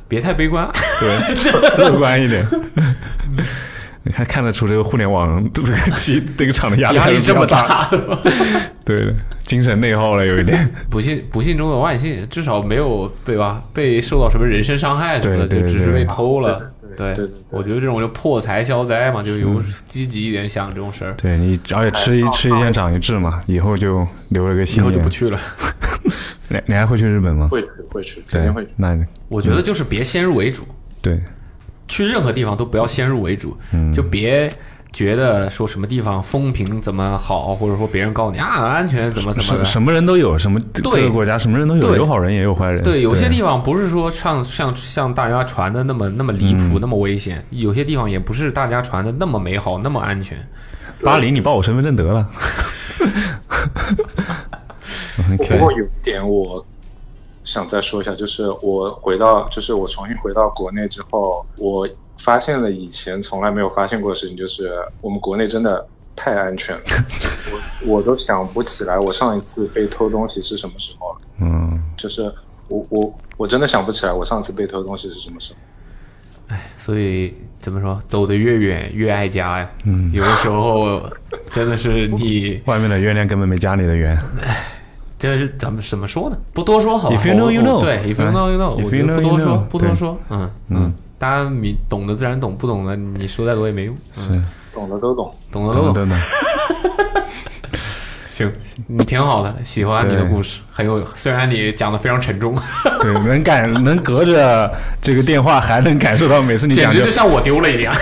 S2: 别太悲观。
S4: 对，乐观一 *laughs* 点。你看看得出这个互联网这个期这个厂的压力
S2: 压
S4: 还
S2: 力
S4: 是
S2: 这
S4: 比
S2: 么
S4: 较大，
S2: 大的吗？
S4: 对的，精神内耗了有一点。
S2: 不幸不幸中的万幸，至少没有对吧？被受到什么人身伤害什么的，
S4: 对对
S2: 就只是
S4: 对
S2: 被偷了。
S5: 对对对对对
S2: 我觉得这种就破财消灾嘛，就有积极一点想这种事儿，
S4: 对你，而且吃一吃一堑 *laughs* 长一智嘛，以后就留了个
S2: 以
S4: 心
S2: 后
S4: 眼。
S2: 就不去了。
S4: 你你还会去日本吗？
S5: 会去会去，
S4: 对
S5: 肯定会去，。
S4: 那你
S2: 我觉得就是别先入为主，
S4: 对，
S2: 去任何地方都不要先入为主，就别觉得说什么地方风评怎么好，或者说别人告诉你啊安全怎么怎么
S4: 什
S2: 的。
S4: 什么人都有，什么各个国家什么人都有，
S2: 对
S4: 有好人也有坏人。
S2: 对，有些地方不是说像像像大家传的那么那么离谱、那么危险，有些地方也不是大家传的那么美好、那么安全。
S4: 巴黎，你报我身份证得了。 *laughs*
S5: 不
S4: OK，
S5: 过有一点我想再说一下，就是我回到，就是我重新回到国内之后，我发现了以前从来没有发现过的事情，就是我们国内真的太安
S4: *laughs*
S5: 全了，我我都想不起来我上一次被偷东西是什么时候了，
S4: 嗯，
S5: 就是我我我真的想不起来我上次被偷东西是什么时候。
S2: 所以怎么说，走得越远越爱家呀。嗯，有的时候真的是你，
S4: 外面的月亮根本没家里的圆。
S2: 这是怎么怎么说呢？不多说好了。
S4: If you know, you know
S2: 对，if you know you know，我
S4: 哎 if
S2: 觉
S4: you
S2: 得
S4: know,
S2: 不多
S4: you
S2: 说
S4: know，，
S2: 不多
S4: 对
S2: 说。嗯嗯，大家你懂的自然懂，不懂的你说再多也没用。嗯，
S5: 懂的都懂，
S2: 懂的都懂。
S4: 等等等，
S2: 行，你挺好的，喜欢你的
S4: 对
S2: 故事，很有。虽然你讲的非常沉重，
S4: 对，能感能隔着这个电话还能感受到每 *laughs* 次你
S2: 简
S4: 讲
S2: 直
S4: 就
S2: 就像我丢了
S4: *laughs*
S2: 一样。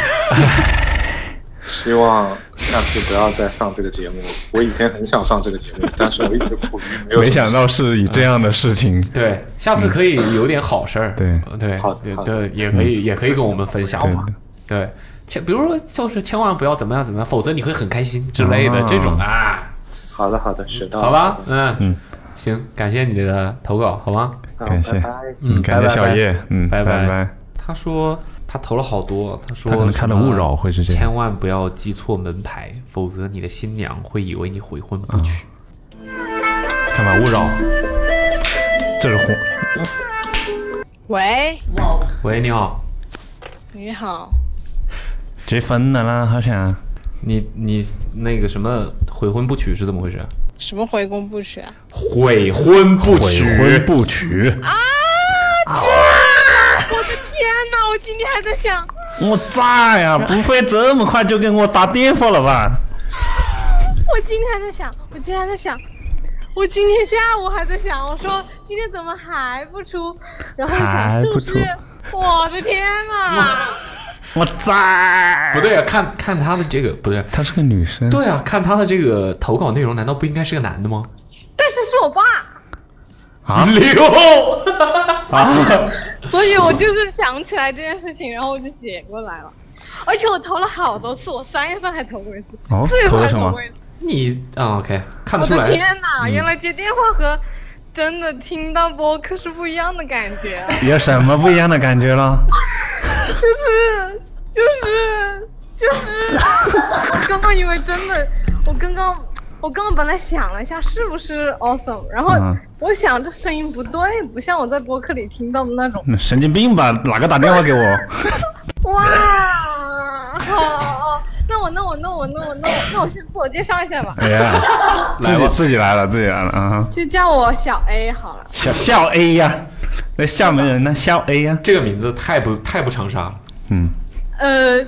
S5: 希望下次不要再上这个节目。我以前很想上这个节目，但是我一直苦于没有。
S4: 没想到是以这样的事情。
S2: 对，下次可以有点好事儿。
S4: 嗯对嗯
S2: 呃对
S5: 好
S2: 对
S5: 好
S2: 对，也可以也可以跟我们分享
S4: 对
S2: 嘛。对，千比如说就是千万不要怎么样怎么样，否则你会很开心之类的
S4: 啊
S2: 这种啊，
S5: 好的好的，学到了。
S2: 好吧？嗯嗯，行，感谢你的投稿，好吗？
S5: 好，
S4: 感谢
S5: 拜拜。
S2: 嗯
S4: 感谢小叶，嗯，
S2: 拜拜
S4: 拜
S2: 他说他投了好多，他说
S4: 他可能看了
S2: 什么
S4: 勿扰会是这样
S2: 千万不要记错门牌，否则你的新娘会以为你悔婚不娶。
S4: 啊看吧，勿扰，这是红，
S3: 喂，
S2: 喂，你好，
S3: 你好，
S4: 结婚了啦，好想。
S2: 你你那个什么悔婚不娶是怎么回事？
S3: 什么回宫不娶啊？
S2: 悔婚不娶，
S4: 悔婚不娶。
S3: 天哪，我今天还在想，
S4: 我炸呀！不会这么快就跟我打电话了吧？
S3: 我今天还在想，我今天还在想，我今天下午还在想，我说今天怎么还不出？然后我想
S4: 还
S3: 是
S4: 不
S3: 不
S4: 出
S3: 是？我的天哪！
S4: *laughs* 我炸！
S2: 不，对啊，看看他的这个不对，
S4: 她是个女生。
S2: 对啊，看他的这个投稿内容，难道不应该是个男的吗？
S3: 但是是我爸，
S4: 啊，
S2: 刘，
S4: 啊，
S6: 所以我就是想起来这件事情，然后我就写过来了。而且我投了好多次，我三月份还投过一次，
S4: 哦
S6: 四月
S4: 投
S6: 份
S4: 了
S6: 还
S4: 什么
S6: 投过一次。
S2: 你啊，OK，看得
S6: 我
S2: 出
S6: 的
S2: 来，
S6: 天哪！原来接电话和真的听到播客是不一样的感觉啊，
S4: *laughs* 有什么不一样的感觉了？
S6: 就是就是就是，我刚刚以为真的，我刚刚我刚刚本来想了一下是不是 awesome，然后
S4: 嗯
S6: 我想这声音不对，不像我在播客里听到的那种。
S4: 嗯神经病吧？哪个打电话给我？
S6: 哇，好，那我那我那我那我那我那我先自我介绍一下吧，
S4: *laughs* 哎呀， *laughs* 自己自己来了，自己来了啊！
S6: 就叫我小 A 好了。
S4: 小笑 A 呀，那厦门人呢？笑 A 呀，
S2: 这个名字太不太不长沙了，
S4: 嗯
S6: 呃，
S4: ，A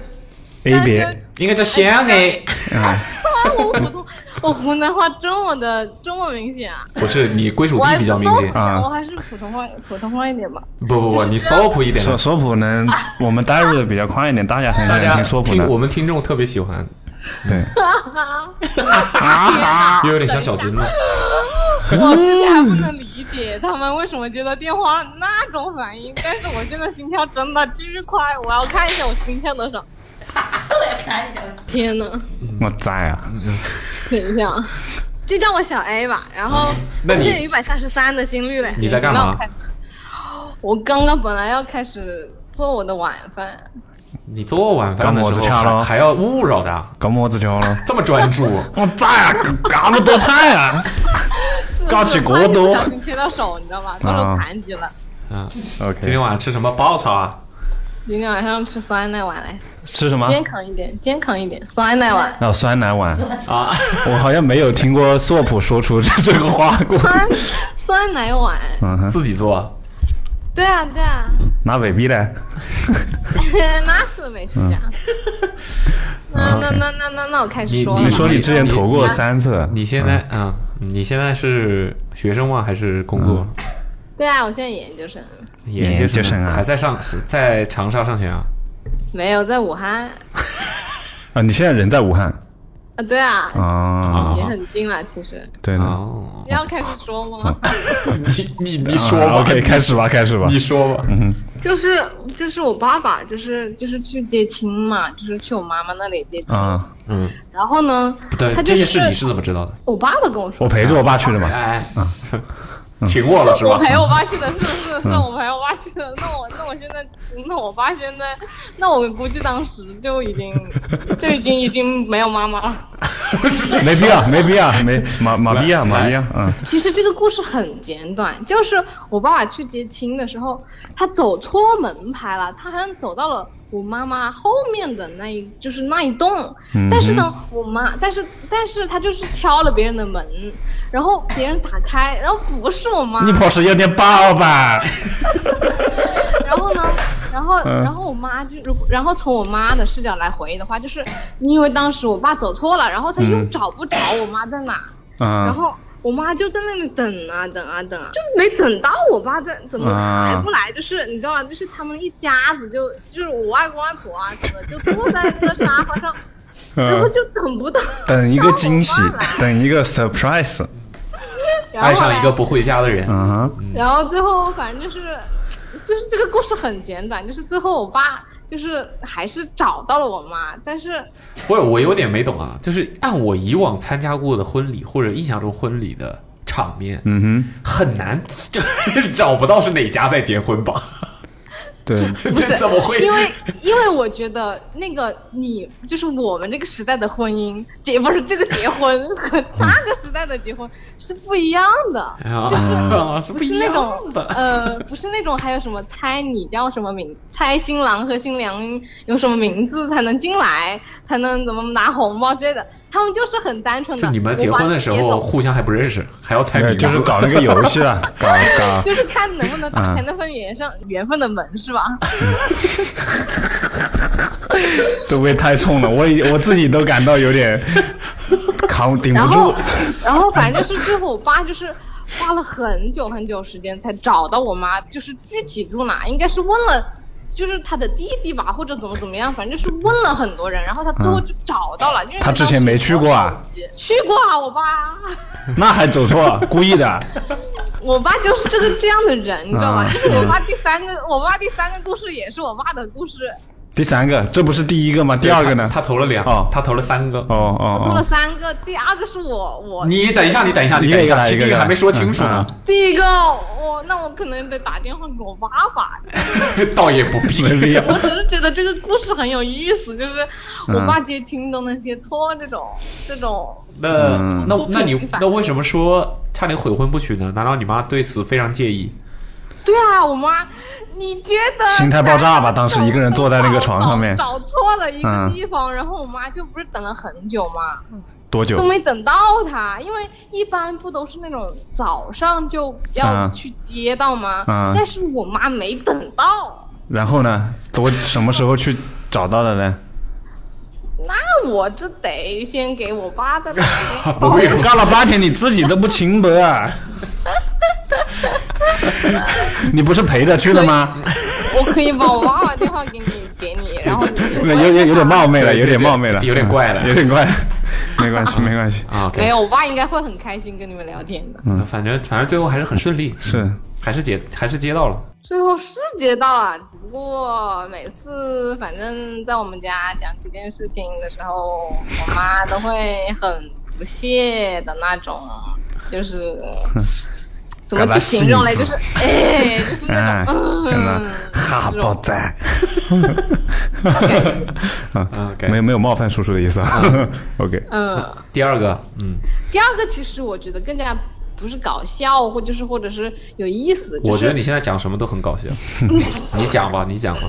S6: 但是
S4: 别
S2: 应该叫
S6: 哎
S2: 香 A。
S6: 啊，我普通，我湖南话这么的这么明显啊！
S2: 不是你归属
S6: 我还
S2: 地
S6: 是
S2: 比较明显，
S4: 啊
S6: 我还是普通话普通话一点吧。
S2: 不不不，你骚普一点
S4: 索
S2: 的，
S4: 索普呢？我们带入的比较宽一点，大家很喜
S2: 大
S4: 欢
S2: 家
S4: 听索普
S2: 听
S4: 的，
S2: 我们听众特别喜欢，
S4: 对，
S6: 啊
S2: 又有点像小金了。
S6: 我之前还不能理解他们为什么接到电话那种反应，但是我现在心跳真的巨快，我要看一下我心跳多少。天呐，
S4: 我在啊，
S6: 等一下，啊，就叫我小 A 吧。然后
S2: *laughs* 那
S6: 我
S2: 你
S6: 现在有一百三十三的心率嘞。
S2: 你在干
S6: 让
S2: 嘛
S6: 我开始？我刚刚本来要开始做我的晚饭，
S2: 你做晚饭的
S4: 干脖子
S2: 时
S4: 掐
S2: 候
S4: 了
S2: 还还要勿扰他，
S4: 搞么子球了？
S2: 这么专 *laughs* 注，
S4: 我在啊，嘎么多菜啊
S6: 是
S4: 搞起
S6: 怕一
S4: 国
S6: 不
S4: 都
S6: 小心切到手，你知道吗？到时候残疾了。
S2: 今天
S4: *laughs* ！OK，
S2: 晚上吃什么爆炒啊？
S6: 今天晚上吃酸奶碗嘞，
S4: 吃什么？
S6: 健康一点，健康一点，酸奶碗。 *laughs*
S4: 然后酸奶碗
S2: 啊，
S4: *laughs* 我好像没有听过索普说出这这个话过。
S6: 酸酸奶碗，
S4: 嗯哼，
S2: 自己做，
S6: 对啊对啊， *laughs*
S4: 拿尾逼嘞，
S6: 那是美食家。那那那那那那我开始
S2: 你
S6: 说
S2: 你
S4: 你
S6: 吧。
S4: 说你之前投过
S2: 你
S4: 三次，
S2: 你现在啊，你现在是学生吗？还是工作？
S6: 对啊，我现在研究生，
S2: 嗯研
S4: 研究生啊
S2: 还在上是在长沙上学啊？
S6: 没有在武汉
S4: 啊？你现在人在武汉
S6: 啊，对啊，
S4: 啊？
S6: 也很近了。其实
S4: 对的，
S2: 哦，嗯
S6: 要开始说吗？
S2: *laughs* 你你你
S4: 啊 OK，开始吧，开始吧。
S2: 说吧。
S6: 就是就是我爸爸，就是就是去接亲嘛，就是去我妈妈那里接亲。
S4: 啊，
S2: 嗯，
S6: 然后呢，
S2: 对，
S6: 他就
S2: 这件事
S6: 是
S2: 你是怎么知道的？
S6: 我爸爸跟我说
S4: 我，陪着我爸去的嘛。
S2: *laughs* 哎，请我了是
S6: 我
S2: 吧？
S6: 陪我爸去的，是是是我陪我爸去的。那我那我现在，那我爸现在，那我估计当时就已经就已经已经没有妈妈了。
S4: 没必要，没必要，没马马必要，
S2: 来
S4: 马必要，嗯，
S6: 其实这个故事很简短，就是我爸爸去接亲的时候，他走错门牌了，他好像走到了我妈妈后面的那一，就是那一栋。
S4: 嗯哼
S6: 但是呢，我妈，但是但是他就是敲了别人的门，然后别人打开，然后不是我妈。
S4: 你不是有点饱吧？
S6: 然后呢，然后
S4: 嗯
S6: 然后我妈就，如果然后从我妈的视角来回忆的话，就是因为当时我爸走错了，然后他又
S4: 嗯
S6: 找不着我妈在哪，然
S4: 嗯，
S6: 后我妈就在那里等啊等啊等啊，就没等到我爸在，怎么
S2: 啊
S6: 还不来？就是你知道吗？就是他们一家子就就是我外公外婆啊什么，就坐在这个沙发上，然后
S4: 嗯，
S6: 就
S2: *laughs*
S6: 等不到，
S4: 等一个惊喜
S6: 到我爸来，
S4: 等一个 surprise，
S6: 然后
S2: 爱上
S6: 嘞
S2: 一个不回家的人，
S4: 嗯哼，
S6: 然后最后反正就是，就是这个故事很简短，就是最后我爸就是还是找到了我妈，但是
S2: 不是我有点没懂啊，就是按我以往参加过的婚礼或者印象中婚礼的场面，
S4: 嗯
S2: 很难这找不到是哪家在结婚吧？
S4: 哼，对，
S6: 不是
S2: 这怎么会？
S6: 因为因为我觉得那个你就是我们这个时代的婚姻结不是这个结婚和那个时代的结婚是不一样的。
S2: 啊，是不
S6: 不是
S2: 一
S6: 那
S2: 样
S6: 种
S2: 的。
S6: 呃，不是那种还有什么猜你叫什么名，猜新郎和新娘有什么名字才能进来，才能怎么拿红包之类的。他们就是很单纯的。
S2: 就你们
S6: 我
S2: 结
S6: 把
S2: 婚的
S6: 你
S2: 时
S6: 接
S2: 候
S6: 走
S2: 互相还不认识，还要猜
S4: 对
S2: 谜，
S4: 就是搞那个游戏啊，搞搞，
S6: 就是看能不能打开
S4: 嗯
S6: 那份缘
S2: *laughs* 啊
S6: 上缘分的门，是吧？
S4: 会不会太冲了？我已我自己都感到有点扛顶不
S6: 然后
S4: 住，，
S6: 然后反正就是最后我爸就是花了很久很久时间才找到我妈，就是具体住哪，应该是问了。就是他的弟弟吧，或者怎么怎么样，反正就是问了很多人，然后他最后就找到了。因为
S4: 嗯他之前没去过啊
S6: 当时有手机，去过啊，我爸。
S4: 那还走错，故意的，
S6: 我爸就是这个这样的人，你知道
S4: 啊
S6: 吗？就是我爸第三个，我爸第三个故事也是我爸的故事，
S4: 第三个，这不是第一个吗？第二个呢？
S2: 他他投了两
S4: 哦，
S2: 他投了三个。
S4: 哦
S6: 我做了
S4: 哦
S6: 三个，第二个是我我
S2: 你等一下，你等一下，你
S4: 一
S2: 等
S4: 个一个
S2: 下，
S4: 来
S2: 这
S4: 一个
S2: 个
S4: 一个来
S2: 还没说清楚呢，
S6: 第一个我那我可能得打电话给我爸爸，
S2: *laughs* 倒也不必
S4: *laughs* 哦，。 *laughs* 没必要。
S6: 我只是觉得这个故事很有意思，就是我
S4: 嗯
S6: 爸接亲都能接错这种这种，
S2: 那
S4: 嗯
S2: 那那你那为什么说差点悔婚不娶呢？难道你妈对此非常介
S4: *laughs*
S2: 意？
S6: 对啊，我妈，你觉得
S4: 心态爆炸吧当时一个人坐在那个床上面
S6: 找错了一个
S4: 嗯
S6: 地方，然后我妈就不是等了很久吗？
S4: 多久
S6: 都？没等到他，因为一般不都是那种早上就要
S4: 啊
S6: 去接到吗？
S4: 啊
S6: 但是我妈没等到，
S4: 然后呢？我什么时候去找到的呢？
S6: 那我这得先给我爸的打电话。
S2: 不会有
S4: 干了八天，你自己都不清白啊！ *laughs* 你不是陪着去的吗？
S6: 我可以把我爸爸电话给你给你，
S4: *laughs*
S6: 然后你
S4: 有有有点冒昧了，有点冒昧了，
S2: 有点怪了
S4: *laughs* 有点怪了。没关系， *laughs* 没关系，
S2: 啊？OK，
S6: 没有，我爸应该会很开心跟你们聊天的。
S4: 嗯
S2: 那反正反正最后还是很顺利，
S4: 是
S2: 还是接还是接到了。
S6: 最后是接到了，只不过每次反正在我们家讲这件事情的时候，我妈都会很不屑的那种，就是怎么去形容嘞？就是哎，就
S2: *laughs*
S6: 是那
S4: 哎，
S6: 种
S4: 真的
S6: 嗯，
S4: 哈爆仔，
S2: OK，
S4: 没有没有冒犯叔叔的意思啊。OK， *laughs*
S6: 嗯。
S2: 第二个，嗯，
S6: 第二个其实我觉得更加不是搞笑，或就是或者是有意思。就是、
S2: 我觉得你现在讲什么都很搞
S6: *laughs*
S2: 笑，你讲吧，你讲吧。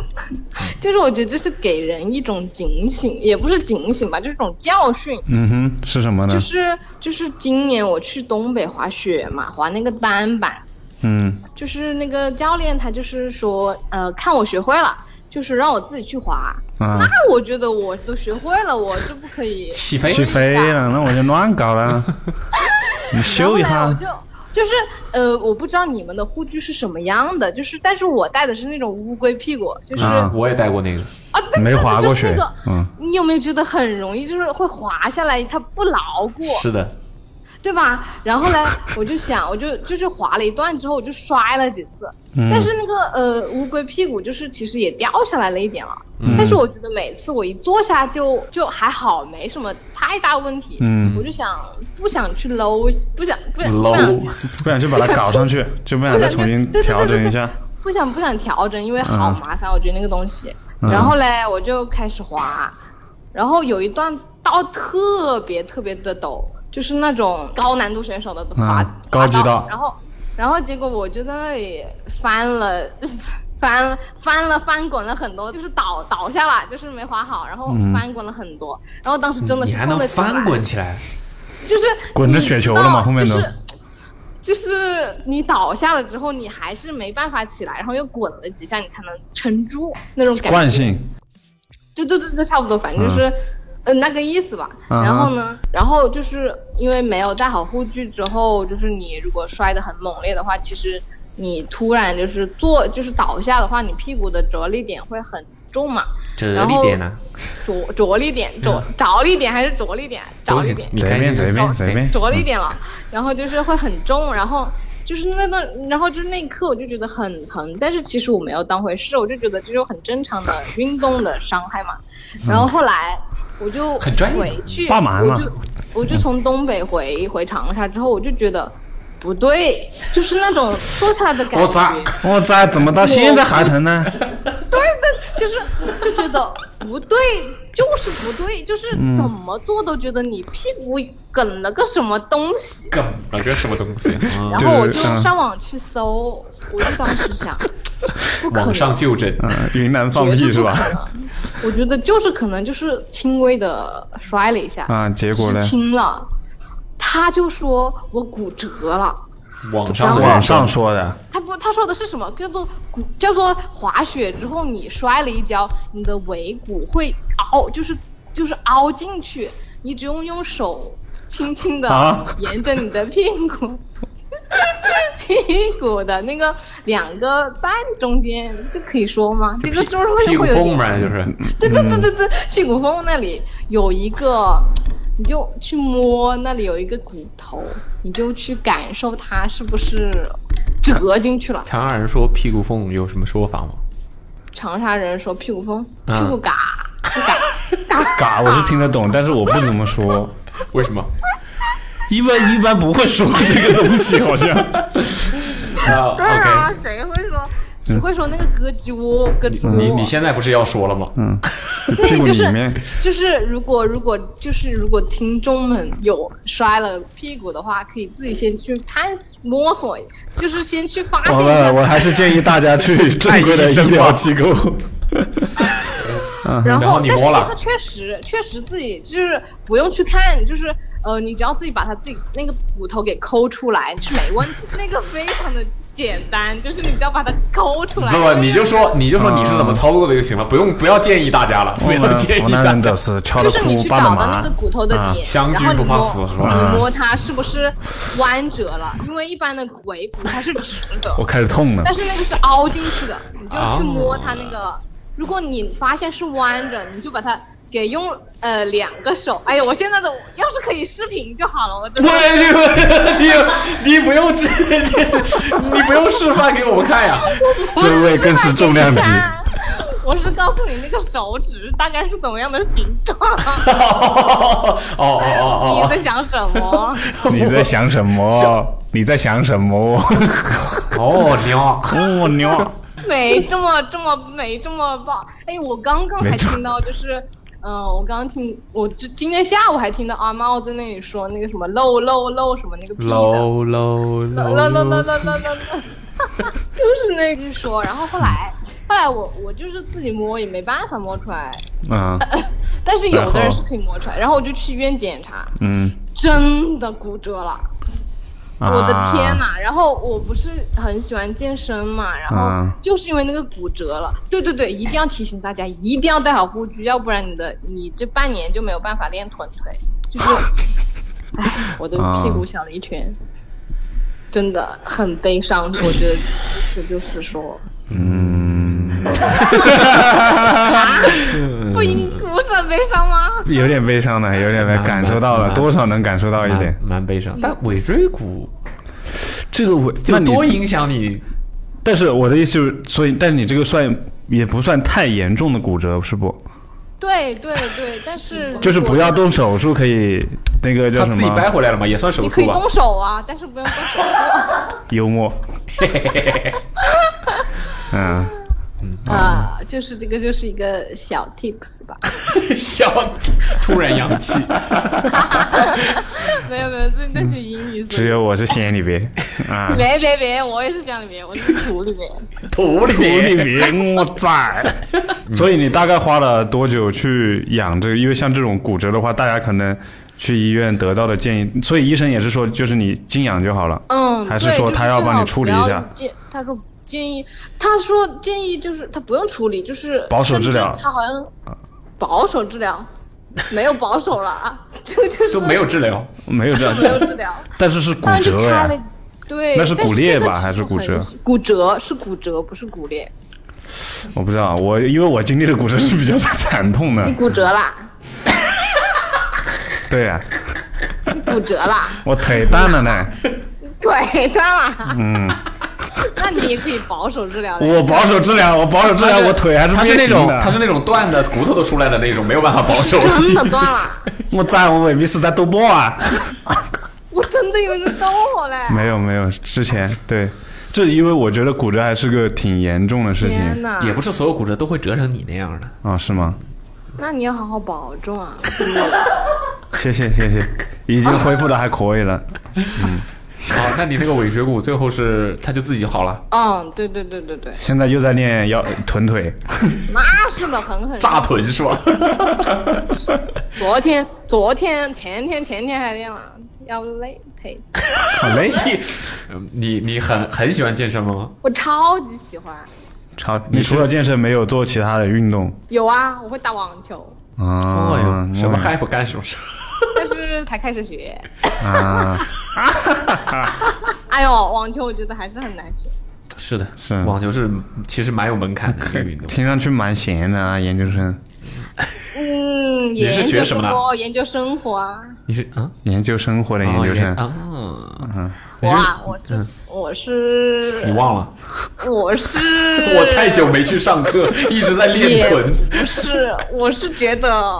S6: 就是我觉得这是给人一种警醒，也不是警醒吧，就是一种教训。
S4: 嗯哼，是什么呢
S6: 就？是就是今年我去东北滑雪嘛，滑那个单板，
S4: 嗯
S6: 就是那个教练他就是说，呃，看我学会了，就是让我自己去滑。
S4: 啊，
S6: 那我觉得我都学会了，我就不可以
S2: 起飞
S4: 起飞了，那我就乱搞了。你修一
S6: 然后
S4: 下
S6: 呢，我，就就是呃，我不知道你们的护具是什么样的，就是但是我戴的是那种乌龟屁股，就是
S4: 啊
S2: 我也带过那个，
S6: 啊，对
S4: 没滑过雪
S6: 就是那个
S4: 嗯
S6: 你有没有觉得很容易就是会滑下来，它不牢固？
S2: 是的，
S6: 对吧？然后呢，我就想，我就就是滑了一段之后，我就摔了几次，
S4: 嗯
S6: 但是那个呃乌龟屁股就是其实也掉下来了一点了，
S2: 嗯
S6: 但是我觉得每次我一坐下就就还好，没什么太大问题，
S4: 嗯
S6: 我就想不想去搂，不想不想不想
S2: 楼
S4: 不想去把它搞上去，就不想再重新调整一下。
S6: 不想不想调整，因为好
S4: 啊
S6: 麻烦，我觉得那个东西。
S4: 嗯
S6: 然后嘞，我就开始滑，然后有一段道特别特别的陡，就是那种高难度选手的滑、滑
S4: 嗯高级道
S6: 然后，然后结果我就在那里翻了。 *laughs* 翻了翻了翻滚了很多，就是倒倒下来，就是没滑好，然后
S4: 嗯
S6: 翻滚了很多，然后当时真的是
S2: 你还
S6: 痛
S2: 能
S6: 得起来
S2: 翻滚起来，
S6: 就是
S4: 滚着
S6: 你
S4: 雪
S6: 知
S4: 球了
S6: 道
S4: 嘛后面
S6: 就
S4: 都
S6: 是就是你倒下了之后，你还是没办法起来，然后又滚了几下，你才能撑住那种感觉。
S4: 惯性，
S6: 对对对对，差不多，反正就是，呃，那个意思吧。
S4: 嗯哼
S6: 然后呢，然后就是因为没有戴好护具之后，就是你如果摔得很猛烈的话，其实你突然就是坐就是倒下的话，你屁股的着力点会很重嘛，
S2: 这力点啊呢？
S6: 着着力点着
S4: 嗯
S6: 着力点还是着力点着
S2: 都
S6: 力
S2: 行
S6: 点，。
S2: 你
S4: 随
S2: 开
S4: 便
S2: 心就
S4: 随便
S2: 好
S4: 随便。
S6: 哦着了一点了，
S2: 嗯
S6: 然后就是会很重，然后就是那段，然后就是那一刻我就觉得很疼，但是其实我没有当回事，我就觉得这就很正常的运动的伤害嘛。然后后来我就
S2: 嗯很专业
S6: 回去，
S4: 爸妈嘛
S6: 我就我就从东北回回长沙之后，我就觉得不对，就是那种坐下来的感
S2: 我
S6: 觉
S2: 咋，
S4: 我咋怎么到现在还疼呢？
S6: 对对，就是就觉得不对。就是不对，就是
S2: 嗯
S6: 怎么做都觉得你屁股梗了个什么东西，
S2: 梗了个什么东
S6: *laughs*
S2: 西？嗯
S6: 然后我
S4: 就
S6: 就是
S4: 嗯
S6: 上网去搜，我就当时想，不可
S2: 网
S6: 能，
S2: 上就诊，
S4: 嗯云南放
S6: 绝对
S4: 屁
S6: 不
S4: 是吧？
S6: 可能？我觉得就是可能就是轻微的摔了一下，
S4: 啊，结果呢
S6: 是？轻了。他就说我骨折了，
S2: 网
S6: 然
S2: 上
S6: 后
S2: 的
S4: 网上说的，
S6: 他不他说的是什么？叫做骨，叫做滑雪之后你摔了一跤，你的尾骨会凹，就是就是凹进去，你只用用手轻轻的
S4: 啊
S6: 沿着你的屁股。屁股的那个两个半中间，这可以说吗？这个是不是
S2: 屁
S6: 会
S2: 股
S6: 有
S2: 缝
S4: 嗯
S6: 点？
S2: 呗，就是
S6: 对对对对对，屁股缝那里有一个你就去摸那里有一个骨头，你就去感受它是不是折进去了。
S2: 长沙人说屁股缝有什么说法吗？
S6: 长沙人说屁股风，屁
S2: 嗯
S6: 股嘎，
S4: 嘎，我是听得懂，但是我不怎么说，
S2: 为什么？
S4: 一般一般不会说这个东西，好像。
S2: 啊
S6: 对啊
S2: ，OK，
S6: 谁会说？只会说那个咯吱窝，咯吱窝。
S2: 嗯你你现在不是要说了吗？
S4: 嗯，
S6: 对
S4: 屁股
S6: 就是
S4: 里面，
S6: 就是如果如果就是如果听众们有摔了屁股的话，可以自己先去探索摸索，就是先去发现
S4: 完
S6: 一
S4: 了，我
S6: 下。
S4: 还是建议大家去正规的医疗机构。
S6: 然
S2: 然后你
S6: 但是
S2: 摸
S6: 这
S2: 了
S6: 个确实确实自己就是不用去看，就是呃，你只要自己把它自己那个骨头给抠出来是没问题，那个非常的简单，就是你只要把它抠出来。
S2: 不不，你就说你就说你是怎么操作的就行了，不用不要建议大家了，
S4: 我
S2: 不要
S4: 们
S2: 建
S4: 嗯湖
S2: 议
S4: 南
S2: 大
S4: 人
S2: 家
S4: 走。私，敲
S6: 就
S4: 的
S6: 是你
S4: 哭，
S6: 去
S4: 扒的
S6: 找到那
S4: 麻
S6: 个。骨头的
S4: 啊
S6: 点，
S2: 相
S6: 然
S2: 聚
S6: 后你
S2: 不怕
S6: 摸，
S2: 死是吧
S4: *laughs*
S6: 你摸它是不是弯折了？因为一般的尾骨它是直的，
S4: 我开啊始痛了
S6: 但。是那个是凹进去的，你就去摸它那个。如果你发现是弯着，你就把它给用呃两个手。哎呀，我现在的要是可以视频就好了，我真的。
S2: 哎喂，你你不用这，你你不用示范给我们看呀。 *laughs*
S4: 这位更是重量级，
S6: 啊我是告诉你那个手指大概是怎么样的形状，
S2: 哦哦哦
S6: 你在想什么？
S4: *laughs* 你在想
S2: *laughs*
S4: 什么？你在想什么？
S2: 哦哦，娘，
S4: 哦，牛！
S6: *laughs* 没这么这么没这么棒。哎，我刚刚还
S4: 没这么
S6: 听到，就是，嗯、我刚刚听，我这今天下午还听到阿茂在那里说那个什么漏漏漏什么那个屁的，
S2: 喽
S6: 漏
S2: 喽喽
S6: 漏漏
S2: 喽
S6: 漏漏漏 *laughs* 漏，就是那个说。然后后来，后来我我就是自己摸也没办法摸出来，
S4: *laughs*
S6: *laughs*
S4: 啊，
S6: 但是有的
S4: 然
S6: 人
S4: 后
S6: 是可以摸出来。然后我就去医院检查，
S4: *laughs* 嗯，
S6: 真的骨折了。
S4: 啊
S6: 我的天！呐！然后我不是很喜欢健身嘛，然后
S4: 啊
S6: 就是因为那个骨折了。对对对，一定要提醒大家，一定要带好护具，要不然你的你这半年就没有办法练臀腿，
S4: *laughs*
S6: 就是，唉，我的屁股小了一圈，
S4: 啊
S6: 真的很悲伤。我觉得这就是说， *laughs* 嗯，不应不是很悲伤吗？
S4: 有点悲伤了，有点悲，感受到了，多少能感受到一点
S2: 蛮。蛮悲伤，但尾椎骨
S4: 这个我
S2: 就多影响你。
S4: 但是我的意思就是，所以，但是你这个算也不算太严重的骨折，是不？
S6: 对对对，但是
S4: 就是不
S6: 我
S4: 要动手术，可以那个
S2: 他
S4: 叫什
S2: 自己掰
S4: 么？
S2: 回来了嘛，也算手
S6: 你可
S2: 术
S6: 以
S2: 吧 *laughs*
S6: 动。手啊，但是不用动手。
S4: 幽默。 *laughs* 嗯，
S6: 啊，就是这个就是一个小 tips 吧，
S2: 笑，突然洋气。
S6: *laughs* 没有没有，这那是英语。
S4: 只有我是仙里别啊，
S6: 别别别，我也是乡里面，我是土里面。
S2: 土里
S4: 土里别我在。所以你大概花了多久去养这个？因为像这种骨折的话，大家可能去医院得到的建议，所以医生也是说，就是你静养就好了。
S6: *laughs* 嗯，
S4: 还是
S6: 对
S4: 说
S6: 就是
S4: 他要帮你处理一下
S6: 最好不要建他说建议，他说建议就是他不用处理，就是
S4: 保守治疗啊
S6: 甚至他好像保守治疗没有保守了啊， *laughs* 这个就是
S2: 都没有治疗，
S4: 没有这样，
S6: 没有治疗，
S4: 但是是骨
S6: 当然就
S4: 折
S6: 开
S4: 呀
S6: 了。。对，
S4: 那是
S6: 但
S4: 骨裂吧
S6: 这个
S4: 还是骨折
S6: 很？骨折是骨折，不是骨裂。
S4: 我不知道，我因为我经历的骨折是比较惨
S2: *laughs*
S4: 痛的
S6: 你。骨折啦，
S4: 对呀、
S6: 你骨折啦。
S4: 我腿断了
S2: *laughs*
S4: 呢。
S6: *laughs* 腿断了。嗯， *laughs* 那你也可以保守治疗的。
S4: 我保守治疗，我保守治疗，哎我腿还是
S2: 他是
S4: 变
S2: 那
S4: 形
S2: 种
S4: 的。
S2: 他是那种断的骨头都出来的那种，没有办法保
S6: *laughs*
S2: 守。
S6: 真的断了，
S4: 我在我未必是在赌博啊。
S6: 我真的以为是逗我嘞。
S4: *laughs* 没有没有，之前对，这因为我觉得骨折还是个挺严重的事
S6: 天
S4: 情
S6: 哪！
S2: 也不是所有骨折都会折成你那样的。 *laughs*
S4: 啊，是吗？
S6: 那你要好好保重啊。
S4: 谢谢
S2: *laughs*
S4: 谢谢，已经恢复的还可以了。
S2: 哦，那你那个尾椎骨最后是它就自己好了，
S6: 嗯，对对对对对，
S4: 现在又在练腰臀腿，
S6: 那是的，狠狠。
S2: 炸臀是吧？ *laughs*
S6: 昨天、昨天、前天、前天还练了，腰累腿。
S4: 好嘞，
S2: 你
S4: *laughs*
S2: 嗯你你很很喜欢健身
S4: 嗯
S2: 吗？
S6: 我超级喜欢。
S4: 超，你除了健身没有做其他的运动
S6: 有啊，我会打网球，
S4: 啊？
S2: 呦，哦什么
S4: 我
S2: 嗨不干什么事儿？ *laughs*
S6: 但是才开始学。
S4: 啊？
S6: 哎呦，网球我觉得还是很难学。
S2: 是的，
S4: 是
S2: 网球是
S4: *laughs*
S2: 其实蛮有门槛的一个运动。
S4: 听上去蛮闲的啊，研究生。
S6: 嗯，嗯，也
S2: 你是
S6: 研
S2: 学
S6: 究
S2: 什么的
S6: 生活，研究生活啊。
S2: 你是啊，哦
S4: 研究生活的研究生，
S2: 啊，
S4: 嗯
S2: *laughs*
S6: 我啊，我
S2: 嗯
S6: 是我是
S2: 你忘了？
S6: 我是
S2: *laughs* 我太久没去上课，一直在练
S6: 也
S2: 臀。 *laughs*
S6: 不是，我是觉得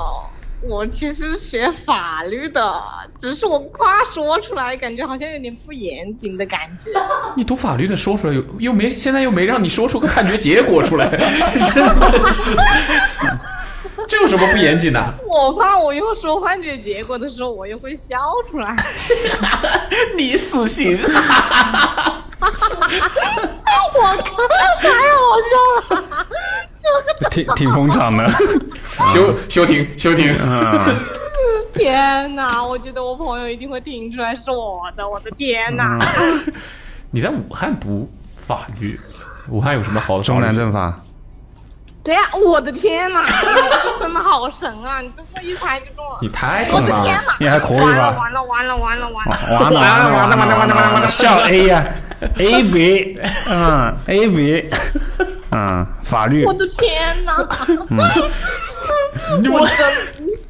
S6: 我其实学法律的，只是我夸说出来，感觉好像有点不严谨的感觉。
S2: 你读法律的说出来又又没，现在又没让你说出个判决结果出来， *laughs* 真的是， *laughs* 这有什么不严谨的、啊
S6: 我怕我又说判决结果的时候，我又会笑出来。 *laughs*
S2: 你死刑！
S6: 我靠，太好笑了！这
S2: 啊
S6: 个
S4: 挺挺捧场
S2: *laughs*
S4: 的。
S2: 休休庭，休庭！
S4: 嗯
S6: 天哪，我觉得我朋友一定会听出来是我的，我的天哪！
S2: 嗯你在武汉读法律，武汉有什么好的法律
S4: 中南政法，
S6: 对呀、我的天哪，这真的好神啊！你这么一猜就中了。
S2: 你太
S6: 我
S2: 懂
S6: 的
S2: 了
S6: 天。哪！
S4: 你还可以吧
S6: 完了完了完了完了完了！
S4: 完了完啊了完了完了完了， *laughs* 笑 A 呀，A B，嗯，A B，嗯，法律
S6: 我，的天哪！
S4: 嗯
S6: *laughs* 我真，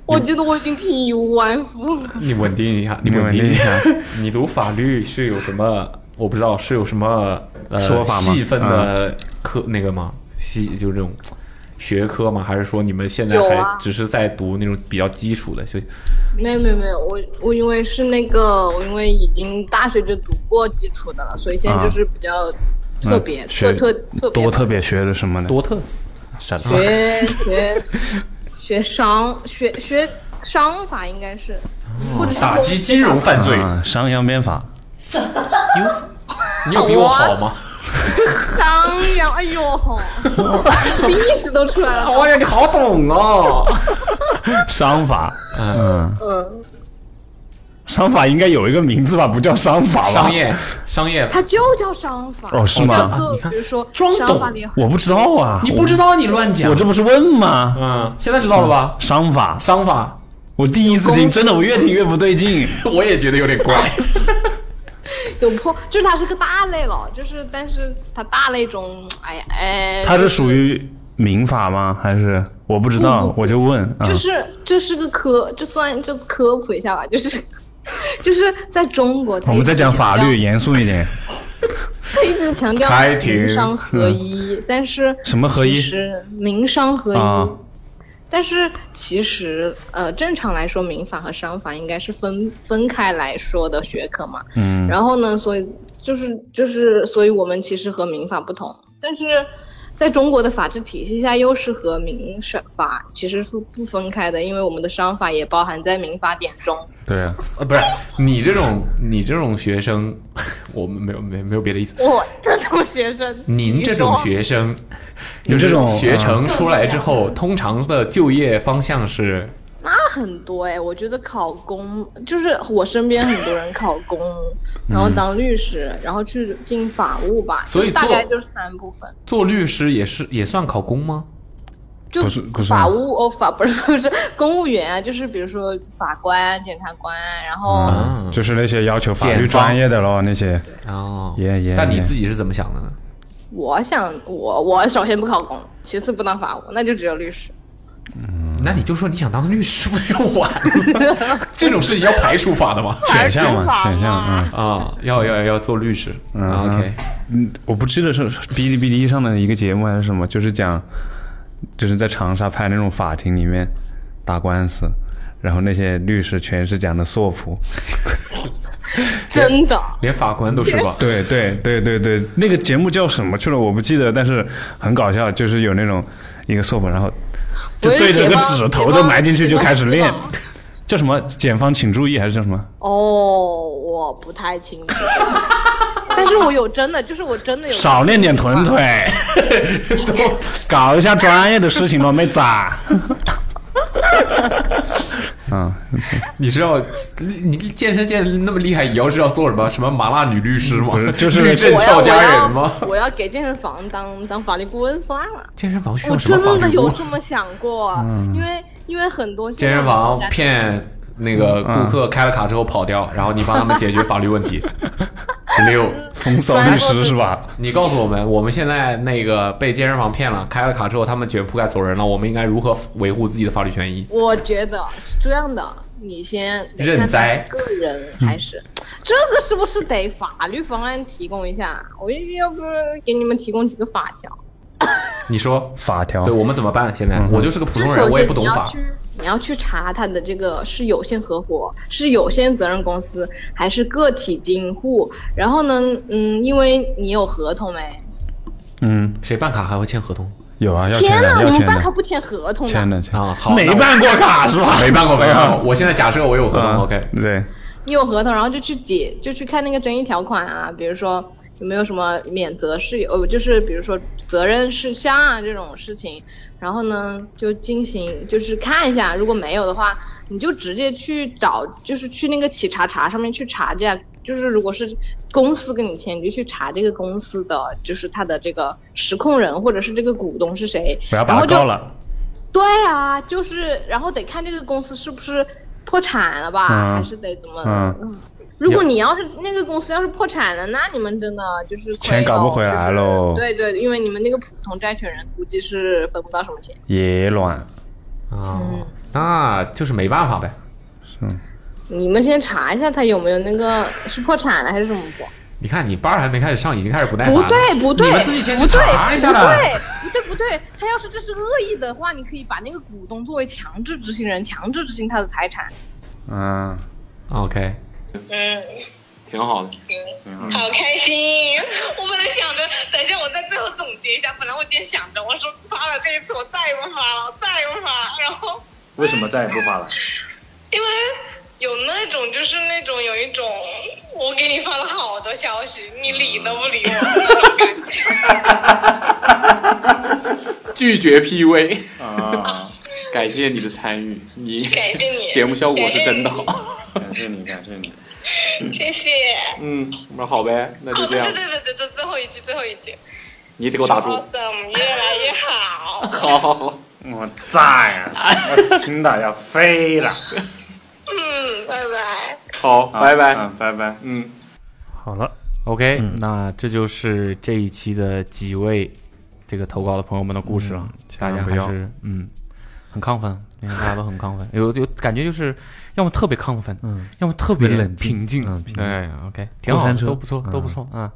S6: 我觉得我已经 PUI 服了。
S2: 你稳定一下，你
S4: 你
S2: 稳
S4: 稳
S2: 定
S4: 定一下。
S2: *laughs* 你读法律是有什么？我不知道是有什么、呃、
S4: 说法吗嗯
S2: 细分的科、那个吗？细就这种学科吗？还是说你们现在
S6: 有啊
S2: 还只是在读那种比较基础的？就
S6: 没有没有没有，我我因为是那个，我因为已经大学就读过基础的了，所以现在就是比较特别、
S4: 嗯
S6: 特
S4: 学
S6: 特特别
S4: 多特别学的什么的，
S2: 多特什么？
S6: 学学学商学学商法应该是，或者是
S2: 打击金融犯罪？
S4: 嗯，商鞅变法，
S2: 你有比我好吗？
S6: 商鞅，哎呦，历史都出来了，
S2: 哎呀，你好懂
S4: 啊
S2: 哦！
S4: 商法，嗯，
S6: 嗯，
S4: 商法应该有一个名字吧，不叫商法
S2: *laughs*
S4: 吧？
S2: 商业，商业，
S6: 它就叫商法，
S4: 哦，是
S6: 叫
S4: 吗？
S6: 做
S2: 你看
S6: 比如说
S2: 装
S6: 商
S2: 懂
S6: 法里
S4: 我不知道啊，
S2: 你不知道你乱讲。
S4: 我，我这不是问吗？
S2: 嗯，现在知道了吧？
S4: 商法，
S2: 商法，
S4: 我第一次听，真的，我越听越不对劲。
S2: *laughs* 我也觉得有点 *laughs* 怪。
S6: 有破，就是它是个大类了，就是但是它大类中，哎呀哎，
S4: 它是属于民法吗？还是我不知
S6: 不
S4: 道
S6: 不，不
S4: 我就问啊
S6: 就。是这是个科，就算就科普一下吧，就是 *laughs* 就是在中国，它
S4: 啊我们在讲法律，
S6: 一直
S4: 严肃一点。
S6: 强调，它一直强调
S4: 开庭嗯
S6: 民商合一，但是
S4: 什么合一
S6: 其实民商合一。
S4: 啊
S6: 但是其实，呃，正常来说，民法和商法应该是分分开来说的学科嘛。
S4: 嗯，
S6: 然后呢，所以就是就是，所以我们其实和民法不同，但是在中国的法治体系下，又是和民法其实是不分开的，因为我们的商法也包含在民法典 *laughs* 中。
S4: 对啊，
S2: 啊，不是你这种你这种学生， *laughs* 我们没有没有没有别的意思。
S6: 我这种学生，
S2: 您这种学生，就
S4: 你
S2: 是
S4: 这种
S2: 学成出来之后，通常的就业方向是
S6: 那很多哎、我觉得考公就是我身边很多人考公，然后当律师，然后去进法务吧，
S2: 所以
S6: 就大
S2: 做
S6: 概就是三部分。
S2: 做律师也是也算考公吗？
S6: 就
S4: 不是不是
S6: 法
S4: 吗
S6: 务哦，法 *laughs* 不是不是公务员啊，就是比如说法官、检察官，然后、
S2: 啊
S4: 嗯就是那些要求法
S2: 检
S4: 律
S2: 方
S4: 专业的咯，那些
S2: 哦，
S4: 也也
S2: 但你
S4: 也
S2: 自己是怎么想的呢？
S6: 我想，我我首先不考公，其次不当法务，那就只有律师。
S2: 那你就说你想当律师不就完 *laughs* 了？这种事情要排除法的吗？
S4: 选项嘛，
S6: 还
S4: 选
S6: 是民法
S4: 项
S6: 嘛
S4: 嗯。
S2: 啊，要要要做律师。啊
S4: 嗯
S2: OK，
S4: 嗯，我不记得是哔哩哔哩上的一个节目还是什么，就是讲，就是在长沙拍那种法庭里面打官司，然后那些律师全是讲的硕普。
S6: 真的，
S2: 连法官都是吧？
S4: 对对对对对，那个节目叫什么去了？我不记得，但是很搞笑，就是有那种一个硕普，然后就
S6: 我是
S4: 对着
S6: 解
S4: 个
S6: 放
S4: 指头
S6: 解
S4: 都
S6: 放
S4: 埋进去就开始
S6: 解
S4: 练
S6: 放，
S4: 叫什么？检方请注意还是叫什么？
S6: 哦，我不太清
S2: *laughs*
S6: 楚，但是我有真的，就是我真的有
S4: 少练点臀腿，
S6: *laughs*
S4: 搞一下专业的事情咯，妹子
S6: *laughs*
S4: 啊。嗯，
S2: 你知道你健身健得那么厉害，以后是要做什么什么麻辣女律师吗
S4: 不是？就是
S2: *laughs* 律政
S6: 我
S2: 俏
S6: 要
S2: 佳人吗？
S6: 我要我要给健身房当当法律顾问算了。
S2: 健身房需
S6: 我
S2: 要什么
S6: 真
S2: 法
S6: 的
S2: 律
S6: 有
S2: 顾
S6: 这
S2: 问？嗯
S6: 么想过，因为因为很多
S2: 健身房骗那个顾客开了卡之后跑掉，然后你帮他们解决法律问题。六
S4: 风骚律师是吧？
S2: 你告诉我们，我们现在那个被健身房骗了，开了卡之后他们卷铺盖走人了，我们应该如何维护自己的法律权益？
S6: 我觉得是这样的，你先得
S2: 认
S6: 看
S2: 栽
S6: 他个人还
S4: *laughs*
S6: 是这个是不是得法律方案提供一下？我要不给你们提供几个法条？
S2: 你说，
S4: 法条
S2: 对我们怎么办？现在
S4: 哦嗯哼
S2: 我就是个普
S6: 就
S2: 通
S6: 是
S2: 人，
S6: 首
S2: 我也不
S6: 先
S2: 懂
S6: 你要
S2: 法
S6: 去。你要去查他的这个是有限合伙、是有限责任公司还是个体经营户？然后呢，嗯，因为你有合同没？
S4: 嗯，
S2: 谁办卡还会签合同
S4: 有啊，要
S6: 天
S4: 签的，
S6: 你
S4: 要
S6: 们
S4: 签
S6: 办卡
S4: 的，
S6: 不签合同
S4: 签的，签的
S2: 啊？好，
S4: 没
S2: 那我
S4: 办过卡是吧？
S2: 没办过，没办
S4: 啊
S2: 过。哦我现在假设我有合同
S4: 啊
S2: ，OK。
S4: 对，
S6: 你有合同，然后就去解，就去看那个争议条款啊，比如说有没有什么免责事由，呃就是比如说责任事项啊这种事情，然后呢就进行就是看一下，如果没有的话，你就直接去找，就是去那个企查查上面去查这样，就是如果是公司跟你签，你就去查这个公司的就是它的这个实控人或者是这个股东是谁，
S4: 我要
S6: 然
S4: 把
S6: 后
S4: 他
S6: 就
S4: 告了。
S6: 对啊，就是然后得看这个公司是不是破产了吧，
S4: 嗯
S6: 还是得怎么？
S4: 嗯
S6: 嗯，如果你要是那个公司要是破产了，那你们真的就是亏
S4: 钱搞不回来喽
S6: 喽。就是对对，因为你们那个普通债权人估计是分不到什么钱。
S4: 野卵，
S2: 啊，
S6: 嗯
S2: 那就是没办法呗。
S6: 你们先查一下他有没有那个是破产了还是什么不？
S2: 你看，你班儿还没开始上，已经开始不耐烦
S6: 不
S2: 了。
S6: 对不对，
S2: 你们自己先去
S6: 不对
S2: 查一下
S6: 不
S2: 了。
S6: 对不对不对，他要是这是恶意的话，你可以把那个股东作为强制执行人，强制执行他的财产。
S4: 嗯，
S2: OK，
S7: 嗯，
S2: 挺好的。
S7: 好开心！我本来想着，等一下我再最后总结一下。本来我今天想着，我说发了这一次我再也不发了，再也不发。然后
S9: 为什么再也不发了？
S7: 因为有那种就是那种有一种，我给你发了好多消息，你理都不理我的那种感觉。
S10: 拒绝 PUA，
S9: 啊，
S10: *laughs* 感谢你的参与，你
S7: 感谢你，
S10: 节目效果是真的好。
S9: 感谢你，感谢你。
S7: *laughs* 谢谢。
S10: 嗯，那好呗，那就
S7: 哦，
S10: 这
S7: 对
S6: *laughs*
S10: 样
S7: 对，对对对对，最后一句，最后一句。
S10: 你得给我打住。
S7: awesome，越来越好。
S10: 好好好，
S9: 我赞呀、
S4: 啊
S9: 我听到要飞了。
S7: 嗯，拜拜。
S10: 好，拜
S4: 啊
S10: 拜。
S9: 嗯，拜拜。
S10: 嗯，
S4: 好了，
S2: OK，、那
S4: 嗯
S2: 这就是这一期的几位这个投稿的朋友们的故事了，大家
S4: 千万不
S2: 还
S4: 要
S2: 是嗯很亢奋，因为大家都很
S4: *laughs*
S2: 亢奋，有有感觉就是要么特别亢奋，
S4: 嗯，
S2: 要么特别
S4: 特别冷静
S2: 平静，
S4: 嗯平静
S2: 对，OK，挺好
S4: 过山
S2: 的，
S4: 车
S2: 都不错，
S4: 嗯
S2: 都不错啊。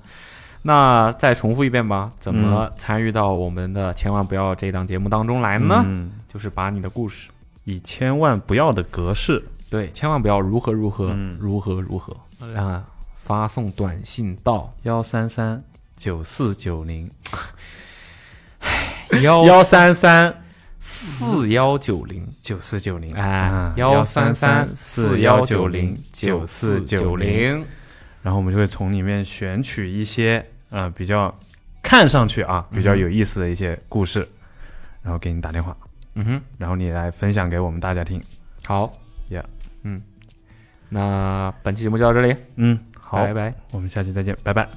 S2: 那再重复一遍吧，怎么参与到我们的“千万不要”这档节目当中来呢？
S4: 嗯，
S2: 就是把你的故事，
S4: 以千万不要的格式，
S2: 对，千万不要如何如何、
S4: 嗯
S2: 如何如何啊，发送短信到
S4: 幺三三九四九零
S2: *laughs* 幺
S4: 幺三三
S2: 四幺九零。
S4: 九四九零，
S2: 哎，
S4: 幺
S2: 幺三
S4: 三三
S2: 三
S4: 啊四
S2: 四
S4: 幺
S2: 幺
S4: 九
S2: 九
S4: 零
S2: 零
S4: 九
S2: 九
S4: 四
S2: 四
S4: 九
S2: 九
S4: 零，
S2: 零，
S4: 然后我们就会从里面选取一些呃比较看上去
S2: 嗯
S4: 啊比较有意思的一些故事，然后给你打电话，
S2: 嗯哼，
S4: 然后你来分享给我们大家听。
S2: 好，
S4: Yeah，
S2: 嗯，那本期节目就到这里，
S4: 嗯，好，
S2: 拜拜。
S4: 我们下期再见，拜拜。